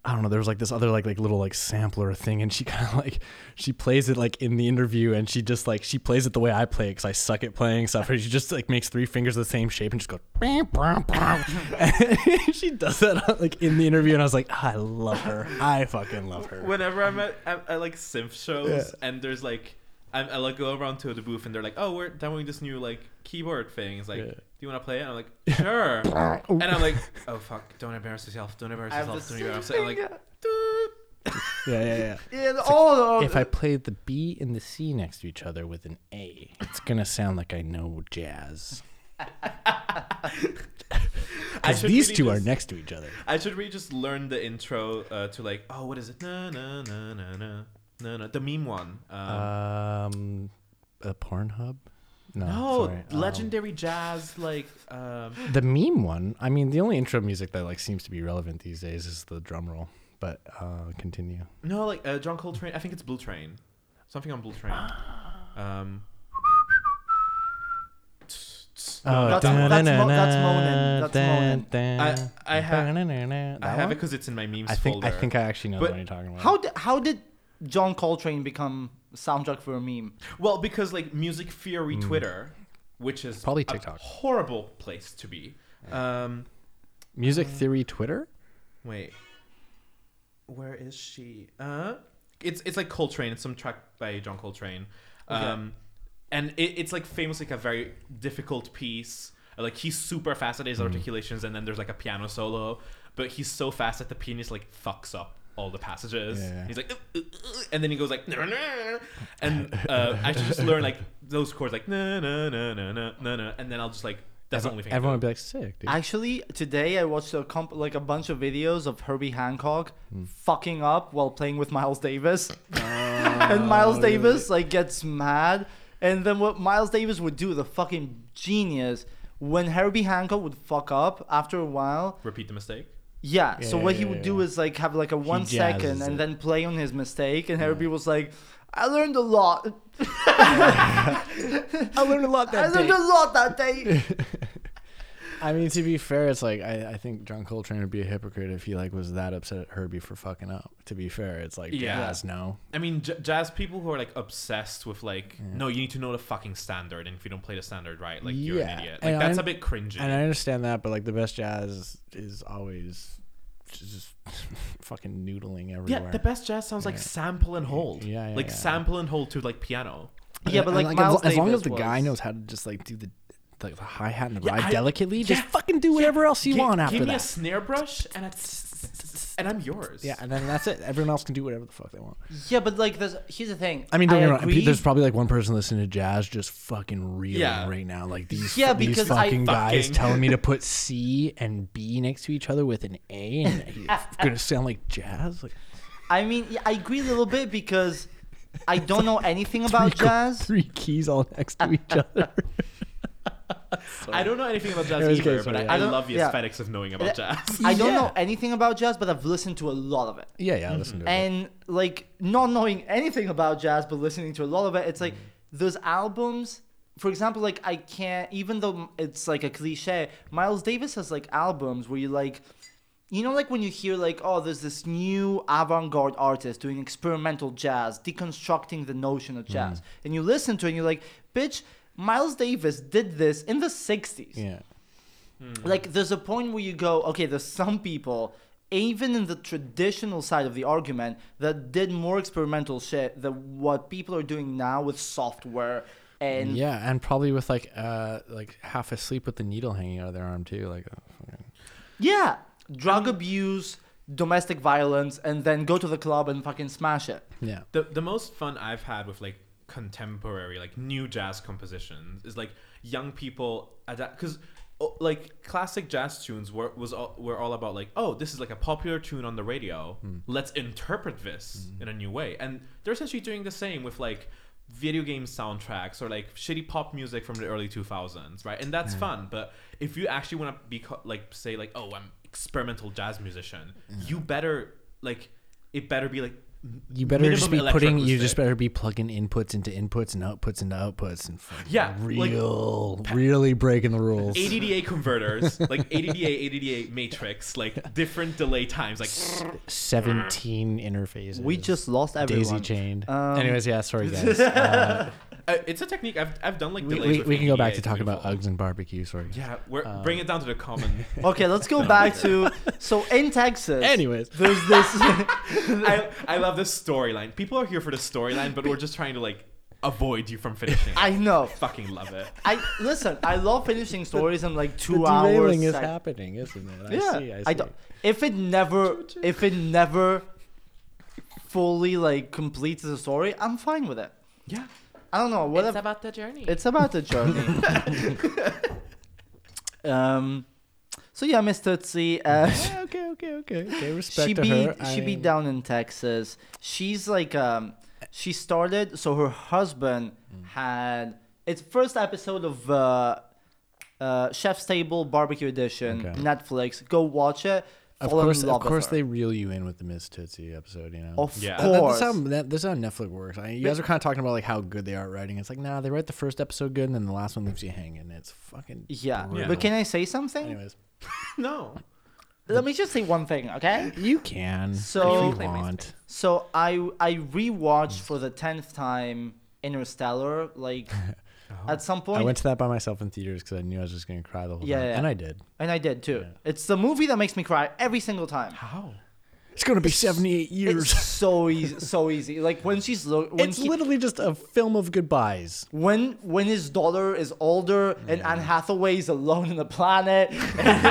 [SPEAKER 3] I don't know. There was like this other like like little like sampler thing, and she kind of like she plays it like in the interview, and she just like she plays it the way I play because I suck at playing stuff. Or she just like makes three fingers the same shape and just goes. "Bam, bam, bam." And she does that like in the interview, and I was like, I love her. I fucking love her.
[SPEAKER 2] Whenever I'm at, at, at, like synth shows
[SPEAKER 3] Yeah.
[SPEAKER 2] and there's like I'm, I like go around to the booth and they're like, "Oh, we're demoing this new like keyboard thing." It's like,
[SPEAKER 3] Yeah.
[SPEAKER 2] "Do you want to play it?" And I'm like, "Sure." and I'm like, "Oh fuck, don't embarrass yourself. Don't embarrass
[SPEAKER 1] I have the
[SPEAKER 2] yourself. Don't
[SPEAKER 1] same
[SPEAKER 2] embarrass yourself." I'm
[SPEAKER 1] thing.
[SPEAKER 2] like, "Doot."
[SPEAKER 3] Yeah, yeah, yeah.
[SPEAKER 1] Yeah, all of-
[SPEAKER 3] if I played Oh, the B and the C next to each other with an A, it's gonna sound like I know jazz.
[SPEAKER 2] I
[SPEAKER 3] Because
[SPEAKER 2] should
[SPEAKER 3] these
[SPEAKER 2] really
[SPEAKER 3] two are
[SPEAKER 2] just-
[SPEAKER 3] next to each other.
[SPEAKER 2] I should really just learn the intro uh, to like, "Oh, what is it?" Na na na na na na na. The meme one. Um,
[SPEAKER 3] Uh, Um, a Pornhub? No,
[SPEAKER 2] no,
[SPEAKER 3] sorry. Um,
[SPEAKER 2] oh, legendary jazz like. Um,
[SPEAKER 3] the meme one. I mean, the only intro music that like seems to be relevant these days is the drum roll. But uh, continue.
[SPEAKER 2] No, like uh, John Coltrane. I think it's Blue Train, something on Blue Train. Um,
[SPEAKER 3] Uh,
[SPEAKER 1] Oh,
[SPEAKER 2] no,
[SPEAKER 1] that's-
[SPEAKER 2] that
[SPEAKER 1] that's
[SPEAKER 2] one.
[SPEAKER 1] Mo- that's Monin. That's Monin.
[SPEAKER 3] Monin.
[SPEAKER 2] I- I have-
[SPEAKER 3] That
[SPEAKER 2] I have it
[SPEAKER 3] one?
[SPEAKER 2] because it's in my memes
[SPEAKER 3] I think
[SPEAKER 2] folder.
[SPEAKER 3] I think I actually know the
[SPEAKER 2] But
[SPEAKER 3] one you're talking about.
[SPEAKER 1] how did how did John Coltrane become soundtrack for a meme?
[SPEAKER 2] well, because like music theory Twitter, which is
[SPEAKER 3] Hmm. Probably
[SPEAKER 2] a
[SPEAKER 3] TikTok.
[SPEAKER 2] horrible place to be. Um,
[SPEAKER 3] Music theory Twitter?
[SPEAKER 2] wait, where is she? Uh, it's it's like Coltrane. It's some track by John Coltrane. Um, and it, it's like famous like a very difficult piece. Like he's super fast at his
[SPEAKER 3] Mm.
[SPEAKER 2] articulations, and then there's like a piano solo, but he's so fast that the pianist like fucks up all the passages.
[SPEAKER 3] Yeah.
[SPEAKER 2] He's like, "Uh, uh, uh," and then he goes like, "Nah, nah, nah," and uh, I should just learn like those chords like na na na na na na na, and then I'll just like that's the only thing. I
[SPEAKER 3] Everyone
[SPEAKER 2] know.
[SPEAKER 3] would be like sick, dude.
[SPEAKER 1] Actually, today I watched a comp- like a bunch of videos of Herbie Hancock
[SPEAKER 3] Hmm.
[SPEAKER 1] fucking up while playing with Miles Davis, and Miles Davis like gets mad. And then what Miles Davis would do, the fucking genius, when Herbie Hancock would fuck up after a while,
[SPEAKER 2] repeat the mistake.
[SPEAKER 1] yeah. so
[SPEAKER 3] Yeah,
[SPEAKER 1] what
[SPEAKER 3] yeah,
[SPEAKER 1] he
[SPEAKER 3] yeah,
[SPEAKER 1] would
[SPEAKER 3] yeah,
[SPEAKER 1] do
[SPEAKER 3] yeah.
[SPEAKER 1] is like have like a one
[SPEAKER 3] jazzes
[SPEAKER 1] second and
[SPEAKER 3] it.
[SPEAKER 1] then play on his mistake, and Herbie was like, "I learned a lot.
[SPEAKER 3] I learned a lot
[SPEAKER 1] I learned a lot that day."
[SPEAKER 3] I mean, to be fair, it's like I, I think John Coltrane would be a hypocrite if he like was that upset at Herbie for fucking up. To be fair, it's like
[SPEAKER 2] Yeah.
[SPEAKER 3] jazz, no.
[SPEAKER 2] I mean, j- jazz people who are like obsessed with like, no, you need to know the fucking standard, and if you don't play the standard right, like you're
[SPEAKER 3] Yeah,
[SPEAKER 2] an idiot. Like
[SPEAKER 3] and
[SPEAKER 2] that's
[SPEAKER 3] I-
[SPEAKER 2] a bit cringy.
[SPEAKER 3] And I understand that, but like the best jazz is always just fucking noodling everywhere.
[SPEAKER 2] Yeah, the best jazz sounds like sample and hold.
[SPEAKER 3] Yeah, yeah,
[SPEAKER 2] like
[SPEAKER 3] yeah.
[SPEAKER 2] sample and hold to like piano.
[SPEAKER 1] yeah, but
[SPEAKER 3] And,
[SPEAKER 1] like,
[SPEAKER 3] as-
[SPEAKER 1] Miles
[SPEAKER 3] as, long
[SPEAKER 1] Davis
[SPEAKER 3] as the guy
[SPEAKER 1] was-
[SPEAKER 3] knows how to just like do the like the hi hat and the
[SPEAKER 2] Yeah,
[SPEAKER 3] ride
[SPEAKER 2] I-
[SPEAKER 3] delicately, just
[SPEAKER 2] yeah,
[SPEAKER 3] fucking do whatever else you
[SPEAKER 2] Gi-
[SPEAKER 3] want after
[SPEAKER 2] Give me a
[SPEAKER 3] that.
[SPEAKER 2] snare brush and a tss- tss- and I'm yours.
[SPEAKER 3] yeah, and then that's it. Everyone else can do whatever the fuck they want.
[SPEAKER 1] Yeah, but like, there's, here's the thing.
[SPEAKER 3] I mean, don't get me wrong.
[SPEAKER 1] agree.
[SPEAKER 3] pe- There's probably like one person listening to jazz just fucking reeling
[SPEAKER 2] Yeah.
[SPEAKER 3] right now. Like these,
[SPEAKER 1] Yeah,
[SPEAKER 3] these
[SPEAKER 1] because I
[SPEAKER 3] fucking guys
[SPEAKER 2] fucking-
[SPEAKER 3] telling me to put C and B next to each other with an A, and
[SPEAKER 1] Uh,
[SPEAKER 3] it's gonna sound like jazz. Like
[SPEAKER 1] I mean, yeah, I agree a little bit because I don't know anything about
[SPEAKER 3] three,
[SPEAKER 1] jazz.
[SPEAKER 3] three keys all next to each other.
[SPEAKER 2] I don't know anything about
[SPEAKER 3] It
[SPEAKER 2] jazz
[SPEAKER 3] was
[SPEAKER 2] either,
[SPEAKER 3] case
[SPEAKER 2] but
[SPEAKER 3] where,
[SPEAKER 2] I,
[SPEAKER 3] yeah.
[SPEAKER 2] I
[SPEAKER 1] I don't-
[SPEAKER 2] love the
[SPEAKER 1] yeah.
[SPEAKER 2] aesthetics of knowing about
[SPEAKER 1] Yeah.
[SPEAKER 2] jazz.
[SPEAKER 1] I don't
[SPEAKER 3] Yeah.
[SPEAKER 1] know anything about jazz, but I've listened to a lot of it.
[SPEAKER 3] Yeah, yeah, listen to it.
[SPEAKER 1] And like not knowing anything about jazz, but listening to a lot of it,
[SPEAKER 3] Mm.
[SPEAKER 1] it's like those albums. For example, like I can't, even though it's like a cliche, Miles Davis has like albums where you like, you know, like when you hear like, oh, there's this new avant-garde artist doing experimental jazz, deconstructing the notion of jazz,
[SPEAKER 3] Mm.
[SPEAKER 1] and you listen to it and you're like, bitch, Miles Davis did this in the '60s
[SPEAKER 3] yeah.
[SPEAKER 1] like there's a point where you go okay there's some people even in the traditional side of the argument that did more experimental shit than what people are doing now with software and
[SPEAKER 3] yeah, and probably with like uh like half asleep with the needle hanging out of their arm too. Like, oh, fucking-
[SPEAKER 1] yeah drug abuse domestic violence and then go to the club and fucking smash it
[SPEAKER 3] yeah.
[SPEAKER 2] the the most fun I've had with like contemporary like new jazz compositions is like young people adapt because like classic jazz tunes were was all, were all about like oh this is like a popular tune on the radio let's interpret this in a new way and they're essentially doing the same with like video game soundtracks or like shitty pop music from the early 2000s right and that's fun but if you actually want to be co- like say like oh i'm experimental jazz musician you better like it better be like
[SPEAKER 3] You better
[SPEAKER 2] minimum
[SPEAKER 3] just be putting. You
[SPEAKER 2] electroacoustic.
[SPEAKER 3] just better be plugging inputs into inputs and outputs into outputs and fucking
[SPEAKER 2] Yeah, like-
[SPEAKER 3] real, really breaking the rules.
[SPEAKER 2] ADDA converters, like ADDA, ADDA matrix, like different delay times, like
[SPEAKER 3] Seventeen interfaces.
[SPEAKER 1] we just lost everyone
[SPEAKER 3] daisy chained.
[SPEAKER 1] Um,
[SPEAKER 3] Anyways, yeah. Sorry guys. Uh,
[SPEAKER 2] uh, it's a technique I've, I've done like
[SPEAKER 3] we,
[SPEAKER 2] delays.
[SPEAKER 3] we,
[SPEAKER 2] with
[SPEAKER 3] we can go back to
[SPEAKER 2] ADDA,
[SPEAKER 3] talk about
[SPEAKER 2] beautiful.
[SPEAKER 3] Uggs Um, and barbecue. Sorry. guys.
[SPEAKER 2] Yeah, we're, bring it down to the common.
[SPEAKER 1] okay let's
[SPEAKER 3] Um,
[SPEAKER 1] go back to so in texas
[SPEAKER 3] Anyways.
[SPEAKER 1] there's this
[SPEAKER 2] I, I love this storyline. People are here for the storyline, but we're just trying to like avoid you from finishing.
[SPEAKER 1] i know
[SPEAKER 2] fucking love it.
[SPEAKER 1] i listen i love finishing stories in like two
[SPEAKER 3] the
[SPEAKER 1] hours
[SPEAKER 3] derailing is
[SPEAKER 1] sec-
[SPEAKER 3] happening, isn't it? I
[SPEAKER 1] yeah,
[SPEAKER 3] see. I see.
[SPEAKER 1] don't. If it never, if it never fully like completes the story, I'm fine with it.
[SPEAKER 2] Yeah.
[SPEAKER 1] I don't know what
[SPEAKER 4] it's
[SPEAKER 1] if-
[SPEAKER 4] about the journey.
[SPEAKER 1] it's about the journey. um, so yeah, Miss Tootsie, uh,
[SPEAKER 3] Yeah, okay, okay, okay, okay. Respect
[SPEAKER 1] she
[SPEAKER 3] to
[SPEAKER 1] be
[SPEAKER 3] her. I
[SPEAKER 1] she be
[SPEAKER 3] mean-
[SPEAKER 1] down in Texas. She's like um, she started. So her husband
[SPEAKER 3] Mm.
[SPEAKER 1] had its first episode of. Uh, uh, Chef's Table Barbecue Edition,
[SPEAKER 3] Okay.
[SPEAKER 1] Netflix. Go watch it.
[SPEAKER 3] Of
[SPEAKER 1] fall in
[SPEAKER 3] course,
[SPEAKER 1] love
[SPEAKER 3] of
[SPEAKER 1] with
[SPEAKER 3] course,
[SPEAKER 1] her.
[SPEAKER 3] they reel you in with the Miss Tootsie episode. You know,
[SPEAKER 1] Of
[SPEAKER 2] Yeah.
[SPEAKER 3] Th- th-
[SPEAKER 1] course.
[SPEAKER 3] This is, how, that- this is how Netflix works. I, you guys are kind of talking about like how good they are at writing. It's like, nah, they write the first episode good, and then the last one leaves you hanging. It's fucking
[SPEAKER 1] yeah.
[SPEAKER 3] brutal.
[SPEAKER 1] But can I say something?
[SPEAKER 3] Anyways,
[SPEAKER 2] No.
[SPEAKER 1] Let me just say one thing, okay?
[SPEAKER 3] you can
[SPEAKER 1] So-
[SPEAKER 3] if you
[SPEAKER 4] Play my
[SPEAKER 3] want.
[SPEAKER 1] So I I rewatched for the tenth time Interstellar, like at some point,
[SPEAKER 3] Uh-huh. I went to that by myself in theaters because I knew I was just gonna cry the whole
[SPEAKER 1] Yeah,
[SPEAKER 3] time,
[SPEAKER 1] yeah.
[SPEAKER 3] and I did.
[SPEAKER 1] and I did too. It's the movie that makes me cry every single time.
[SPEAKER 2] How?
[SPEAKER 3] It's gonna be seventy-eight years.
[SPEAKER 1] It's so easy, so easy. Like when she's lo- when
[SPEAKER 3] It's
[SPEAKER 1] he-
[SPEAKER 3] literally just a film of goodbyes.
[SPEAKER 1] when when his daughter is older and Anne Hathaway is alone in the planet,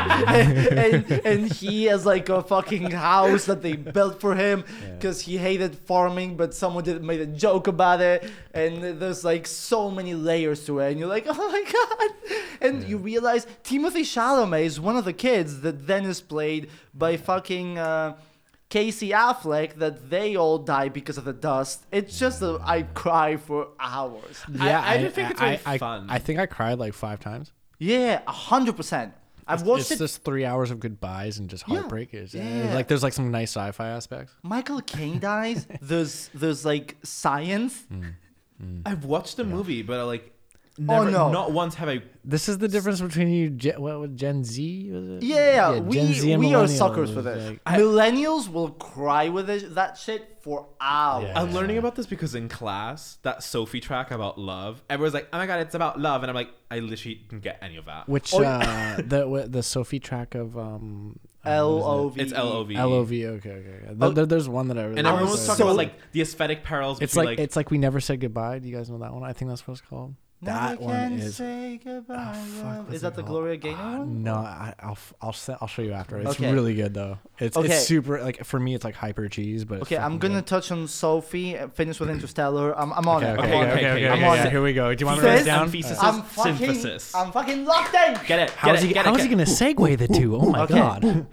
[SPEAKER 1] and, and, he has like a fucking house that they built for him because he hated farming, but someone did made a joke about it, and there's like so many layers to it, and you're like, oh my god, and you realize Timothy Chalamet is one of the kids that then is played by fucking. Uh, Casey Affleck, that they all die because of the dust. It's just that I cry for hours.
[SPEAKER 2] Yeah, I, I, just think it's really
[SPEAKER 3] I,
[SPEAKER 2] fun.
[SPEAKER 3] I think I cried like five times.
[SPEAKER 1] Yeah, a hundred percent. I've
[SPEAKER 3] it's
[SPEAKER 1] watched it.
[SPEAKER 3] just three hours of goodbyes and just
[SPEAKER 1] Yeah.
[SPEAKER 3] heartbreak. It's- eh,
[SPEAKER 1] Yeah.
[SPEAKER 3] Like there's like some nice sci-fi aspects.
[SPEAKER 1] Michael Caine dies. There's there's like science.
[SPEAKER 3] Mm.
[SPEAKER 2] I've watched the movie, but I like.
[SPEAKER 1] Oh,
[SPEAKER 2] Never,
[SPEAKER 1] no.
[SPEAKER 2] Not once have I.
[SPEAKER 3] This is the difference between you, Gen, what was Gen Z? Was it?
[SPEAKER 1] Yeah, we
[SPEAKER 3] and
[SPEAKER 1] we are
[SPEAKER 3] millennials.
[SPEAKER 1] suckers for this.
[SPEAKER 3] Like,
[SPEAKER 1] Millennials will cry with it, that shit for hours.
[SPEAKER 3] Yeah.
[SPEAKER 2] I'm learning about this because in class, that Sophie track about love, everyone's like, oh my god, it's about love. And I'm like, I literally didn't get any of that.
[SPEAKER 3] which
[SPEAKER 1] Oh,
[SPEAKER 3] uh, the what- the Sophie track of um
[SPEAKER 1] L O V. E.
[SPEAKER 2] It's L O V. E.
[SPEAKER 3] L O V. Okay, okay. okay. There-
[SPEAKER 1] Oh.
[SPEAKER 3] there- there's one that I really.
[SPEAKER 2] And
[SPEAKER 3] like.
[SPEAKER 2] everyone was
[SPEAKER 1] so-
[SPEAKER 2] talking about like the aesthetic parallels
[SPEAKER 3] it's
[SPEAKER 2] between
[SPEAKER 3] like,
[SPEAKER 2] like,
[SPEAKER 3] it's like we never said goodbye. Do you guys know that one? I think that's what it's called. that one is.
[SPEAKER 1] Say goodbye,
[SPEAKER 3] oh, fuck,
[SPEAKER 1] love.
[SPEAKER 3] what's
[SPEAKER 1] is
[SPEAKER 3] it
[SPEAKER 1] that the
[SPEAKER 3] called?
[SPEAKER 1] Gloria Gaynor
[SPEAKER 3] Ah,
[SPEAKER 1] one?
[SPEAKER 3] No, I, I'll f- I'll se- I'll show you after. It's
[SPEAKER 1] Okay.
[SPEAKER 3] really good though. It's
[SPEAKER 1] Okay.
[SPEAKER 3] it's super like for me it's like hyper cheese, but it's
[SPEAKER 1] Okay, I'm
[SPEAKER 3] fucking
[SPEAKER 1] gonna
[SPEAKER 3] good.
[SPEAKER 1] touch on Sophie. uh, Finish with Interstellar. I'm, I'm on
[SPEAKER 3] Okay,
[SPEAKER 1] it.
[SPEAKER 3] okay,
[SPEAKER 1] I'm on
[SPEAKER 3] okay,
[SPEAKER 1] it.
[SPEAKER 3] okay,
[SPEAKER 2] okay,
[SPEAKER 3] okay,
[SPEAKER 1] I'm on
[SPEAKER 3] yeah,
[SPEAKER 1] it.
[SPEAKER 3] Here we go. Do you want to
[SPEAKER 1] Fist
[SPEAKER 3] write
[SPEAKER 1] and
[SPEAKER 3] it down?
[SPEAKER 2] fist. Synthesis,
[SPEAKER 1] I'm fucking,
[SPEAKER 2] synthesis.
[SPEAKER 1] I'm fucking locked in.
[SPEAKER 2] get it.
[SPEAKER 3] How's
[SPEAKER 2] get
[SPEAKER 3] he
[SPEAKER 2] it, get
[SPEAKER 3] how's
[SPEAKER 2] it,
[SPEAKER 3] he gonna segue the two? Oh my
[SPEAKER 1] Okay.
[SPEAKER 3] god.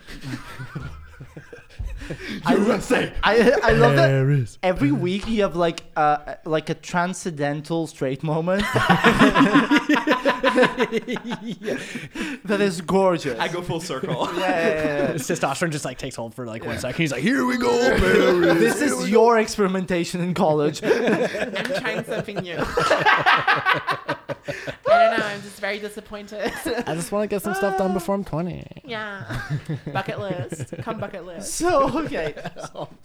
[SPEAKER 1] I, I, I love that.
[SPEAKER 3] Paris.
[SPEAKER 1] Every uh, week you have like uh like a transcendental straight moment. that is gorgeous.
[SPEAKER 2] I go full circle.
[SPEAKER 1] Yeah, yeah, yeah, yeah.
[SPEAKER 3] His testosterone just like takes hold for like one second. He's like, here we go, Barry.
[SPEAKER 1] this is your experimentation in college.
[SPEAKER 4] I'm trying something new. I don't know. I'm just very disappointed.
[SPEAKER 3] I just want to get some stuff done before I'm 20.
[SPEAKER 4] yeah. Bucket list. Come bucket list.
[SPEAKER 1] so okay,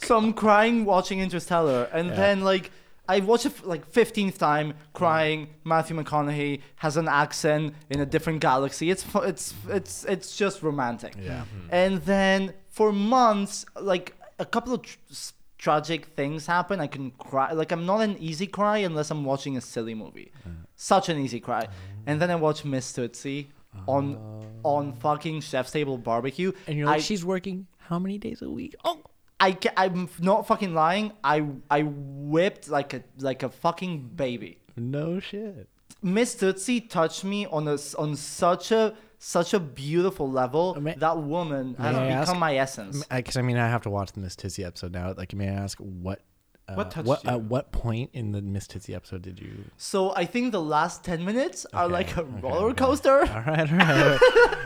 [SPEAKER 1] so I'm crying watching Interstellar, and
[SPEAKER 3] Yeah.
[SPEAKER 1] then like I watch it like fifteenth time, crying. Matthew McConaughey has an accent in a different galaxy. It's fu- it's it's it's just romantic.
[SPEAKER 3] Yeah.
[SPEAKER 1] And then for months, like a couple of tr- s- tragic things happen. I can cry. Like I'm not an easy cry unless I'm watching a silly movie. Such an easy cry.
[SPEAKER 3] Oh.
[SPEAKER 1] And then I watch Miss Tootsie on on fucking Chef's Table Barbecue.
[SPEAKER 3] And you're like,
[SPEAKER 1] I-
[SPEAKER 3] she's working how many days a week? Oh,
[SPEAKER 1] I ca- I'm f- not fucking lying. I I whipped like a like a fucking baby.
[SPEAKER 3] no shit.
[SPEAKER 1] Miss Tootsie touched me on a s- on such a such a beautiful level.
[SPEAKER 3] May-
[SPEAKER 1] that woman has
[SPEAKER 3] May I
[SPEAKER 1] become
[SPEAKER 3] ask-
[SPEAKER 1] my essence.
[SPEAKER 3] Because I mean, I have to watch the Miss Tizzy episode now. Like, may I ask what? Uh,
[SPEAKER 2] What touched
[SPEAKER 3] what
[SPEAKER 2] you?
[SPEAKER 3] At what point in the Miss Tizzy episode did you?
[SPEAKER 1] So I think the last ten minutes are
[SPEAKER 3] Okay,
[SPEAKER 1] like a
[SPEAKER 3] okay,
[SPEAKER 1] roller
[SPEAKER 3] okay.
[SPEAKER 1] coaster.
[SPEAKER 3] All right, all right. all right.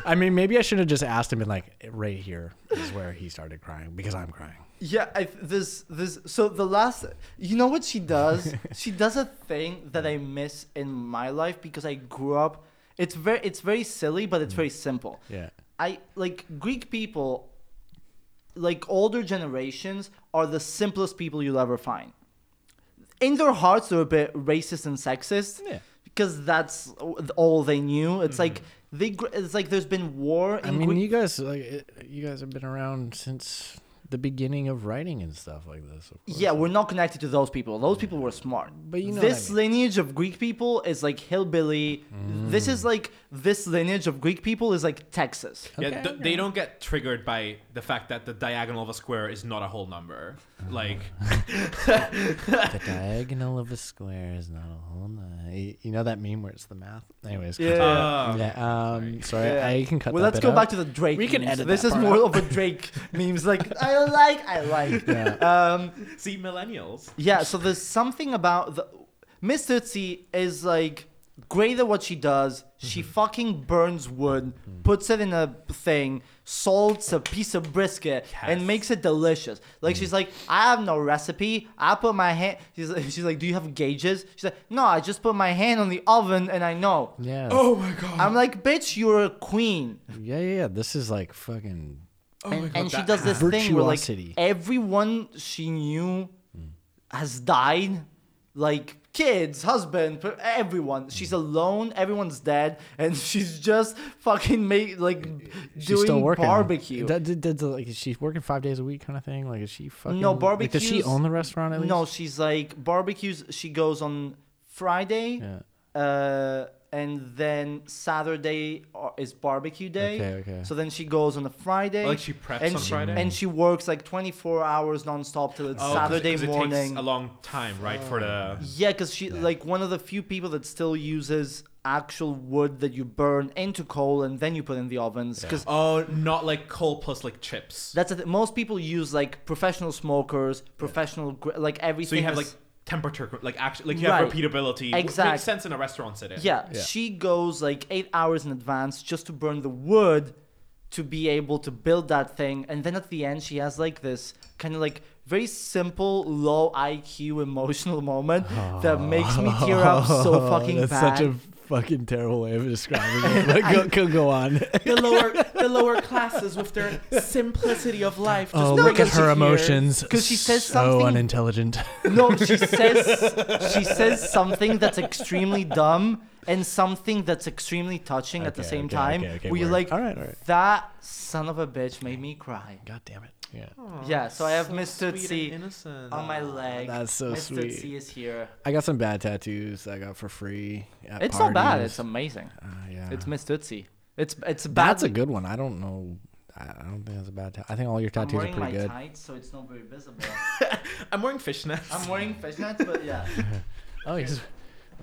[SPEAKER 3] I mean, maybe I should have just asked him. And like, right here is where he started crying because I'm crying.
[SPEAKER 1] Yeah, I, th- this this. So the last, you know what she does? she does a thing that I miss in my life because I grew up. It's very it's very silly, but it's very simple.
[SPEAKER 3] Mm. Yeah.
[SPEAKER 1] I like Greek people, like older generations, are the simplest people you'll ever find. In their hearts, they're a bit racist and sexist
[SPEAKER 3] Yeah. Mm-hmm.
[SPEAKER 1] because that's all they knew. It's like they. gr- It's like there's been war. In
[SPEAKER 3] I mean,
[SPEAKER 1] Greek-
[SPEAKER 3] you guys, like, it- you guys have been around since the beginning of writing and stuff like this. Of course.
[SPEAKER 1] Yeah, we're not connected to those people. Those people were smart.
[SPEAKER 3] But you know what I
[SPEAKER 1] this
[SPEAKER 3] mean. Mm.
[SPEAKER 1] lineage of Greek people is like hillbilly. This is like this lineage of Greek people is like Texas.
[SPEAKER 2] Yeah,
[SPEAKER 3] Okay,
[SPEAKER 2] th- they don't get triggered by the fact that the diagonal of a square is not a whole number. Like,
[SPEAKER 3] the diagonal of a square is not a whole nine. You- You know that meme where it's the math. Anyways.
[SPEAKER 1] Yeah.
[SPEAKER 2] Oh,
[SPEAKER 3] yeah. Um, sorry,
[SPEAKER 1] Yeah.
[SPEAKER 3] I can cut.
[SPEAKER 1] well,
[SPEAKER 3] that
[SPEAKER 1] let's
[SPEAKER 3] bit
[SPEAKER 1] go
[SPEAKER 3] out.
[SPEAKER 1] back to the Drake.
[SPEAKER 3] We can
[SPEAKER 1] memes.
[SPEAKER 3] edit
[SPEAKER 1] This
[SPEAKER 3] that
[SPEAKER 1] is
[SPEAKER 3] part
[SPEAKER 1] more of a Drake memes. Like I like, I like. Um,
[SPEAKER 2] see millennials.
[SPEAKER 1] yeah. So there's something about the Miss Tootsie is like great at what she does. She fucking burns wood, puts it in a thing, salts a piece of brisket, and
[SPEAKER 2] Yes.
[SPEAKER 1] makes it delicious. Like she's like, I have no recipe. I put my hand. She's like, she's like, do you have gauges? She's like, no, I just put my hand on the oven and I know.
[SPEAKER 3] Yeah.
[SPEAKER 2] Oh my god.
[SPEAKER 1] I'm like, bitch, you're a queen.
[SPEAKER 3] Yeah, yeah, yeah. This is like fucking.
[SPEAKER 2] oh my
[SPEAKER 1] and,
[SPEAKER 2] god.
[SPEAKER 1] and she
[SPEAKER 2] that-
[SPEAKER 1] does this thing where like
[SPEAKER 3] Virtuosity.
[SPEAKER 1] everyone she knew has died like kids husband per- everyone she's alone everyone's dead and she's just fucking make like
[SPEAKER 3] She's
[SPEAKER 1] doing
[SPEAKER 3] still working.
[SPEAKER 1] barbecue
[SPEAKER 3] That, that, that, like, is she working five days a week, kind of thing? Like, is she fucking?
[SPEAKER 1] no
[SPEAKER 3] like,
[SPEAKER 1] barbecues.
[SPEAKER 3] does she own the restaurant at least?
[SPEAKER 1] no she's like barbecues she goes on friday
[SPEAKER 3] Yeah.
[SPEAKER 1] uh, and then Saturday uh, is barbecue day.
[SPEAKER 3] Okay, okay.
[SPEAKER 1] So then she goes on a Friday.
[SPEAKER 2] Like she preps
[SPEAKER 1] and
[SPEAKER 2] on
[SPEAKER 1] she,
[SPEAKER 2] Friday?
[SPEAKER 1] and she works like 24 hours nonstop till it's
[SPEAKER 2] Oh, 'cause it-
[SPEAKER 1] Saturday
[SPEAKER 2] 'cause it takes
[SPEAKER 1] morning.
[SPEAKER 2] a long time, right? For the
[SPEAKER 1] Yeah, because she like one of the few people that still uses actual wood that you burn into coal and then you put in the ovens. Because
[SPEAKER 2] oh, not like coal plus like chips.
[SPEAKER 1] that's the th- most people use like professional smokers, professional gr- like everything.
[SPEAKER 2] So you have like
[SPEAKER 1] is-
[SPEAKER 2] temperature, co- like actually, like you
[SPEAKER 1] Right.
[SPEAKER 2] have repeatability. which
[SPEAKER 1] Exact.
[SPEAKER 2] Makes sense in a restaurant setting.
[SPEAKER 1] Yeah,
[SPEAKER 3] Yeah.
[SPEAKER 1] she goes like eight hours in advance just to burn the wood to be able to build that thing. And then at the end, she has like this kind of like very simple, low IQ emotional moment that makes me tear up so fucking
[SPEAKER 3] That's
[SPEAKER 1] bad.
[SPEAKER 3] such a fucking terrible way of describing it. Like, go, go, go on.
[SPEAKER 4] The lower the lower classes with their simplicity of life. Just
[SPEAKER 3] oh,
[SPEAKER 4] bring
[SPEAKER 3] look at
[SPEAKER 4] us to
[SPEAKER 3] her
[SPEAKER 4] here.
[SPEAKER 3] emotions.
[SPEAKER 1] 'Cause she says
[SPEAKER 3] so
[SPEAKER 1] something-
[SPEAKER 3] unintelligent.
[SPEAKER 1] no, she says she says something that's extremely dumb and something that's extremely touching at the
[SPEAKER 3] Okay,
[SPEAKER 1] same
[SPEAKER 3] okay,
[SPEAKER 1] time.
[SPEAKER 3] okay, okay,
[SPEAKER 1] where you're
[SPEAKER 3] word.
[SPEAKER 1] like,
[SPEAKER 3] All right, all right.
[SPEAKER 1] that son of a bitch made me cry.
[SPEAKER 3] God damn it. Yeah.
[SPEAKER 1] Yeah, so I have Miss
[SPEAKER 2] sweet and
[SPEAKER 1] Tootsie
[SPEAKER 2] innocent.
[SPEAKER 1] on my leg.
[SPEAKER 3] Ah, That's so
[SPEAKER 1] Miss
[SPEAKER 3] sweet.
[SPEAKER 1] Tootsie is here.
[SPEAKER 3] I got some bad tattoos that I got for free. At
[SPEAKER 1] It's not bad.
[SPEAKER 3] parties.
[SPEAKER 1] It's amazing.
[SPEAKER 3] Uh, yeah.
[SPEAKER 1] It's Miss Tootsie. It's it's bad.
[SPEAKER 3] That's a good one. I don't know. I I don't think that's a bad. Ta- I think all your
[SPEAKER 1] I'm
[SPEAKER 3] tattoos are
[SPEAKER 1] wearing
[SPEAKER 3] pretty
[SPEAKER 1] my
[SPEAKER 3] good.
[SPEAKER 1] tights, so it's not very visible.
[SPEAKER 2] I'm wearing fishnets.
[SPEAKER 1] I'm wearing fishnets, but yeah.
[SPEAKER 3] Oh, he's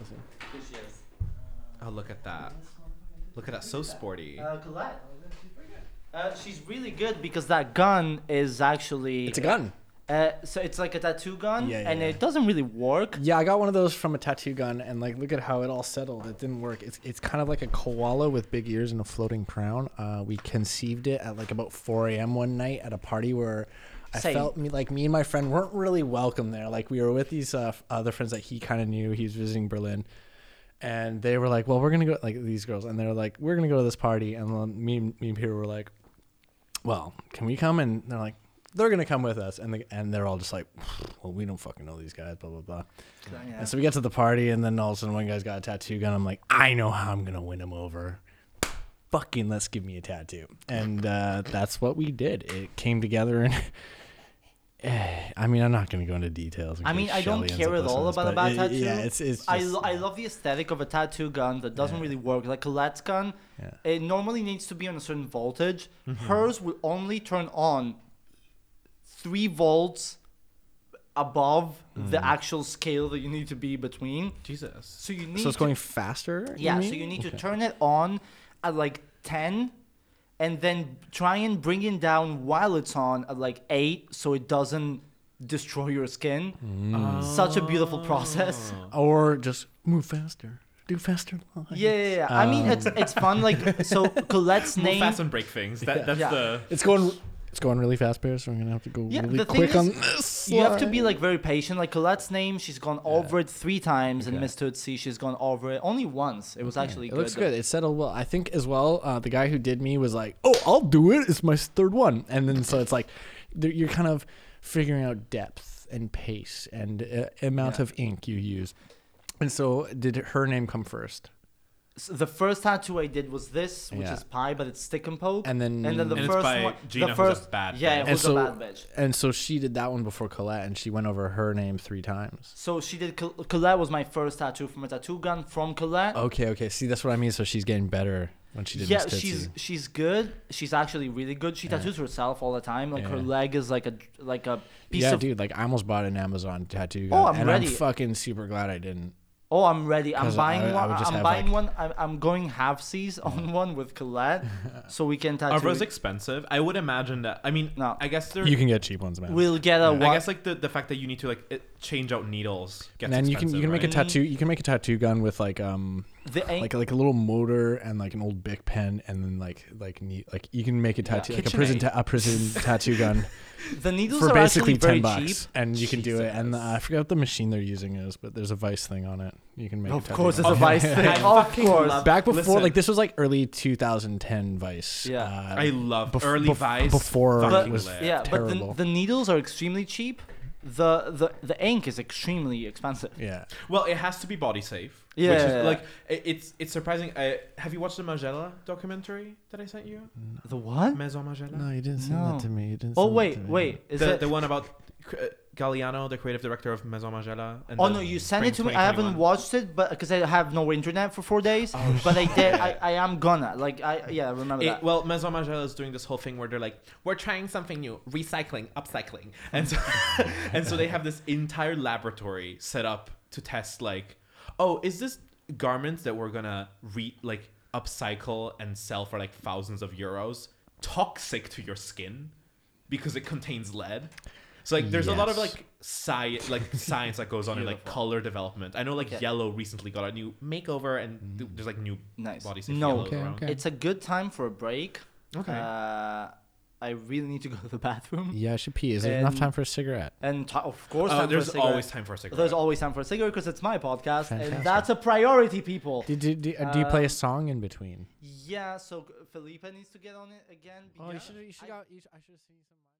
[SPEAKER 1] Here she is.
[SPEAKER 2] oh, look at that. Look at that. So sporty.
[SPEAKER 1] Uh,
[SPEAKER 3] Oh,
[SPEAKER 1] Colette. Uh, she's really good because that gun is actually
[SPEAKER 3] it's a gun.
[SPEAKER 1] Uh, so it's like a tattoo gun,
[SPEAKER 3] Yeah, yeah,
[SPEAKER 1] and
[SPEAKER 3] yeah.
[SPEAKER 1] it doesn't really work.
[SPEAKER 3] Yeah, I got one of those from a tattoo gun, and like, look at how it all settled. It didn't work. It's it's kind of like a koala with big ears and a floating crown. Uh, we conceived it at like about 4 a.m. one night at a party where I
[SPEAKER 1] Same.
[SPEAKER 3] felt me like me and my friend weren't really welcome there. Like we were with these uh, f- other friends that he kind of knew. He was visiting Berlin. And they were like, "Well, we're gonna go like these girls," and they were like, "We're gonna go to this party." And then me, and- me and Peter were like, well, can we come? And they're like, they're gonna come with us, and they, and they're all just like, well, we don't fucking know these guys, blah blah blah.
[SPEAKER 1] Yeah.
[SPEAKER 3] And so we get to the party, and then all of a sudden one guy's got a tattoo gun. I'm like, I know how I'm gonna win him over. Fucking let's give me a tattoo, and uh, that's what we did. It came together, and eh, I mean, I'm not gonna go into details. in
[SPEAKER 1] I mean,
[SPEAKER 3] case
[SPEAKER 1] I don't
[SPEAKER 3] Shelly ends
[SPEAKER 1] care
[SPEAKER 3] up
[SPEAKER 1] at all
[SPEAKER 3] listening,
[SPEAKER 1] about a
[SPEAKER 3] but
[SPEAKER 1] bad
[SPEAKER 3] it-
[SPEAKER 1] tattoo.
[SPEAKER 3] Yeah, it's it's. Just,
[SPEAKER 1] I, lo- I love the aesthetic of a tattoo gun that doesn't
[SPEAKER 3] Yeah.
[SPEAKER 1] really work. Like Colette's gun,
[SPEAKER 3] Yeah. Mm-hmm.
[SPEAKER 1] it normally needs to be on a certain voltage. Hers will only turn on three volts above
[SPEAKER 3] Mm.
[SPEAKER 1] the actual scale that you need to be between.
[SPEAKER 2] Jesus.
[SPEAKER 1] So you need
[SPEAKER 3] So it's
[SPEAKER 1] to-
[SPEAKER 3] going faster.
[SPEAKER 1] yeah, so
[SPEAKER 3] mean?
[SPEAKER 2] Mm-hmm.
[SPEAKER 1] you need to turn it on at like 10 and then try and bring it down while it's on at like 8 so it doesn't destroy your skin.
[SPEAKER 3] Mm.
[SPEAKER 1] Such a beautiful process.
[SPEAKER 2] Oh.
[SPEAKER 3] or just move faster, do faster lines.
[SPEAKER 1] Yeah, yeah, yeah. I
[SPEAKER 3] Uh.
[SPEAKER 1] mean, it's it's fun. Like, so Colette's
[SPEAKER 2] Move
[SPEAKER 1] name.
[SPEAKER 2] fast and break things. That, That's
[SPEAKER 1] Yeah.
[SPEAKER 2] the.
[SPEAKER 3] It's going. It's going really fast, Bear. So I'm gonna have to go
[SPEAKER 1] Yeah,
[SPEAKER 3] really
[SPEAKER 1] the thing
[SPEAKER 3] quick
[SPEAKER 1] is,
[SPEAKER 3] on this.
[SPEAKER 1] You have to be
[SPEAKER 3] slide.
[SPEAKER 1] like very patient. Like Colette's name, she's gone over it three times, and
[SPEAKER 3] Okay.
[SPEAKER 1] Miss Tootsie, she's gone over it only once. It was actually
[SPEAKER 3] It
[SPEAKER 1] good.
[SPEAKER 3] looks
[SPEAKER 1] though.
[SPEAKER 3] good. It settled well. I think as well. Uh, the guy who did me was like, "Oh, I'll do it. It's my third one." And then so it's like, th- you're kind of figuring out depth and pace and uh, amount
[SPEAKER 1] Yeah.
[SPEAKER 3] of ink you use. And so, did her name come first?
[SPEAKER 1] S- the first tattoo I did was this, which
[SPEAKER 3] Yeah.
[SPEAKER 1] is pie, but it's stick and poke.
[SPEAKER 3] And then-
[SPEAKER 1] and then the
[SPEAKER 2] And it's
[SPEAKER 1] first
[SPEAKER 2] by
[SPEAKER 1] one,
[SPEAKER 2] Gina,
[SPEAKER 1] the
[SPEAKER 2] who's a
[SPEAKER 1] first
[SPEAKER 2] bad bitch.
[SPEAKER 1] yeah,
[SPEAKER 2] And
[SPEAKER 1] it was
[SPEAKER 3] so-
[SPEAKER 1] a bad bitch.
[SPEAKER 3] And so she did that one before Colette, and she went over her name three times.
[SPEAKER 1] So she did. Col- Colette was my first tattoo from a tattoo gun from Colette.
[SPEAKER 3] Okay, okay. See, that's what I mean. So she's getting better when she did.
[SPEAKER 1] yeah,
[SPEAKER 3] Miss
[SPEAKER 1] she's
[SPEAKER 3] Tootsie.
[SPEAKER 1] she's good. She's actually really good. She tattoos herself all the time. Like her
[SPEAKER 3] Yeah.
[SPEAKER 1] leg is like a like a piece
[SPEAKER 3] yeah,
[SPEAKER 1] of.
[SPEAKER 3] dude. Like I almost bought an Amazon tattoo.
[SPEAKER 1] Oh,
[SPEAKER 3] gun,
[SPEAKER 1] I'm
[SPEAKER 3] and
[SPEAKER 1] ready.
[SPEAKER 3] I'm fucking super glad I didn't.
[SPEAKER 1] Oh, I'm ready. I'm
[SPEAKER 3] 'Cause
[SPEAKER 1] buying
[SPEAKER 3] I- I
[SPEAKER 1] one.
[SPEAKER 3] would
[SPEAKER 1] I
[SPEAKER 3] just
[SPEAKER 1] am
[SPEAKER 3] have,
[SPEAKER 1] buying
[SPEAKER 3] like-
[SPEAKER 1] one. I'm, I'm going halfsies on one with Colette, so we can
[SPEAKER 2] Are
[SPEAKER 1] tattoo.
[SPEAKER 2] those
[SPEAKER 1] it.
[SPEAKER 2] expensive? I would imagine that. I mean,
[SPEAKER 1] No.
[SPEAKER 2] I guess they're.
[SPEAKER 3] You can get cheap ones, man.
[SPEAKER 1] We'll get a one.
[SPEAKER 2] I guess like the, the fact that you need to like it, change out needles. Gets
[SPEAKER 3] and then you can you can make a
[SPEAKER 1] right?
[SPEAKER 3] tattoo. You can make a tattoo gun with like um
[SPEAKER 1] the ink-
[SPEAKER 3] like like a little motor and like an old Bic pen and then like like neat like you can make a tattoo like a
[SPEAKER 2] KitchenAid.
[SPEAKER 3] prison ta- a prison tattoo gun
[SPEAKER 1] the needles
[SPEAKER 3] for
[SPEAKER 1] are
[SPEAKER 3] basically
[SPEAKER 1] actually very
[SPEAKER 3] ten bucks
[SPEAKER 1] cheap.
[SPEAKER 3] and you can do it. And uh, I forgot what the machine they're using is, but there's a vice thing on it. You can make a
[SPEAKER 1] Of
[SPEAKER 3] tattoo
[SPEAKER 1] course,
[SPEAKER 3] gun.
[SPEAKER 1] it's a vice
[SPEAKER 2] I
[SPEAKER 1] thing. Of
[SPEAKER 2] fucking
[SPEAKER 1] course.
[SPEAKER 2] love-
[SPEAKER 3] Back before,
[SPEAKER 2] Listen,
[SPEAKER 3] like this was like early 2010 Vice.
[SPEAKER 1] Yeah.
[SPEAKER 3] uh,
[SPEAKER 2] I love
[SPEAKER 3] bef-
[SPEAKER 2] early
[SPEAKER 3] bef-
[SPEAKER 2] Vice.
[SPEAKER 3] before
[SPEAKER 2] fucking
[SPEAKER 1] But-
[SPEAKER 3] it was
[SPEAKER 2] lit.
[SPEAKER 1] yeah, but the,
[SPEAKER 3] terrible.
[SPEAKER 1] the needles are extremely cheap. The, the the ink is extremely expensive.
[SPEAKER 3] yeah.
[SPEAKER 2] Well, it has to be body safe. Which
[SPEAKER 1] Yeah.
[SPEAKER 2] is, like i- it's it's surprising. Uh, have you watched the Magella documentary that I sent you?
[SPEAKER 1] The what?
[SPEAKER 2] Maison Magella.
[SPEAKER 3] No, you didn't
[SPEAKER 1] send
[SPEAKER 3] send
[SPEAKER 1] that No.
[SPEAKER 3] that
[SPEAKER 1] to
[SPEAKER 3] to me. You didn't
[SPEAKER 1] Oh wait, wait. Is
[SPEAKER 2] the,
[SPEAKER 1] it?
[SPEAKER 2] the one about uh, Galliano, the creative director of Maison Magella. And
[SPEAKER 1] oh
[SPEAKER 2] the
[SPEAKER 1] no, you sent it to
[SPEAKER 2] Spring
[SPEAKER 1] me. I haven't
[SPEAKER 2] 2021.
[SPEAKER 1] watched it, but because I have no internet for four days.
[SPEAKER 3] Oh,
[SPEAKER 1] but I did. I, I am gonna. Like I yeah, I remember
[SPEAKER 2] It,
[SPEAKER 1] that.
[SPEAKER 2] well, Maison Margiela is doing this whole thing where they're like, we're trying something new, recycling, upcycling, and so, and so they have this entire laboratory set up to test like, oh, is this garments that we're gonna re like upcycle and sell for like thousands of euros toxic to your skin because it contains lead? So like, there's a lot of
[SPEAKER 3] Yes.
[SPEAKER 2] like sci like science that goes on in like color development. I know like
[SPEAKER 1] Yeah. Mm.
[SPEAKER 2] yellow recently got a new makeover and th- there's like new
[SPEAKER 1] Nice.
[SPEAKER 2] body safe
[SPEAKER 1] No.
[SPEAKER 2] yellows
[SPEAKER 3] Okay,
[SPEAKER 2] around.
[SPEAKER 3] okay.
[SPEAKER 1] It's a good time for a break.
[SPEAKER 2] Okay.
[SPEAKER 1] Uh, I really need to go to the bathroom.
[SPEAKER 3] Yeah, I should pee. Is there enough
[SPEAKER 1] And-
[SPEAKER 3] time for a cigarette?
[SPEAKER 1] And t- of course,
[SPEAKER 2] Oh,
[SPEAKER 1] time for a
[SPEAKER 2] there's
[SPEAKER 1] cigarette.
[SPEAKER 2] always time for a cigarette.
[SPEAKER 1] There's always time for a cigarette because it's my podcast, and
[SPEAKER 3] Fantastic.
[SPEAKER 1] that's a priority, people.
[SPEAKER 3] Do, do, uh, do, do you play
[SPEAKER 1] Um,
[SPEAKER 3] a song in between? Oh,
[SPEAKER 1] Yeah, so Felipe needs to get on it again. because I-
[SPEAKER 3] I should have seen some.